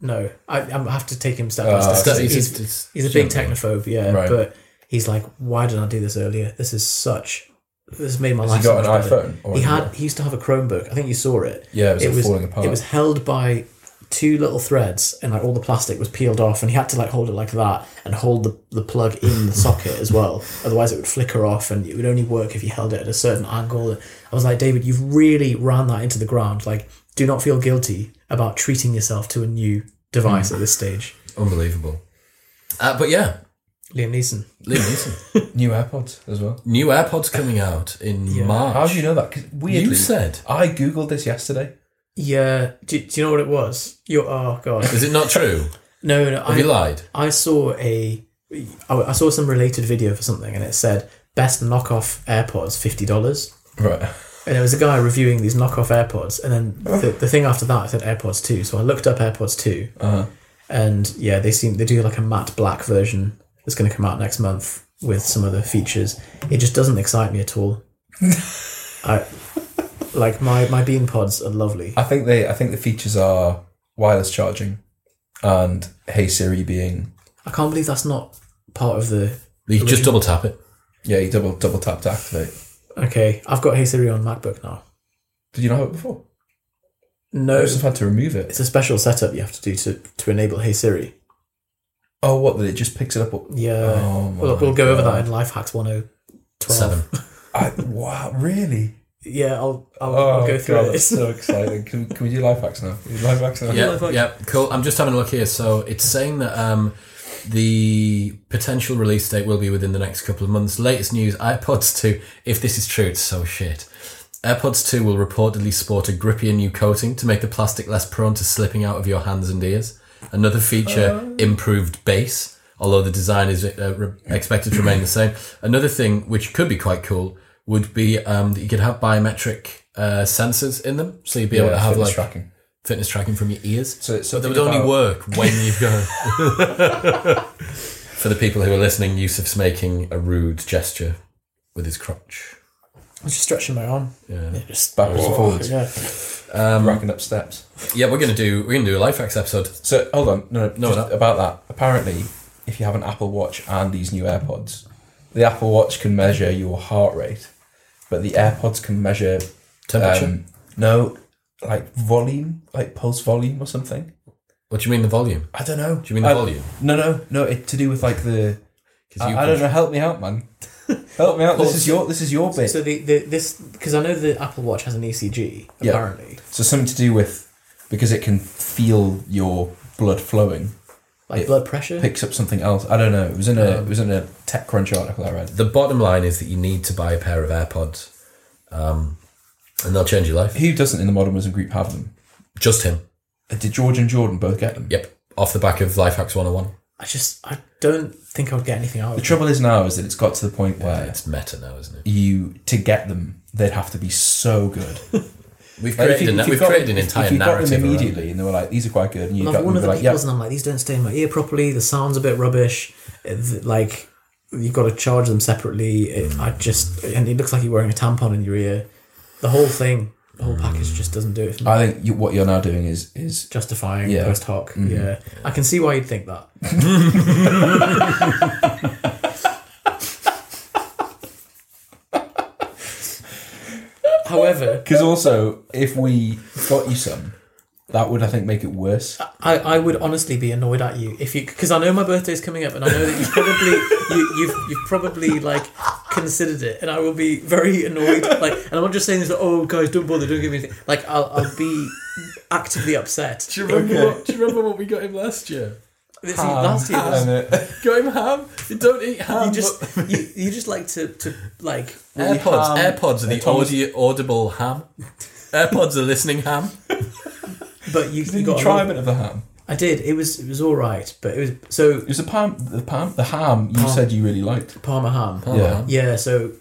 [SPEAKER 2] No, I, I have to take him step by
[SPEAKER 3] Uh,
[SPEAKER 2] step.
[SPEAKER 1] It's-
[SPEAKER 2] He's,
[SPEAKER 1] it's-
[SPEAKER 2] he's,
[SPEAKER 1] it's-
[SPEAKER 2] a big
[SPEAKER 1] generally-
[SPEAKER 2] technophobe, yeah.
[SPEAKER 3] Right.
[SPEAKER 2] But he's like, why didn't I do this earlier? This is such. This made my
[SPEAKER 3] Has
[SPEAKER 2] life.
[SPEAKER 3] he
[SPEAKER 2] so
[SPEAKER 3] got
[SPEAKER 2] much
[SPEAKER 3] an
[SPEAKER 2] better."
[SPEAKER 3] iPhone? Or
[SPEAKER 2] He
[SPEAKER 3] has he
[SPEAKER 2] had.
[SPEAKER 3] got-
[SPEAKER 2] He used to have a Chromebook. I think you saw it.
[SPEAKER 3] Yeah, it was, like, falling apart.
[SPEAKER 2] It was held by two little threads, and like all the plastic was peeled off, and he had to like hold it like that and hold the, the plug in the socket as well. Otherwise, it would flicker off, and it would only work if you held it at a certain angle. I was like, David, you've really ran that into the ground. Like, do not feel guilty about treating yourself to a new device at this stage.
[SPEAKER 1] Unbelievable. Uh, but yeah,
[SPEAKER 2] Liam Neeson.
[SPEAKER 1] Liam Neeson.
[SPEAKER 3] New AirPods as well.
[SPEAKER 1] New AirPods coming out in March.
[SPEAKER 3] How do you know that? 'Cause weirdly,
[SPEAKER 1] You said.
[SPEAKER 3] I googled this yesterday.
[SPEAKER 2] Yeah. Do, do you know what it was? Your oh god.
[SPEAKER 1] Is it not true?
[SPEAKER 2] No, no.
[SPEAKER 1] Have
[SPEAKER 2] I,
[SPEAKER 1] you lied?
[SPEAKER 2] I saw a oh, I I saw some related video for something and it said best knockoff AirPods fifty dollars
[SPEAKER 3] Right.
[SPEAKER 2] and there was a guy reviewing these knockoff AirPods and then the, the thing after that said AirPods two so I looked up AirPods 2 and yeah they seem they do like a matte black version that's going to come out next month with some other features it just doesn't excite me at all I like my my bean pods are lovely
[SPEAKER 3] I think they. I think the features are wireless charging, and Hey Siri being
[SPEAKER 2] I can't believe that's not part of the
[SPEAKER 1] You just double tap it.
[SPEAKER 3] yeah, you double double tap to activate.
[SPEAKER 2] okay I've got Hey Siri on MacBook now
[SPEAKER 3] Did you not have it before? I
[SPEAKER 2] no
[SPEAKER 3] just had to remove it.
[SPEAKER 2] it's a special setup you have to do to, to enable Hey Siri.
[SPEAKER 3] Oh, what? That it just picks it up.
[SPEAKER 2] Yeah.
[SPEAKER 3] Oh my
[SPEAKER 2] we'll, we'll go over
[SPEAKER 3] God.
[SPEAKER 2] that in Life Hacks 1012.
[SPEAKER 1] Seven.
[SPEAKER 3] I, wow, really?
[SPEAKER 2] Yeah, I'll, I'll,
[SPEAKER 3] Oh,
[SPEAKER 2] I'll go through
[SPEAKER 3] God,
[SPEAKER 2] it.
[SPEAKER 3] that's so exciting. Can, can we do life hacks now? Life hacks now.
[SPEAKER 1] Yeah, yeah, cool. I'm just having a look here. So it's saying that um, The potential release date will be within the next couple of months. Latest news iPods 2, if this is true, it's so shit. AirPods 2 will reportedly sport a grippier new coating to make the plastic less prone to slipping out of your hands and ears. Another feature, improved bass, although the design is uh, re- expected to remain the same. Another thing, which could be quite cool, would be um, that you could have biometric uh, sensors in them. So you'd be able to have
[SPEAKER 3] fitness
[SPEAKER 1] like
[SPEAKER 3] tracking.
[SPEAKER 1] fitness tracking from your ears.
[SPEAKER 3] So- so
[SPEAKER 1] but they
[SPEAKER 3] think
[SPEAKER 1] would only
[SPEAKER 3] about-
[SPEAKER 1] work when you go. For the people who are listening, Yusuf's making a rude gesture with his crotch.
[SPEAKER 2] I was just stretching my arm.
[SPEAKER 1] Yeah.
[SPEAKER 2] Just Oh,
[SPEAKER 3] Backwards and forwards,
[SPEAKER 2] yeah.
[SPEAKER 3] racking up steps.
[SPEAKER 1] Yeah, we're gonna do we're gonna do a life hacks episode.
[SPEAKER 3] So hold on, no, no,
[SPEAKER 1] No,
[SPEAKER 3] just
[SPEAKER 1] no.
[SPEAKER 3] about that. Apparently, if you have an Apple Watch and these new AirPods, the Apple Watch can measure your heart rate, but the AirPods can measure
[SPEAKER 1] Temperature.
[SPEAKER 3] um, no, like volume, like pulse volume or something.
[SPEAKER 1] what do you mean the volume?
[SPEAKER 3] I don't know. Do
[SPEAKER 1] you mean the volume?
[SPEAKER 3] No, no, no. It to do with like the.
[SPEAKER 1] 'Cause you
[SPEAKER 3] I, I don't know. Help me out, man. help me out. This is your. This is your bit.
[SPEAKER 2] So the, the this because I know the Apple Watch has an ECG
[SPEAKER 3] Yeah.
[SPEAKER 2] apparently.
[SPEAKER 3] So something to do with because it can feel your blood flowing.
[SPEAKER 2] Like
[SPEAKER 3] It
[SPEAKER 2] blood pressure.
[SPEAKER 3] Picks up something else. I don't know. It was in a. It was in a TechCrunch article I read.
[SPEAKER 1] The bottom line is that you need to buy a pair of AirPods, um, and they'll change your life.
[SPEAKER 3] Who doesn't in the modern wisdom group have them?
[SPEAKER 1] Just him.
[SPEAKER 3] Uh, Did George and Jordan both get them?
[SPEAKER 1] Yep. Off the back of oh Life Hacks 101.
[SPEAKER 2] I just I don't think I would get anything out
[SPEAKER 3] The
[SPEAKER 2] of it.
[SPEAKER 3] trouble is now is that it's got to the point where
[SPEAKER 1] It's meta now, isn't it?
[SPEAKER 3] you to get them they'd have to be so good.
[SPEAKER 1] We've
[SPEAKER 3] Like, if
[SPEAKER 1] created,
[SPEAKER 3] you-
[SPEAKER 1] an,
[SPEAKER 3] if you
[SPEAKER 1] we've
[SPEAKER 3] got-
[SPEAKER 1] created an
[SPEAKER 3] if-
[SPEAKER 1] entire
[SPEAKER 3] if you got
[SPEAKER 1] narrative.
[SPEAKER 3] them
[SPEAKER 1] around it.
[SPEAKER 3] immediately, and they were like, "These are quite good," and you
[SPEAKER 2] And I've
[SPEAKER 3] got them,
[SPEAKER 2] one
[SPEAKER 3] you
[SPEAKER 2] of
[SPEAKER 3] were
[SPEAKER 2] the
[SPEAKER 3] like, "Yeah,
[SPEAKER 2] people's and I'm like, these don't stay in my ear properly. The sound's a bit rubbish. Uh, th- Like you've got to charge them separately. It, I just and it looks like you're wearing a tampon in your ear. The whole thing, the whole package just doesn't do it for me.
[SPEAKER 3] I think you, what you're now doing is is
[SPEAKER 2] Justifying
[SPEAKER 3] Yeah. Mm-hmm.
[SPEAKER 2] post hoc. Yeah, I can see why you'd think that. However,
[SPEAKER 3] because also if we got you some, that would I think make it worse.
[SPEAKER 2] I, I would honestly be annoyed at you if you because I know my birthday's coming up and I know that you probably you, you've you've probably like considered it and I will be very annoyed like and I'm not just saying this like, oh guys don't bother don't give me anything like I'll, I'll be actively upset.
[SPEAKER 1] Do you, remember what, do you remember what we got him last year?
[SPEAKER 2] This-
[SPEAKER 3] Ah,
[SPEAKER 2] last year was-
[SPEAKER 1] Got him ham? You don't eat ham.
[SPEAKER 2] you just you, you just like to to like
[SPEAKER 1] AirPods.
[SPEAKER 3] ham.
[SPEAKER 1] AirPods are the
[SPEAKER 3] Thomas-
[SPEAKER 1] audio, audible ham. AirPods are listening ham.
[SPEAKER 2] but you, you
[SPEAKER 3] Did you
[SPEAKER 2] got
[SPEAKER 3] try
[SPEAKER 2] a
[SPEAKER 3] a
[SPEAKER 2] lot-
[SPEAKER 3] bit of the ham?
[SPEAKER 2] I did it was it was all right but it was so
[SPEAKER 3] It was the palm, the palm, the ham. You said you really liked.
[SPEAKER 2] Parma Oh, ham
[SPEAKER 3] Yeah.
[SPEAKER 2] yeah so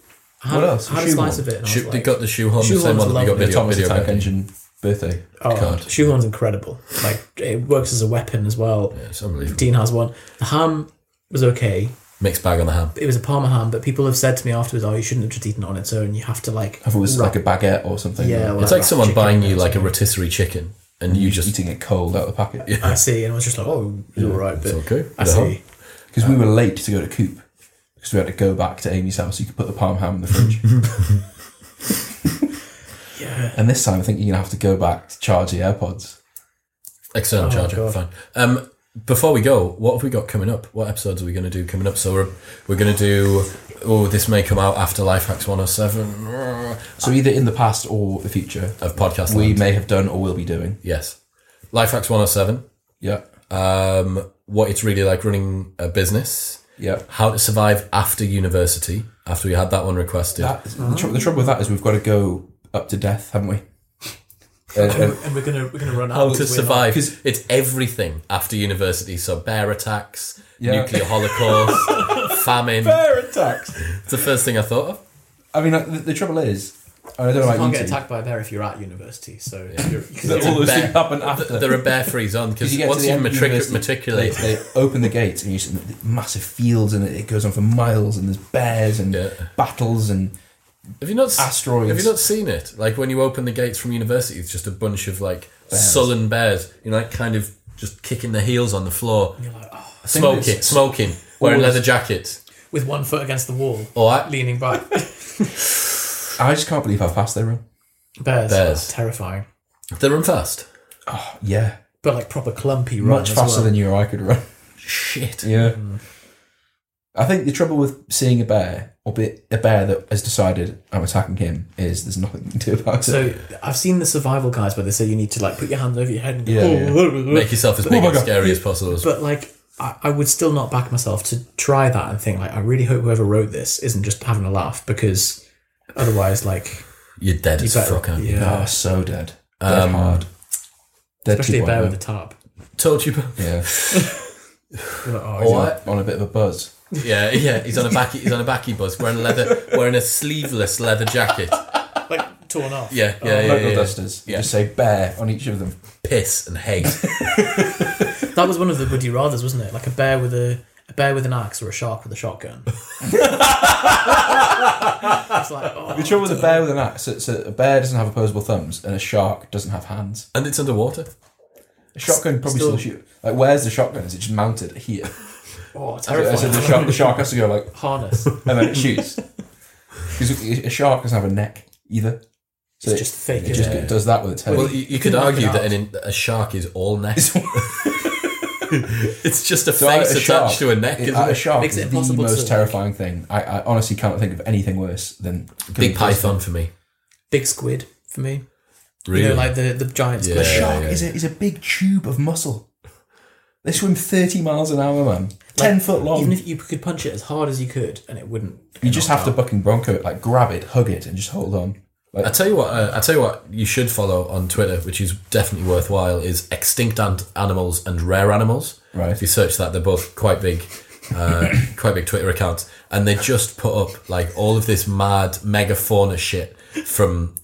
[SPEAKER 2] I had,
[SPEAKER 3] What else?
[SPEAKER 2] I had a
[SPEAKER 3] Shoehorn.
[SPEAKER 2] slice of it and I
[SPEAKER 1] Shoe,
[SPEAKER 2] was
[SPEAKER 1] they
[SPEAKER 2] like,
[SPEAKER 1] got the shoehorn, the same
[SPEAKER 2] Shoehorn's
[SPEAKER 1] one that we got
[SPEAKER 2] lovely.
[SPEAKER 1] video,
[SPEAKER 3] Thomas the
[SPEAKER 1] video
[SPEAKER 3] Tank
[SPEAKER 1] game.
[SPEAKER 3] Engine birthday.
[SPEAKER 2] Oh,
[SPEAKER 1] God.
[SPEAKER 2] shoehorn's incredible. Like it works as a weapon as well.
[SPEAKER 1] It's unbelievable.
[SPEAKER 2] Dean has one. The ham was okay.
[SPEAKER 1] Mixed bag on the ham.
[SPEAKER 2] It was a parma ham, but people have said to me afterwards, "Oh, you shouldn't have just eaten it on its own. You have to like."
[SPEAKER 3] I've always like a baguette or something.
[SPEAKER 2] yeah,
[SPEAKER 1] It's like
[SPEAKER 2] wrap
[SPEAKER 1] someone
[SPEAKER 2] chicken
[SPEAKER 1] buying
[SPEAKER 2] in
[SPEAKER 1] you
[SPEAKER 2] it.
[SPEAKER 1] like a rotisserie chicken and you just
[SPEAKER 3] eating it cold out of the packet.
[SPEAKER 2] I see, and I was just like, "Oh, it's all right." But
[SPEAKER 1] okay.
[SPEAKER 2] I
[SPEAKER 1] Yeah.
[SPEAKER 2] see.
[SPEAKER 3] Because we were late to go to Coop because we had to go back to Amy's house. You could put the palm ham in the fridge.
[SPEAKER 2] Yeah.
[SPEAKER 3] and this time, I think you're going to have to go back to charge the AirPods.
[SPEAKER 1] external charger.
[SPEAKER 2] God.
[SPEAKER 1] Fine. Um, before we go, what have we got coming up? What episodes are we going to do coming up? So we're, we're going to do. Oh, this may come out after Life Hacks 107 uh,
[SPEAKER 3] So either in the past or the future,
[SPEAKER 1] of podcast.
[SPEAKER 3] we
[SPEAKER 1] land.
[SPEAKER 3] may have done or will be doing.
[SPEAKER 1] yes, Life Hacks 107.
[SPEAKER 3] Yeah,
[SPEAKER 1] Um, what it's really like running a business.
[SPEAKER 3] yeah.
[SPEAKER 1] How to survive after university. After we had that one requested.
[SPEAKER 3] That, the, tr- the trouble with that is we've got to go up to death, haven't we? Uh, And- and-
[SPEAKER 2] And we're gonna we're gonna run out.
[SPEAKER 1] How to survive?
[SPEAKER 3] 'Cause-
[SPEAKER 1] It's everything after university. So bear attacks,
[SPEAKER 3] Yeah.
[SPEAKER 1] nuclear holocaust, famine.
[SPEAKER 3] bear attacks.
[SPEAKER 1] It's the first thing I thought of.
[SPEAKER 3] I mean, like, the, the trouble is, I don't know
[SPEAKER 2] You
[SPEAKER 3] about
[SPEAKER 2] can't
[SPEAKER 3] you
[SPEAKER 2] get
[SPEAKER 3] two,
[SPEAKER 2] attacked by a bear if you're at university. So you're,
[SPEAKER 3] that all those
[SPEAKER 1] Bear-
[SPEAKER 3] things happen after.
[SPEAKER 1] They're a bear free zone because
[SPEAKER 3] you get
[SPEAKER 1] once
[SPEAKER 3] to the
[SPEAKER 1] you've
[SPEAKER 3] end of
[SPEAKER 1] matric-
[SPEAKER 3] university,
[SPEAKER 1] matriculated,
[SPEAKER 3] They, they open the gates and you see the massive fields and it, it goes on for miles and there's bears and
[SPEAKER 1] Yeah.
[SPEAKER 3] battles and
[SPEAKER 1] have you not s-
[SPEAKER 3] Asteroids.
[SPEAKER 1] Have you not seen it? Like when you open the gates from university, it's just a bunch of like sullen bears. You know, like kind of just kicking their heels on the floor, smoking,
[SPEAKER 3] it's-
[SPEAKER 1] smoking, wearing
[SPEAKER 3] always-
[SPEAKER 1] leather jackets.
[SPEAKER 2] "Oh," with one foot against the wall,
[SPEAKER 1] All right,
[SPEAKER 2] leaning back.
[SPEAKER 3] I just can't believe how fast they run.
[SPEAKER 2] Bears,
[SPEAKER 1] Bears.
[SPEAKER 2] terrifying,
[SPEAKER 1] they run fast.
[SPEAKER 3] Yeah,
[SPEAKER 2] but like proper clumpy. run
[SPEAKER 3] much
[SPEAKER 2] as
[SPEAKER 3] faster
[SPEAKER 2] well.
[SPEAKER 3] than you or I could run.
[SPEAKER 1] Shit.
[SPEAKER 3] Yeah. I think the trouble with seeing a bear, or be, a bear that has decided I'm attacking him, is there's nothing you can do about it.
[SPEAKER 2] So I've seen the survival guides where they say you need to like put your hands over your head and go,
[SPEAKER 3] Yeah,
[SPEAKER 2] "Oh,
[SPEAKER 1] Make yourself as big
[SPEAKER 3] my
[SPEAKER 1] and
[SPEAKER 3] God.
[SPEAKER 1] scary as possible.
[SPEAKER 2] but like I, I would still not back myself to try that and think like I really hope whoever wrote this isn't just having a laugh because otherwise like
[SPEAKER 1] You're dead as
[SPEAKER 2] better-
[SPEAKER 1] fuck, aren't you?
[SPEAKER 2] yeah,
[SPEAKER 3] Oh, so dead. Dead hard. Dead
[SPEAKER 2] especially a
[SPEAKER 3] too
[SPEAKER 2] bear
[SPEAKER 3] wide
[SPEAKER 2] with a tarp.
[SPEAKER 1] Told you. about-
[SPEAKER 3] Yeah.
[SPEAKER 2] You're like, oh,
[SPEAKER 1] Or
[SPEAKER 2] he's-
[SPEAKER 1] what?
[SPEAKER 3] On a bit of a buzz.
[SPEAKER 1] Yeah, yeah. He's on a backy. He's on a backy bus wearing a leather, wearing a sleeveless leather jacket.
[SPEAKER 2] like torn off.
[SPEAKER 1] Yeah, yeah, yeah.
[SPEAKER 3] Local
[SPEAKER 1] yeah, yeah.
[SPEAKER 3] dusters. You just say bear on each of them.
[SPEAKER 1] Piss and hate.
[SPEAKER 2] That was one of the Would You Rather's, wasn't it? Like a bear with a, a bear with an axe or a shark with a shotgun. it's like, oh,
[SPEAKER 3] The trouble with a bear with an axe, it's a, a bear doesn't have opposable thumbs, and a shark doesn't have hands.
[SPEAKER 1] and it's underwater.
[SPEAKER 3] A shotgun probably
[SPEAKER 2] Still-
[SPEAKER 3] still, shoot. Like, where's the shotgun? Is it just mounted here?
[SPEAKER 2] oh,
[SPEAKER 3] I said
[SPEAKER 2] terrifying.
[SPEAKER 3] the shark, the shark has to go like,
[SPEAKER 2] Harness.
[SPEAKER 3] and then it shoots. Because a shark doesn't have a neck either. So
[SPEAKER 2] It's just fake.
[SPEAKER 3] it just
[SPEAKER 2] isn't it?
[SPEAKER 3] does that with its head.
[SPEAKER 1] Well, you, you could
[SPEAKER 2] Couldn't work
[SPEAKER 1] argue
[SPEAKER 2] it
[SPEAKER 1] that
[SPEAKER 2] out.
[SPEAKER 1] an, in- a shark is all neck. it's just a
[SPEAKER 3] So
[SPEAKER 1] face
[SPEAKER 3] a
[SPEAKER 1] attached
[SPEAKER 3] shark-
[SPEAKER 1] to a neck,
[SPEAKER 3] it-
[SPEAKER 1] isn't
[SPEAKER 3] a
[SPEAKER 1] it?
[SPEAKER 3] shark
[SPEAKER 2] Makes it
[SPEAKER 3] is the
[SPEAKER 2] impossible to
[SPEAKER 3] most
[SPEAKER 2] survive.
[SPEAKER 3] terrifying thing. I, I honestly cannot think of anything worse than
[SPEAKER 1] Big python for me.
[SPEAKER 2] Big squid for me.
[SPEAKER 1] Really?
[SPEAKER 2] You know, like the, the giant squid.
[SPEAKER 1] Yeah.
[SPEAKER 3] A shark is, a, is a big tube of muscle. They swim 30 miles an hour, man. 10 foot long.
[SPEAKER 2] Even if you could punch it as hard as you could and it wouldn't.
[SPEAKER 3] you just have to bucking bronco it, like grab it, hug it, and just hold on.
[SPEAKER 1] I tell you what. Uh, I tell you what. You should follow on Twitter, which is definitely worthwhile. Is extinct ant- animals and rare animals.
[SPEAKER 3] Right.
[SPEAKER 1] If you search that, they're both quite big, uh, quite big Twitter accounts, and they just put up like all of this mad megafauna shit from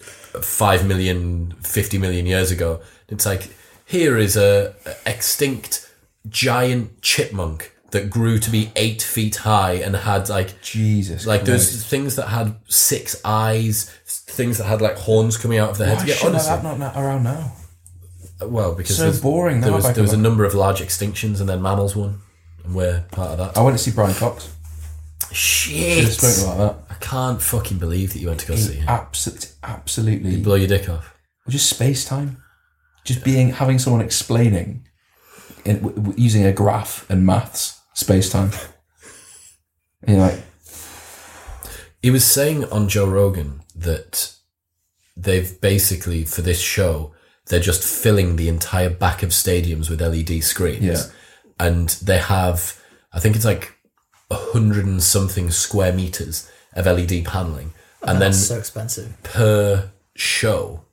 [SPEAKER 1] five million, 50 million years ago. It's like here is a, a extinct giant chipmunk that grew to be eight feet high and had like
[SPEAKER 3] Jesus
[SPEAKER 1] like
[SPEAKER 3] Christ.
[SPEAKER 1] those things that had six eyes, things that had like horns coming out of their
[SPEAKER 3] Why
[SPEAKER 1] heads. Yeah,
[SPEAKER 3] should
[SPEAKER 1] honestly.
[SPEAKER 3] that not, not around now?
[SPEAKER 1] well, because
[SPEAKER 3] so
[SPEAKER 1] there's-
[SPEAKER 3] boring,
[SPEAKER 1] There
[SPEAKER 3] now
[SPEAKER 1] was
[SPEAKER 3] if I
[SPEAKER 1] there was a
[SPEAKER 3] come
[SPEAKER 1] number of large extinctions, and then mammals won, and we're part of
[SPEAKER 3] I
[SPEAKER 1] that.
[SPEAKER 3] went to see Brian Cox. Should have
[SPEAKER 1] Shit!
[SPEAKER 3] spoken about
[SPEAKER 1] I can't fucking believe that you went to go
[SPEAKER 3] that.
[SPEAKER 1] see
[SPEAKER 3] He
[SPEAKER 1] him.
[SPEAKER 3] absolutely, absolutely,
[SPEAKER 1] Blow your dick off.
[SPEAKER 3] just space time, just being having someone explaining, in, w- w- using a graph and maths space time. And you're like,
[SPEAKER 1] He was saying on Joe Rogan that they've basically for this show they're just filling the entire back of stadiums with LED screens,
[SPEAKER 3] Yeah.
[SPEAKER 1] and they have I think it's like a hundred and something square meters of LED paneling, and then
[SPEAKER 2] Oh, That's so expensive.
[SPEAKER 1] per show,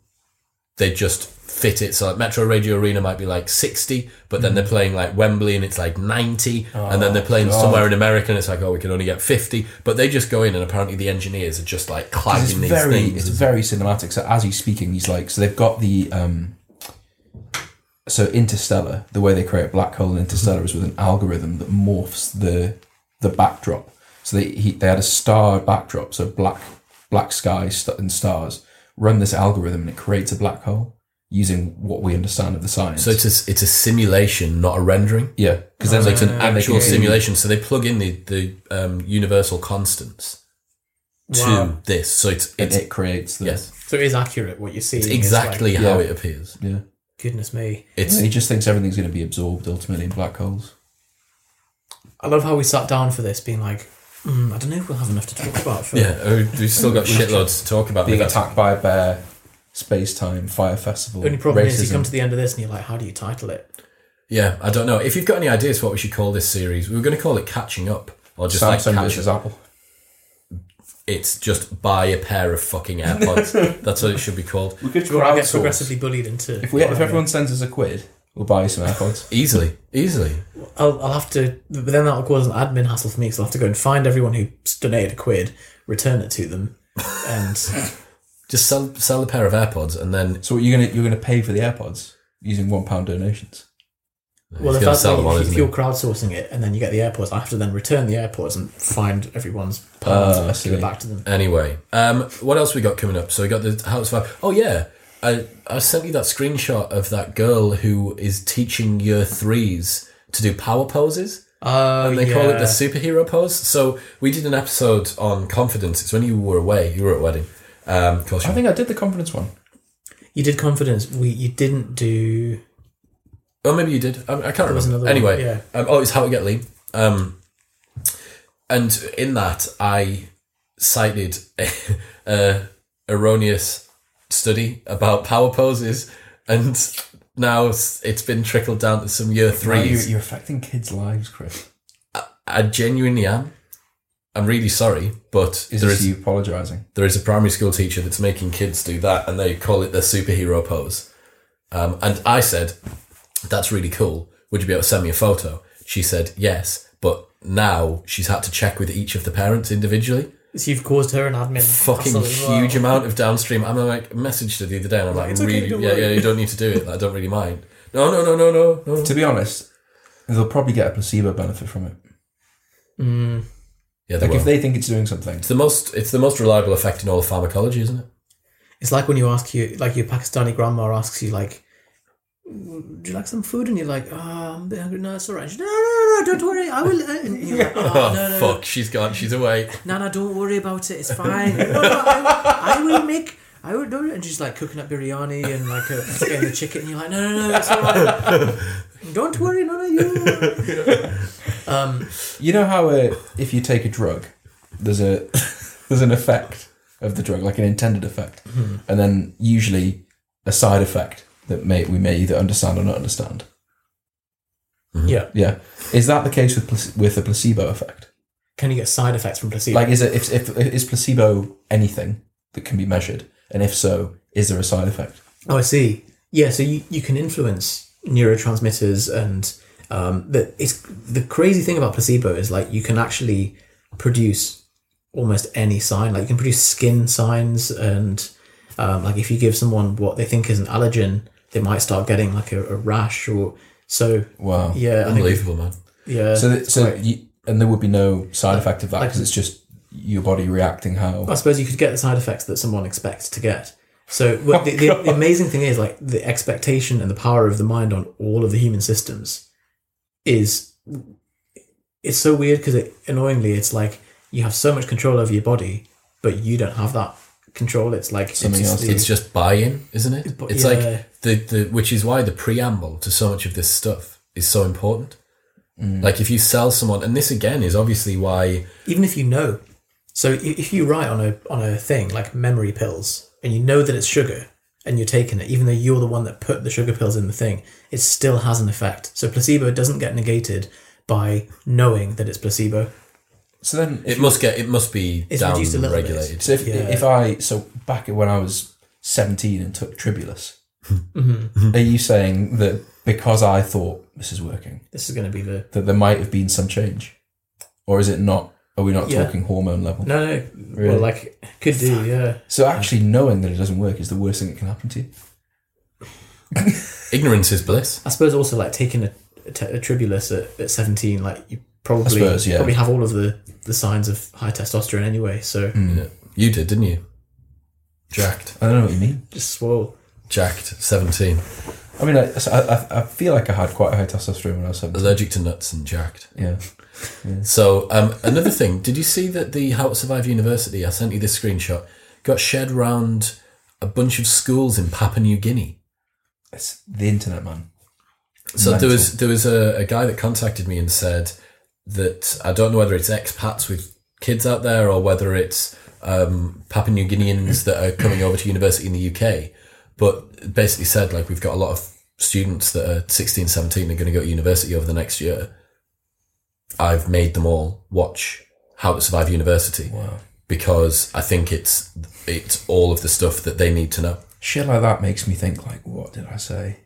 [SPEAKER 1] they just fit it. So like Metro Radio Arena might be like 60, but then they're playing like Wembley and it's like 90, and then they're playing somewhere in America and it's like, oh, we can only get 50. But they just go in and apparently the engineers are just like
[SPEAKER 3] it's
[SPEAKER 1] clagging these
[SPEAKER 3] very,
[SPEAKER 1] things.
[SPEAKER 3] it's very cinematic. So as he's speaking, he's like, so they've got the, um, so Interstellar, the way they create a black hole in Interstellar is with an algorithm that morphs the the backdrop. So they he, they had a star backdrop, so black black sky st- and stars. Run this algorithm and it creates a black hole using what we understand of the science.
[SPEAKER 1] so it's a, it's a simulation, not a rendering.
[SPEAKER 3] Yeah, because then
[SPEAKER 1] So
[SPEAKER 3] they
[SPEAKER 1] it's
[SPEAKER 3] can
[SPEAKER 1] an
[SPEAKER 3] and they
[SPEAKER 1] actual
[SPEAKER 3] can-
[SPEAKER 1] simulation. So they plug in the, the um, universal constants to
[SPEAKER 2] Wow.
[SPEAKER 1] this. So it's,
[SPEAKER 3] and
[SPEAKER 1] it's
[SPEAKER 3] it creates the
[SPEAKER 1] yes,
[SPEAKER 2] So it is accurate what you see.
[SPEAKER 1] it's exactly
[SPEAKER 2] Like,
[SPEAKER 1] how
[SPEAKER 3] Yeah.
[SPEAKER 1] it appears.
[SPEAKER 3] yeah.
[SPEAKER 2] goodness me.
[SPEAKER 1] It's
[SPEAKER 3] And he just thinks everything's going to be absorbed ultimately in black holes.
[SPEAKER 2] I love how we sat down for this, being like, mm, I don't know if we'll have enough to talk about. For
[SPEAKER 1] Yeah, oh, we've still got shitloads to talk about.
[SPEAKER 3] Being
[SPEAKER 1] We've got-
[SPEAKER 3] attacked by a bear, space time, fire festival.
[SPEAKER 2] The only problem
[SPEAKER 3] racism.
[SPEAKER 2] is you come to the end of this and you're like, how do you title it?
[SPEAKER 1] Yeah, I don't know. If you've got any ideas for what we should call this series, we were going to call it Catching Up, or just
[SPEAKER 3] Samsung
[SPEAKER 1] like Catch
[SPEAKER 3] versus
[SPEAKER 1] Up.
[SPEAKER 3] Apple.
[SPEAKER 1] It's just buy a pair of fucking AirPods. That's what it should be called.
[SPEAKER 3] We could
[SPEAKER 2] Do you want to get progressively bullied into?
[SPEAKER 3] If we if everyone sends us a quid, we'll buy you some AirPods.
[SPEAKER 1] Easily, easily.
[SPEAKER 2] I'll, I'll have to, but then that'll cause an admin hassle for me because I'll have to go and find everyone who donated a quid, return it to them, and
[SPEAKER 1] Just sell sell a pair of AirPods, and then
[SPEAKER 3] so what, you're gonna you're gonna pay for the AirPods using one pound donations.
[SPEAKER 2] well,
[SPEAKER 1] He's
[SPEAKER 2] if
[SPEAKER 1] gonna
[SPEAKER 2] that's
[SPEAKER 1] sell
[SPEAKER 2] like,
[SPEAKER 1] them all,
[SPEAKER 2] if
[SPEAKER 1] isn't
[SPEAKER 2] you're
[SPEAKER 1] he?
[SPEAKER 2] crowdsourcing it and then you get the airports, I have to then return the airports and find everyone's pounds
[SPEAKER 1] Oh,
[SPEAKER 3] Ah, I
[SPEAKER 2] and give
[SPEAKER 3] see.
[SPEAKER 2] it back to them.
[SPEAKER 1] anyway, um, what else we got coming up? So we got the House Five. Oh yeah, I I sent you that screenshot of that girl who is teaching year threes to do power poses.
[SPEAKER 2] Oh,
[SPEAKER 1] Um, They call it the superhero pose. So we did an episode on confidence. It's when you were away. You were at a wedding. Um, of course, you
[SPEAKER 3] I think I did the confidence one.
[SPEAKER 2] You did confidence. We you didn't do.
[SPEAKER 1] Oh, maybe you did. I, I can't
[SPEAKER 2] was
[SPEAKER 1] remember.
[SPEAKER 2] another
[SPEAKER 1] anyway,
[SPEAKER 2] one,
[SPEAKER 1] um, oh, it's how to get lean. Um, and in that, I cited a erroneous study about power poses, and now it's, it's been trickled down to some year
[SPEAKER 3] Now You're,
[SPEAKER 1] threes.
[SPEAKER 3] you're affecting kids' lives, Chris.
[SPEAKER 1] I genuinely am. I'm really sorry, but
[SPEAKER 3] Is
[SPEAKER 1] there
[SPEAKER 3] this
[SPEAKER 1] is
[SPEAKER 3] you apologising?
[SPEAKER 1] there is a primary school teacher that's making kids do that, and they call it their superhero pose. Um, and I said, "That's really cool. Would you be able to send me a photo?" She said, "Yes," but now she's had to check with each of the parents individually.
[SPEAKER 2] So you've caused her an admin.
[SPEAKER 1] fucking
[SPEAKER 2] hassle as well.
[SPEAKER 1] huge amount of downstream. I'm like messaged her the other day, and I'm like,
[SPEAKER 2] It's okay,
[SPEAKER 1] really,
[SPEAKER 2] don't
[SPEAKER 1] yeah,
[SPEAKER 2] worry.
[SPEAKER 1] yeah, you don't need to do it. I don't really mind. No, no, no, no, no, no.
[SPEAKER 3] To be honest, they'll probably get a placebo benefit from it.
[SPEAKER 1] Yeah, they
[SPEAKER 3] Like
[SPEAKER 1] will.
[SPEAKER 3] if they think it's doing something,
[SPEAKER 1] it's the most. It's the most reliable effect in all of pharmacology, isn't it?
[SPEAKER 2] It's like when you ask you, like your Pakistani grandma asks you, like, "Mm, "Do you like some food?" And you're like, "Ah, I'm a bit hungry." No, it's all right. She's, no, no, no, no, don't worry. I will. uh," And you're like,
[SPEAKER 1] Oh,
[SPEAKER 2] "Ah, no, no,
[SPEAKER 1] fuck, she's gone. She's away.
[SPEAKER 2] no, no, don't worry about it. It's fine. no, no, I, I will make. I will do it. And she's like cooking up biryani and like a, getting the chicken. And you're like, no, no, no, it's all right. Don't worry, no, no, you. Um,
[SPEAKER 3] you know how uh, if you take a drug, there's a there's an effect of the drug, like an intended effect, and then usually a side effect that may we may either understand or not understand.
[SPEAKER 2] yeah.
[SPEAKER 3] Yeah, is that the case with plac- with the placebo effect?
[SPEAKER 2] Can you get side effects from placebo?
[SPEAKER 3] Like, is it if, if is placebo anything that can be measured, and if so, is there a side effect?
[SPEAKER 2] Oh, I see. Yeah, so you, you can influence neurotransmitters, and um, the, it's the crazy thing about placebo is like you can actually produce almost any sign. Like you can produce skin signs, and um, like if you give someone what they think is an allergen, they might start getting like a, a rash or so.
[SPEAKER 3] Wow.
[SPEAKER 2] Yeah, I think,
[SPEAKER 1] Unbelievable, man.
[SPEAKER 2] yeah.
[SPEAKER 3] So, that, so you, and there would be no side effect of that because it's just your body reacting how.
[SPEAKER 2] I suppose you could get the side effects that someone expects to get. So what the, the, the amazing thing is, like the expectation and the power of the mind on all of the human systems is it's so weird because it, annoyingly it's like you have so much control over your body, but you don't have that control. It's like
[SPEAKER 3] Something
[SPEAKER 2] it's
[SPEAKER 3] else
[SPEAKER 2] the-
[SPEAKER 1] It's just buy-in, isn't it?
[SPEAKER 2] But-
[SPEAKER 1] It's
[SPEAKER 2] yeah.
[SPEAKER 1] like the, the which is why the preamble to so much of this stuff is so important. Like if you sell someone, and this again is obviously why
[SPEAKER 2] even if you know. So i- if you write on a on a thing like memory pills and you know that it's sugar and you're taking it, even though you're the one that put the sugar pills in the thing, it still has an effect. So placebo doesn't get negated by knowing that it's placebo.
[SPEAKER 3] So then, if
[SPEAKER 1] it must get it must be
[SPEAKER 2] It's
[SPEAKER 1] down
[SPEAKER 2] reduced a little bit.
[SPEAKER 1] regulated.
[SPEAKER 3] So if,
[SPEAKER 2] Yeah.
[SPEAKER 3] if I so back when I was seventeen and took tribulus,
[SPEAKER 1] Mm-hmm.
[SPEAKER 3] are you saying that because I thought this is working
[SPEAKER 2] This is going to be the
[SPEAKER 3] that there might have been some change, or is it not? Are we not
[SPEAKER 2] Yeah.
[SPEAKER 3] talking hormone level?
[SPEAKER 2] no, no.
[SPEAKER 3] Really?
[SPEAKER 2] Well, like could do, yeah.
[SPEAKER 3] So actually, knowing that it doesn't work is the worst thing that can happen to you.
[SPEAKER 1] Ignorance is bliss.
[SPEAKER 2] I suppose also like taking a, a, te- a tribulus at, at seventeen, like you probably
[SPEAKER 3] suppose, yeah.
[SPEAKER 2] probably have all of the the signs of high testosterone anyway. So
[SPEAKER 3] Hmm.
[SPEAKER 1] Yeah. You did, didn't you? Jacked,
[SPEAKER 3] I don't know what you mean.
[SPEAKER 2] just swole.
[SPEAKER 1] jacked. Seventeen,
[SPEAKER 3] I mean, I, so I, I- I feel like I had quite a high testosterone when I was seventeen.
[SPEAKER 1] allergic to nuts and jacked.
[SPEAKER 3] Yeah,
[SPEAKER 1] So um, another thing, did you see that the How to Survive University? I sent you this screenshot. Got shared round a bunch of schools in Papua New Guinea.
[SPEAKER 3] it's the internet, man.
[SPEAKER 1] So
[SPEAKER 3] Mental.
[SPEAKER 1] there was there was a, a guy that contacted me and said that I don't know whether it's expats with kids out there or whether it's um, Papua New Guineans that are coming over to university in the UK, but basically said like we've got a lot of students that are 16, 17 are going to go to university over the next year. I've made them all watch How to Survive University because I think it's it's all of the stuff that they need to know.
[SPEAKER 3] Shit like that makes me think. Like, what did I say?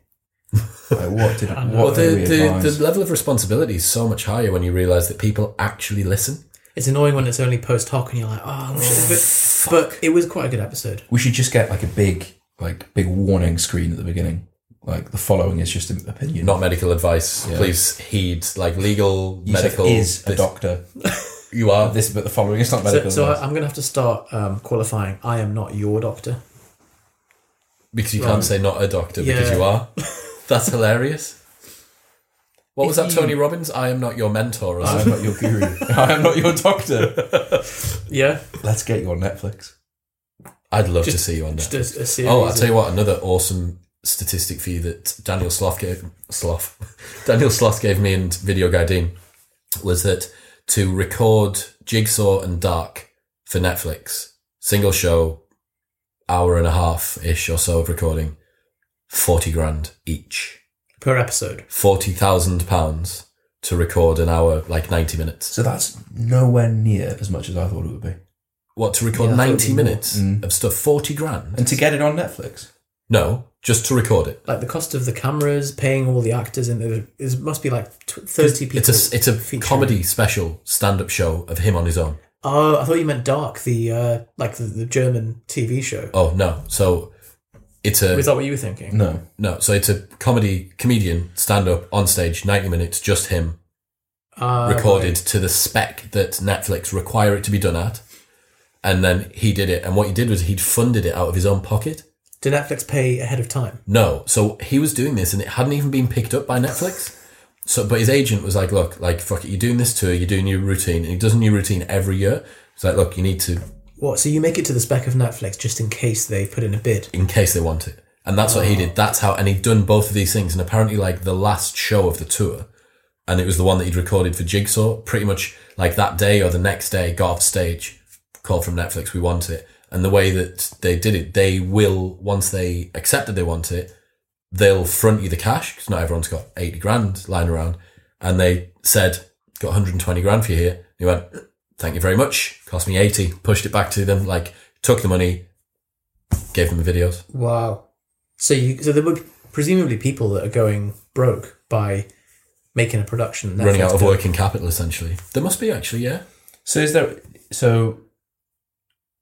[SPEAKER 3] like, what did I? What
[SPEAKER 1] Well,
[SPEAKER 3] did
[SPEAKER 1] the,
[SPEAKER 3] we
[SPEAKER 1] the,
[SPEAKER 3] advise?
[SPEAKER 1] the level of responsibility is so much higher when you realise that people actually listen.
[SPEAKER 2] It's annoying when it's only post hoc and you're like, oh, I should have but, but it was quite a good episode.
[SPEAKER 3] We should just get like a big, like big warning screen at the beginning. Like the following is just an opinion.
[SPEAKER 1] Not medical advice. Please heed, like legal,
[SPEAKER 3] Yusuf
[SPEAKER 1] medical.
[SPEAKER 3] is a
[SPEAKER 1] this-
[SPEAKER 3] doctor.
[SPEAKER 1] You are.
[SPEAKER 3] This, but the following is not
[SPEAKER 2] So,
[SPEAKER 3] medical.
[SPEAKER 2] so
[SPEAKER 3] advice.
[SPEAKER 2] I, I'm going to have to start um, qualifying. I am not your doctor.
[SPEAKER 1] Because you can't say not a doctor because
[SPEAKER 2] Yeah.
[SPEAKER 1] you are. That's hilarious. What was
[SPEAKER 3] If
[SPEAKER 1] that,
[SPEAKER 3] you- Uh,
[SPEAKER 1] Tony Robbins? I am not your mentor or
[SPEAKER 3] I
[SPEAKER 1] something.
[SPEAKER 3] am not your guru. I am not your doctor.
[SPEAKER 2] Yeah,
[SPEAKER 3] Let's get you on Netflix.
[SPEAKER 1] I'd love to
[SPEAKER 2] Just-
[SPEAKER 1] see you on
[SPEAKER 2] just
[SPEAKER 1] that.
[SPEAKER 2] a, a series.
[SPEAKER 1] Oh, I'll tell
[SPEAKER 2] of-
[SPEAKER 1] you what, another awesome statistic for you that Daniel Sloth gave, Sloth, Daniel Sloth gave me and Video Guy Dean was that to record Jigsaw and Dark for Netflix, single show, hour and a half ish or so of recording, 40 grand each.
[SPEAKER 2] per episode.
[SPEAKER 1] £40,000 to record an hour, like 90 minutes.
[SPEAKER 3] So that's nowhere near as much as I thought it would be.
[SPEAKER 1] What, to record
[SPEAKER 2] Yeah, I thought it'd
[SPEAKER 1] 90
[SPEAKER 2] be more. Mm.
[SPEAKER 1] minutes of stuff? 40 grand?
[SPEAKER 3] And to get it on Netflix.
[SPEAKER 1] No, just to record it.
[SPEAKER 2] Like the cost of the cameras, paying all the actors, and there is must be like tw- thirty people.
[SPEAKER 1] It's a, it's a
[SPEAKER 2] featuring.
[SPEAKER 1] comedy special stand up show of him on his own.
[SPEAKER 2] Oh, I thought you meant Dark, the uh, like the, the German TV show.
[SPEAKER 1] Oh, no. So it's a.
[SPEAKER 2] Is that what you were thinking?
[SPEAKER 3] No.
[SPEAKER 1] No, so it's a comedy comedian stand up on stage, ninety minutes, just him
[SPEAKER 2] Uh,
[SPEAKER 1] recorded to the spec that Netflix require it to be done at, and then he did it. And what he did was he'd funded it out of his own pocket.
[SPEAKER 2] Did Netflix pay ahead of time?
[SPEAKER 1] No, so he was doing this, and it hadn't even been picked up by Netflix. So, but his agent was like, "Look, like fuck it, you're doing this tour, you're doing your routine, and he does a new routine every year. It's like, look, you need to
[SPEAKER 2] What? So you make it to the spec of Netflix just in case they put in a bid.
[SPEAKER 1] in case they want it. And that's what he did. That's how, and he'd done both of these things. And apparently, like the last show of the tour, and it was the one that he'd recorded for Jigsaw. Pretty much like that day or the next day, got off stage, called from Netflix, we want it. And the way that they did it, they will once they accept that they want it, they'll front you the cash because not everyone's got eighty grand lying around. And they said, "Got one hundred and twenty grand for you here." And he went, "Thank you very much. Cost me eighty. Pushed it back to them. Like took the money, gave them the videos."
[SPEAKER 2] Wow. So you so there were presumably people that are going broke by making a production. Netflix
[SPEAKER 1] running out of
[SPEAKER 2] did.
[SPEAKER 1] working capital essentially. There must be actually, yeah.
[SPEAKER 3] So is there? So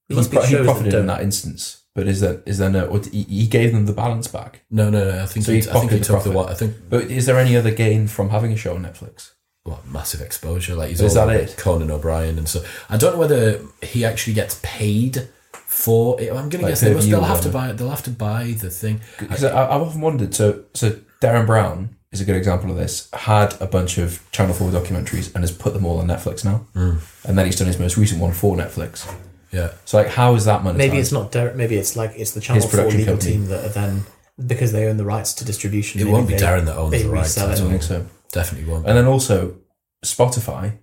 [SPEAKER 3] he,
[SPEAKER 2] There must be
[SPEAKER 3] pro- he
[SPEAKER 2] shows that
[SPEAKER 3] profited in
[SPEAKER 2] don't.
[SPEAKER 3] that instance, but is there is there no? Or he, he gave them the balance back.
[SPEAKER 1] No, no, no. I think
[SPEAKER 3] So
[SPEAKER 1] he,
[SPEAKER 3] he
[SPEAKER 1] I think he
[SPEAKER 3] pocketed the
[SPEAKER 1] took the
[SPEAKER 3] profit.
[SPEAKER 1] what I think
[SPEAKER 3] But is there any other gain from having a show on Netflix?
[SPEAKER 1] well, massive exposure. Like he's
[SPEAKER 3] Is
[SPEAKER 1] all
[SPEAKER 3] that
[SPEAKER 1] over
[SPEAKER 3] it?
[SPEAKER 1] Conan O'Brien and so I don't know whether he actually gets paid for it. I'm gonna
[SPEAKER 3] Like
[SPEAKER 1] guess they must,
[SPEAKER 3] pay-per-view
[SPEAKER 1] they'll
[SPEAKER 3] or
[SPEAKER 1] have to buy
[SPEAKER 3] whatever.
[SPEAKER 1] they'll have to buy the thing.
[SPEAKER 3] Because I've often wondered. So so Darren Brown is a good example of this. Had a bunch of Channel Four documentaries and has put them all on Netflix now,
[SPEAKER 1] Hmm.
[SPEAKER 3] and then he's done his most recent one for Netflix.
[SPEAKER 1] Yeah.
[SPEAKER 3] So like, how is that monetized?
[SPEAKER 2] Maybe it's not Derek. Maybe it's like it's the Channel Four
[SPEAKER 3] production
[SPEAKER 2] legal
[SPEAKER 3] company.
[SPEAKER 2] team that are then because they own the rights to distribution.
[SPEAKER 1] It
[SPEAKER 2] maybe
[SPEAKER 1] won't be
[SPEAKER 2] they-
[SPEAKER 1] Darren that owns
[SPEAKER 2] they
[SPEAKER 1] the rights.
[SPEAKER 2] resell
[SPEAKER 1] I
[SPEAKER 2] it.
[SPEAKER 3] I don't
[SPEAKER 1] don't
[SPEAKER 3] think so.
[SPEAKER 1] Definitely won't.
[SPEAKER 3] And then also Spotify.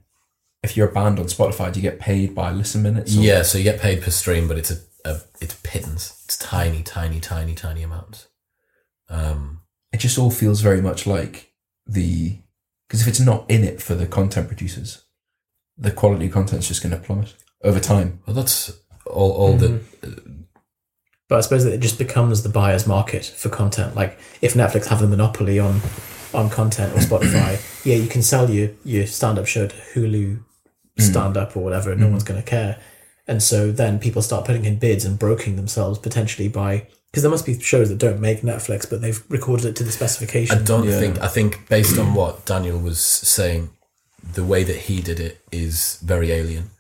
[SPEAKER 3] If you're a band on Spotify, do you get paid by listen minutes? or-
[SPEAKER 1] yeah, so you get paid per stream, but it's a, a it's pittance. It's tiny, tiny, tiny, tiny amounts. Um
[SPEAKER 3] It just all feels very much like the because if it's not in it for the content producers, the quality of content's just going to plummet over time.
[SPEAKER 1] well that's all all
[SPEAKER 3] Mm-hmm.
[SPEAKER 1] that
[SPEAKER 2] But I suppose that it just becomes the buyer's market for content. Like if Netflix have the monopoly on on content or Spotify, yeah, you can sell your your stand up show to Hulu stand up or whatever, and no one's going to care. And so then people start putting in bids and broking themselves potentially by because there must be shows that don't make Netflix, but they've recorded it to the
[SPEAKER 1] I
[SPEAKER 2] specification.
[SPEAKER 1] don't think. I think based on what Daniel was saying, the way that he did it is very alien.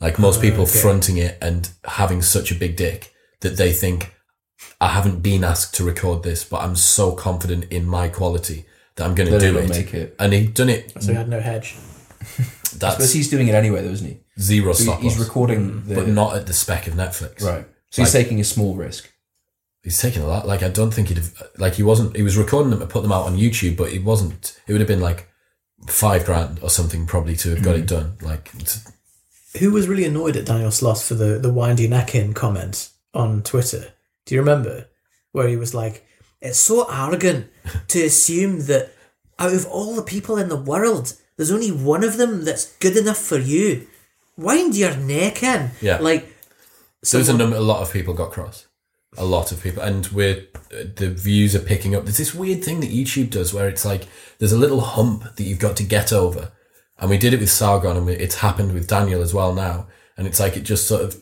[SPEAKER 1] Like most people fronting it and having such a big dick that they think, I haven't been asked to record this, but I'm so confident in my quality that I'm going to
[SPEAKER 3] That
[SPEAKER 1] do
[SPEAKER 3] it'll
[SPEAKER 1] it.
[SPEAKER 3] make it.
[SPEAKER 1] And he done it.
[SPEAKER 2] So we had no hedge.
[SPEAKER 3] But
[SPEAKER 1] That's
[SPEAKER 3] he's doing it anyway, though, isn't he?
[SPEAKER 1] zero
[SPEAKER 3] So
[SPEAKER 1] stop
[SPEAKER 3] he's
[SPEAKER 1] loss,
[SPEAKER 3] recording the
[SPEAKER 1] but not at the spec of Netflix.
[SPEAKER 3] right. So he's taking a small risk.
[SPEAKER 1] He's taking a lot. Like I don't think he'd have, like he wasn't. He was recording them and put them out on YouTube, but it wasn't. It would have been like five grand or something probably to have got it done. Like it's-
[SPEAKER 2] Who was really annoyed at Daniel Sloss for the, the windy necking comment on Twitter? Do you remember? Where he was like, It's so arrogant to assume that out of all the people in the world, there's only one of them that's good enough for you. Wind your neck in.
[SPEAKER 1] Yeah.
[SPEAKER 2] Like,
[SPEAKER 1] So there's a number, a lot of people got cross. A lot of people, and we're uh, the views are picking up. There's this weird thing that YouTube does where it's like there's a little hump that you've got to get over, and we did it with Sargon, and we, it's happened with Daniel as well now. And it's like it just sort of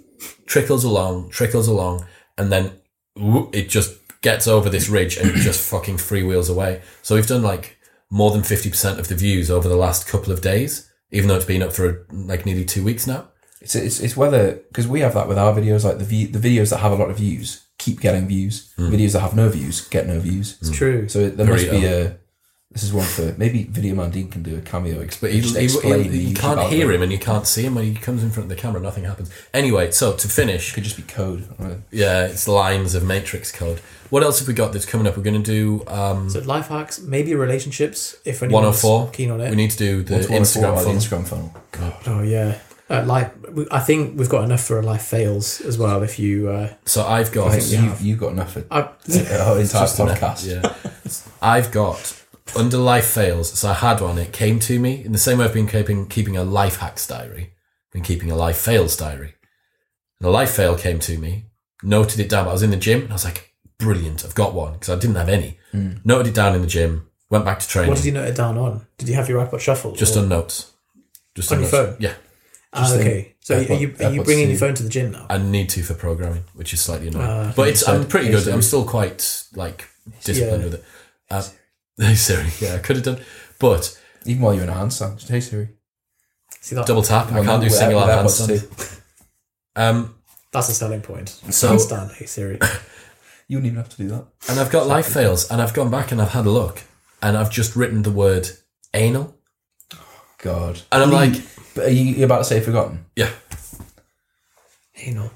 [SPEAKER 1] trickles along, trickles along, and then whoop, it just gets over this ridge and it just fucking freewheels away. So we've done like more than fifty percent of the views over the last couple of days, even though it's been up for like nearly two weeks now.
[SPEAKER 3] It's it's, it's whether because we have that with our videos, like the view, the videos that have a lot of views keep getting views. Videos that have no views get no views.
[SPEAKER 1] Mm.
[SPEAKER 3] It's
[SPEAKER 2] true.
[SPEAKER 3] So it- there
[SPEAKER 1] Hmm. Very
[SPEAKER 3] must be a. This is one for maybe Video Man Dean can do a cameo. Ex-
[SPEAKER 1] But he,
[SPEAKER 3] just
[SPEAKER 1] he-
[SPEAKER 3] explain
[SPEAKER 1] he-
[SPEAKER 3] the
[SPEAKER 1] you
[SPEAKER 3] YouTube
[SPEAKER 1] can't hear
[SPEAKER 3] algorithm.
[SPEAKER 1] him and you can't see him when he comes in front of the camera. Nothing happens. Anyway, so to finish,
[SPEAKER 3] Could just be code. right?
[SPEAKER 1] yeah, it's lines of Matrix code. What else have we got that's coming up? We're going to do um,
[SPEAKER 2] So, life hacks, maybe relationships, if anyone's
[SPEAKER 1] 104.
[SPEAKER 2] keen on it.
[SPEAKER 1] We need to do the
[SPEAKER 3] What's one of four
[SPEAKER 1] Instagram
[SPEAKER 3] about the
[SPEAKER 1] funnel.
[SPEAKER 3] Instagram funnel.
[SPEAKER 2] oh, yeah. Uh, live, we- I think we've got enough for a life fails as well. If you, uh,
[SPEAKER 1] So I've got.
[SPEAKER 3] I think you, you've got enough for a
[SPEAKER 2] I,
[SPEAKER 3] whole entire
[SPEAKER 1] Just an-
[SPEAKER 3] podcast.
[SPEAKER 1] Yeah. I've got under life fails. So I had one. It came to me in the same way I've been keeping keeping a life hacks diary, been keeping a life fails diary. And a life fail came to me. Noted it down. I was in the gym and I was like, brilliant. I've got one because I didn't have any. Noted it down in the gym. Went back to training.
[SPEAKER 2] Mm. what did you note it down on? Did you have your iPod Shuffle?
[SPEAKER 1] just
[SPEAKER 2] or-
[SPEAKER 1] on notes. Just
[SPEAKER 2] On
[SPEAKER 1] on
[SPEAKER 2] your
[SPEAKER 1] notes.
[SPEAKER 2] phone?
[SPEAKER 1] Yeah,
[SPEAKER 2] Ah, okay. So
[SPEAKER 3] AirPod-
[SPEAKER 2] are you are you
[SPEAKER 3] AirPods
[SPEAKER 2] bringing
[SPEAKER 3] to-
[SPEAKER 2] your phone to the gym now?
[SPEAKER 1] I need to for programming, which is slightly annoying.
[SPEAKER 2] Ah,
[SPEAKER 1] but it's I'm
[SPEAKER 3] said-
[SPEAKER 1] pretty
[SPEAKER 3] you
[SPEAKER 1] good.
[SPEAKER 3] said-
[SPEAKER 1] I'm still quite like disciplined
[SPEAKER 2] Yeah.
[SPEAKER 1] with it. Uh, hey Siri, yeah, I could have done, but
[SPEAKER 3] Even while you're in a handstand, just hey Siri.
[SPEAKER 2] See that?
[SPEAKER 1] double tap. I
[SPEAKER 3] Well,
[SPEAKER 1] can't do
[SPEAKER 3] with-
[SPEAKER 1] single
[SPEAKER 3] with
[SPEAKER 1] arm
[SPEAKER 3] AirPods
[SPEAKER 1] handstands. Um,
[SPEAKER 2] That's a selling point.
[SPEAKER 1] So-
[SPEAKER 2] Hands down, hey Siri.
[SPEAKER 3] You wouldn't even have to do that.
[SPEAKER 1] and I've got life fails, and I've gone back and I've had a look, and I've just written the word anal,
[SPEAKER 3] God.
[SPEAKER 1] and I'm like,
[SPEAKER 3] But are you you're about to say forgotten?
[SPEAKER 1] yeah,
[SPEAKER 2] Hey, no.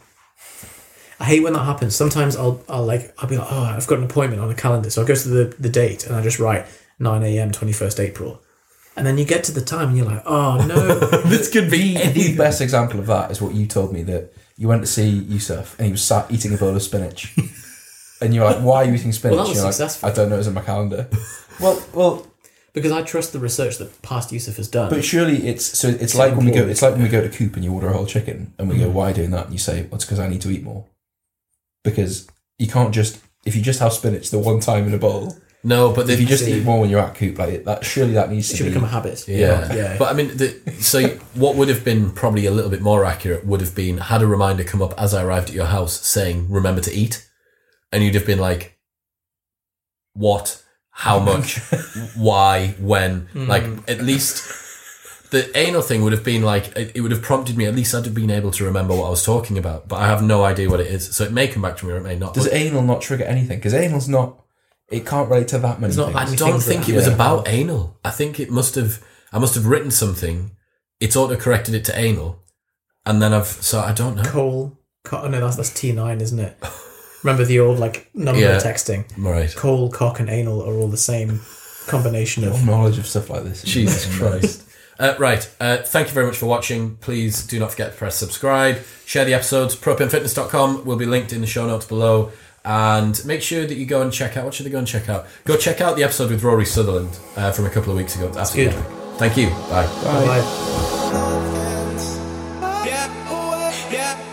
[SPEAKER 2] I hate when that happens. Sometimes I'll I'll like I'll be like, oh, I've got an appointment on the calendar, so I go to the the date and I just write nine a.m. twenty first April, and then you get to the time and you're like, oh no,
[SPEAKER 1] this could be
[SPEAKER 3] The best example of that is what you told me that you went to see Yusuf and he was sat eating a bowl of spinach. and you're like, why are you eating spinach?
[SPEAKER 2] Well, that was
[SPEAKER 3] You're like,
[SPEAKER 2] successful.
[SPEAKER 3] I don't know, it's in my calendar. well, well,
[SPEAKER 2] because I trust the research that past Yusuf has done.
[SPEAKER 3] But surely it's so it's like when we go it's like when we go to coop and you order a whole chicken and we
[SPEAKER 2] Mm.
[SPEAKER 3] go why are you doing that and you say well it's because I need to eat more because you can't just if you just have spinach the one time in a bowl
[SPEAKER 1] no, but
[SPEAKER 3] if
[SPEAKER 1] the,
[SPEAKER 3] you just eat more when you're at coop like that surely that needs
[SPEAKER 2] it
[SPEAKER 3] to
[SPEAKER 2] should
[SPEAKER 3] be
[SPEAKER 2] become a habit.
[SPEAKER 1] Yeah.
[SPEAKER 2] yeah.
[SPEAKER 1] But I mean, the, so what would have been probably a little bit more accurate would have been had a reminder come up as I arrived at your house saying, remember to eat. And you'd have been like, what? How much? Why? When? Like, at least the anal thing would have been like, it, it would have prompted me, at least I'd have been able to remember what I was talking about. But I have no idea what it is. So it may come back to me or it may not.
[SPEAKER 3] does
[SPEAKER 1] But
[SPEAKER 3] anal not trigger anything because anal's not it can't relate to that many
[SPEAKER 2] It's not
[SPEAKER 3] things.
[SPEAKER 1] I
[SPEAKER 2] that-
[SPEAKER 1] don't
[SPEAKER 2] Things
[SPEAKER 1] think
[SPEAKER 2] that-
[SPEAKER 1] it was
[SPEAKER 2] yeah.
[SPEAKER 1] about anal. I think it must have, I must have written something. It's auto corrected it to anal. And then I've, so I don't know.
[SPEAKER 2] Call, co- oh no, that's that's T nine, isn't it? Remember the old like number
[SPEAKER 1] Yeah.
[SPEAKER 2] texting.
[SPEAKER 1] Right.
[SPEAKER 2] Coal, cock, and anal are all the same combination
[SPEAKER 3] Your
[SPEAKER 2] of.
[SPEAKER 3] knowledge of stuff like this
[SPEAKER 1] Jesus Christ. Uh, right. Uh, thank you very much for watching. Please do not forget to press subscribe, share the episodes. PropaneFitness.com will be linked in the show notes below. And make sure that you go and check out. What should they go and check out? Go check out the episode with Rory Sutherland uh, from a couple of weeks ago. It's absolutely
[SPEAKER 2] good.
[SPEAKER 1] epic. Thank you. Bye.
[SPEAKER 2] Like,
[SPEAKER 6] Yeah, ooh, yeah,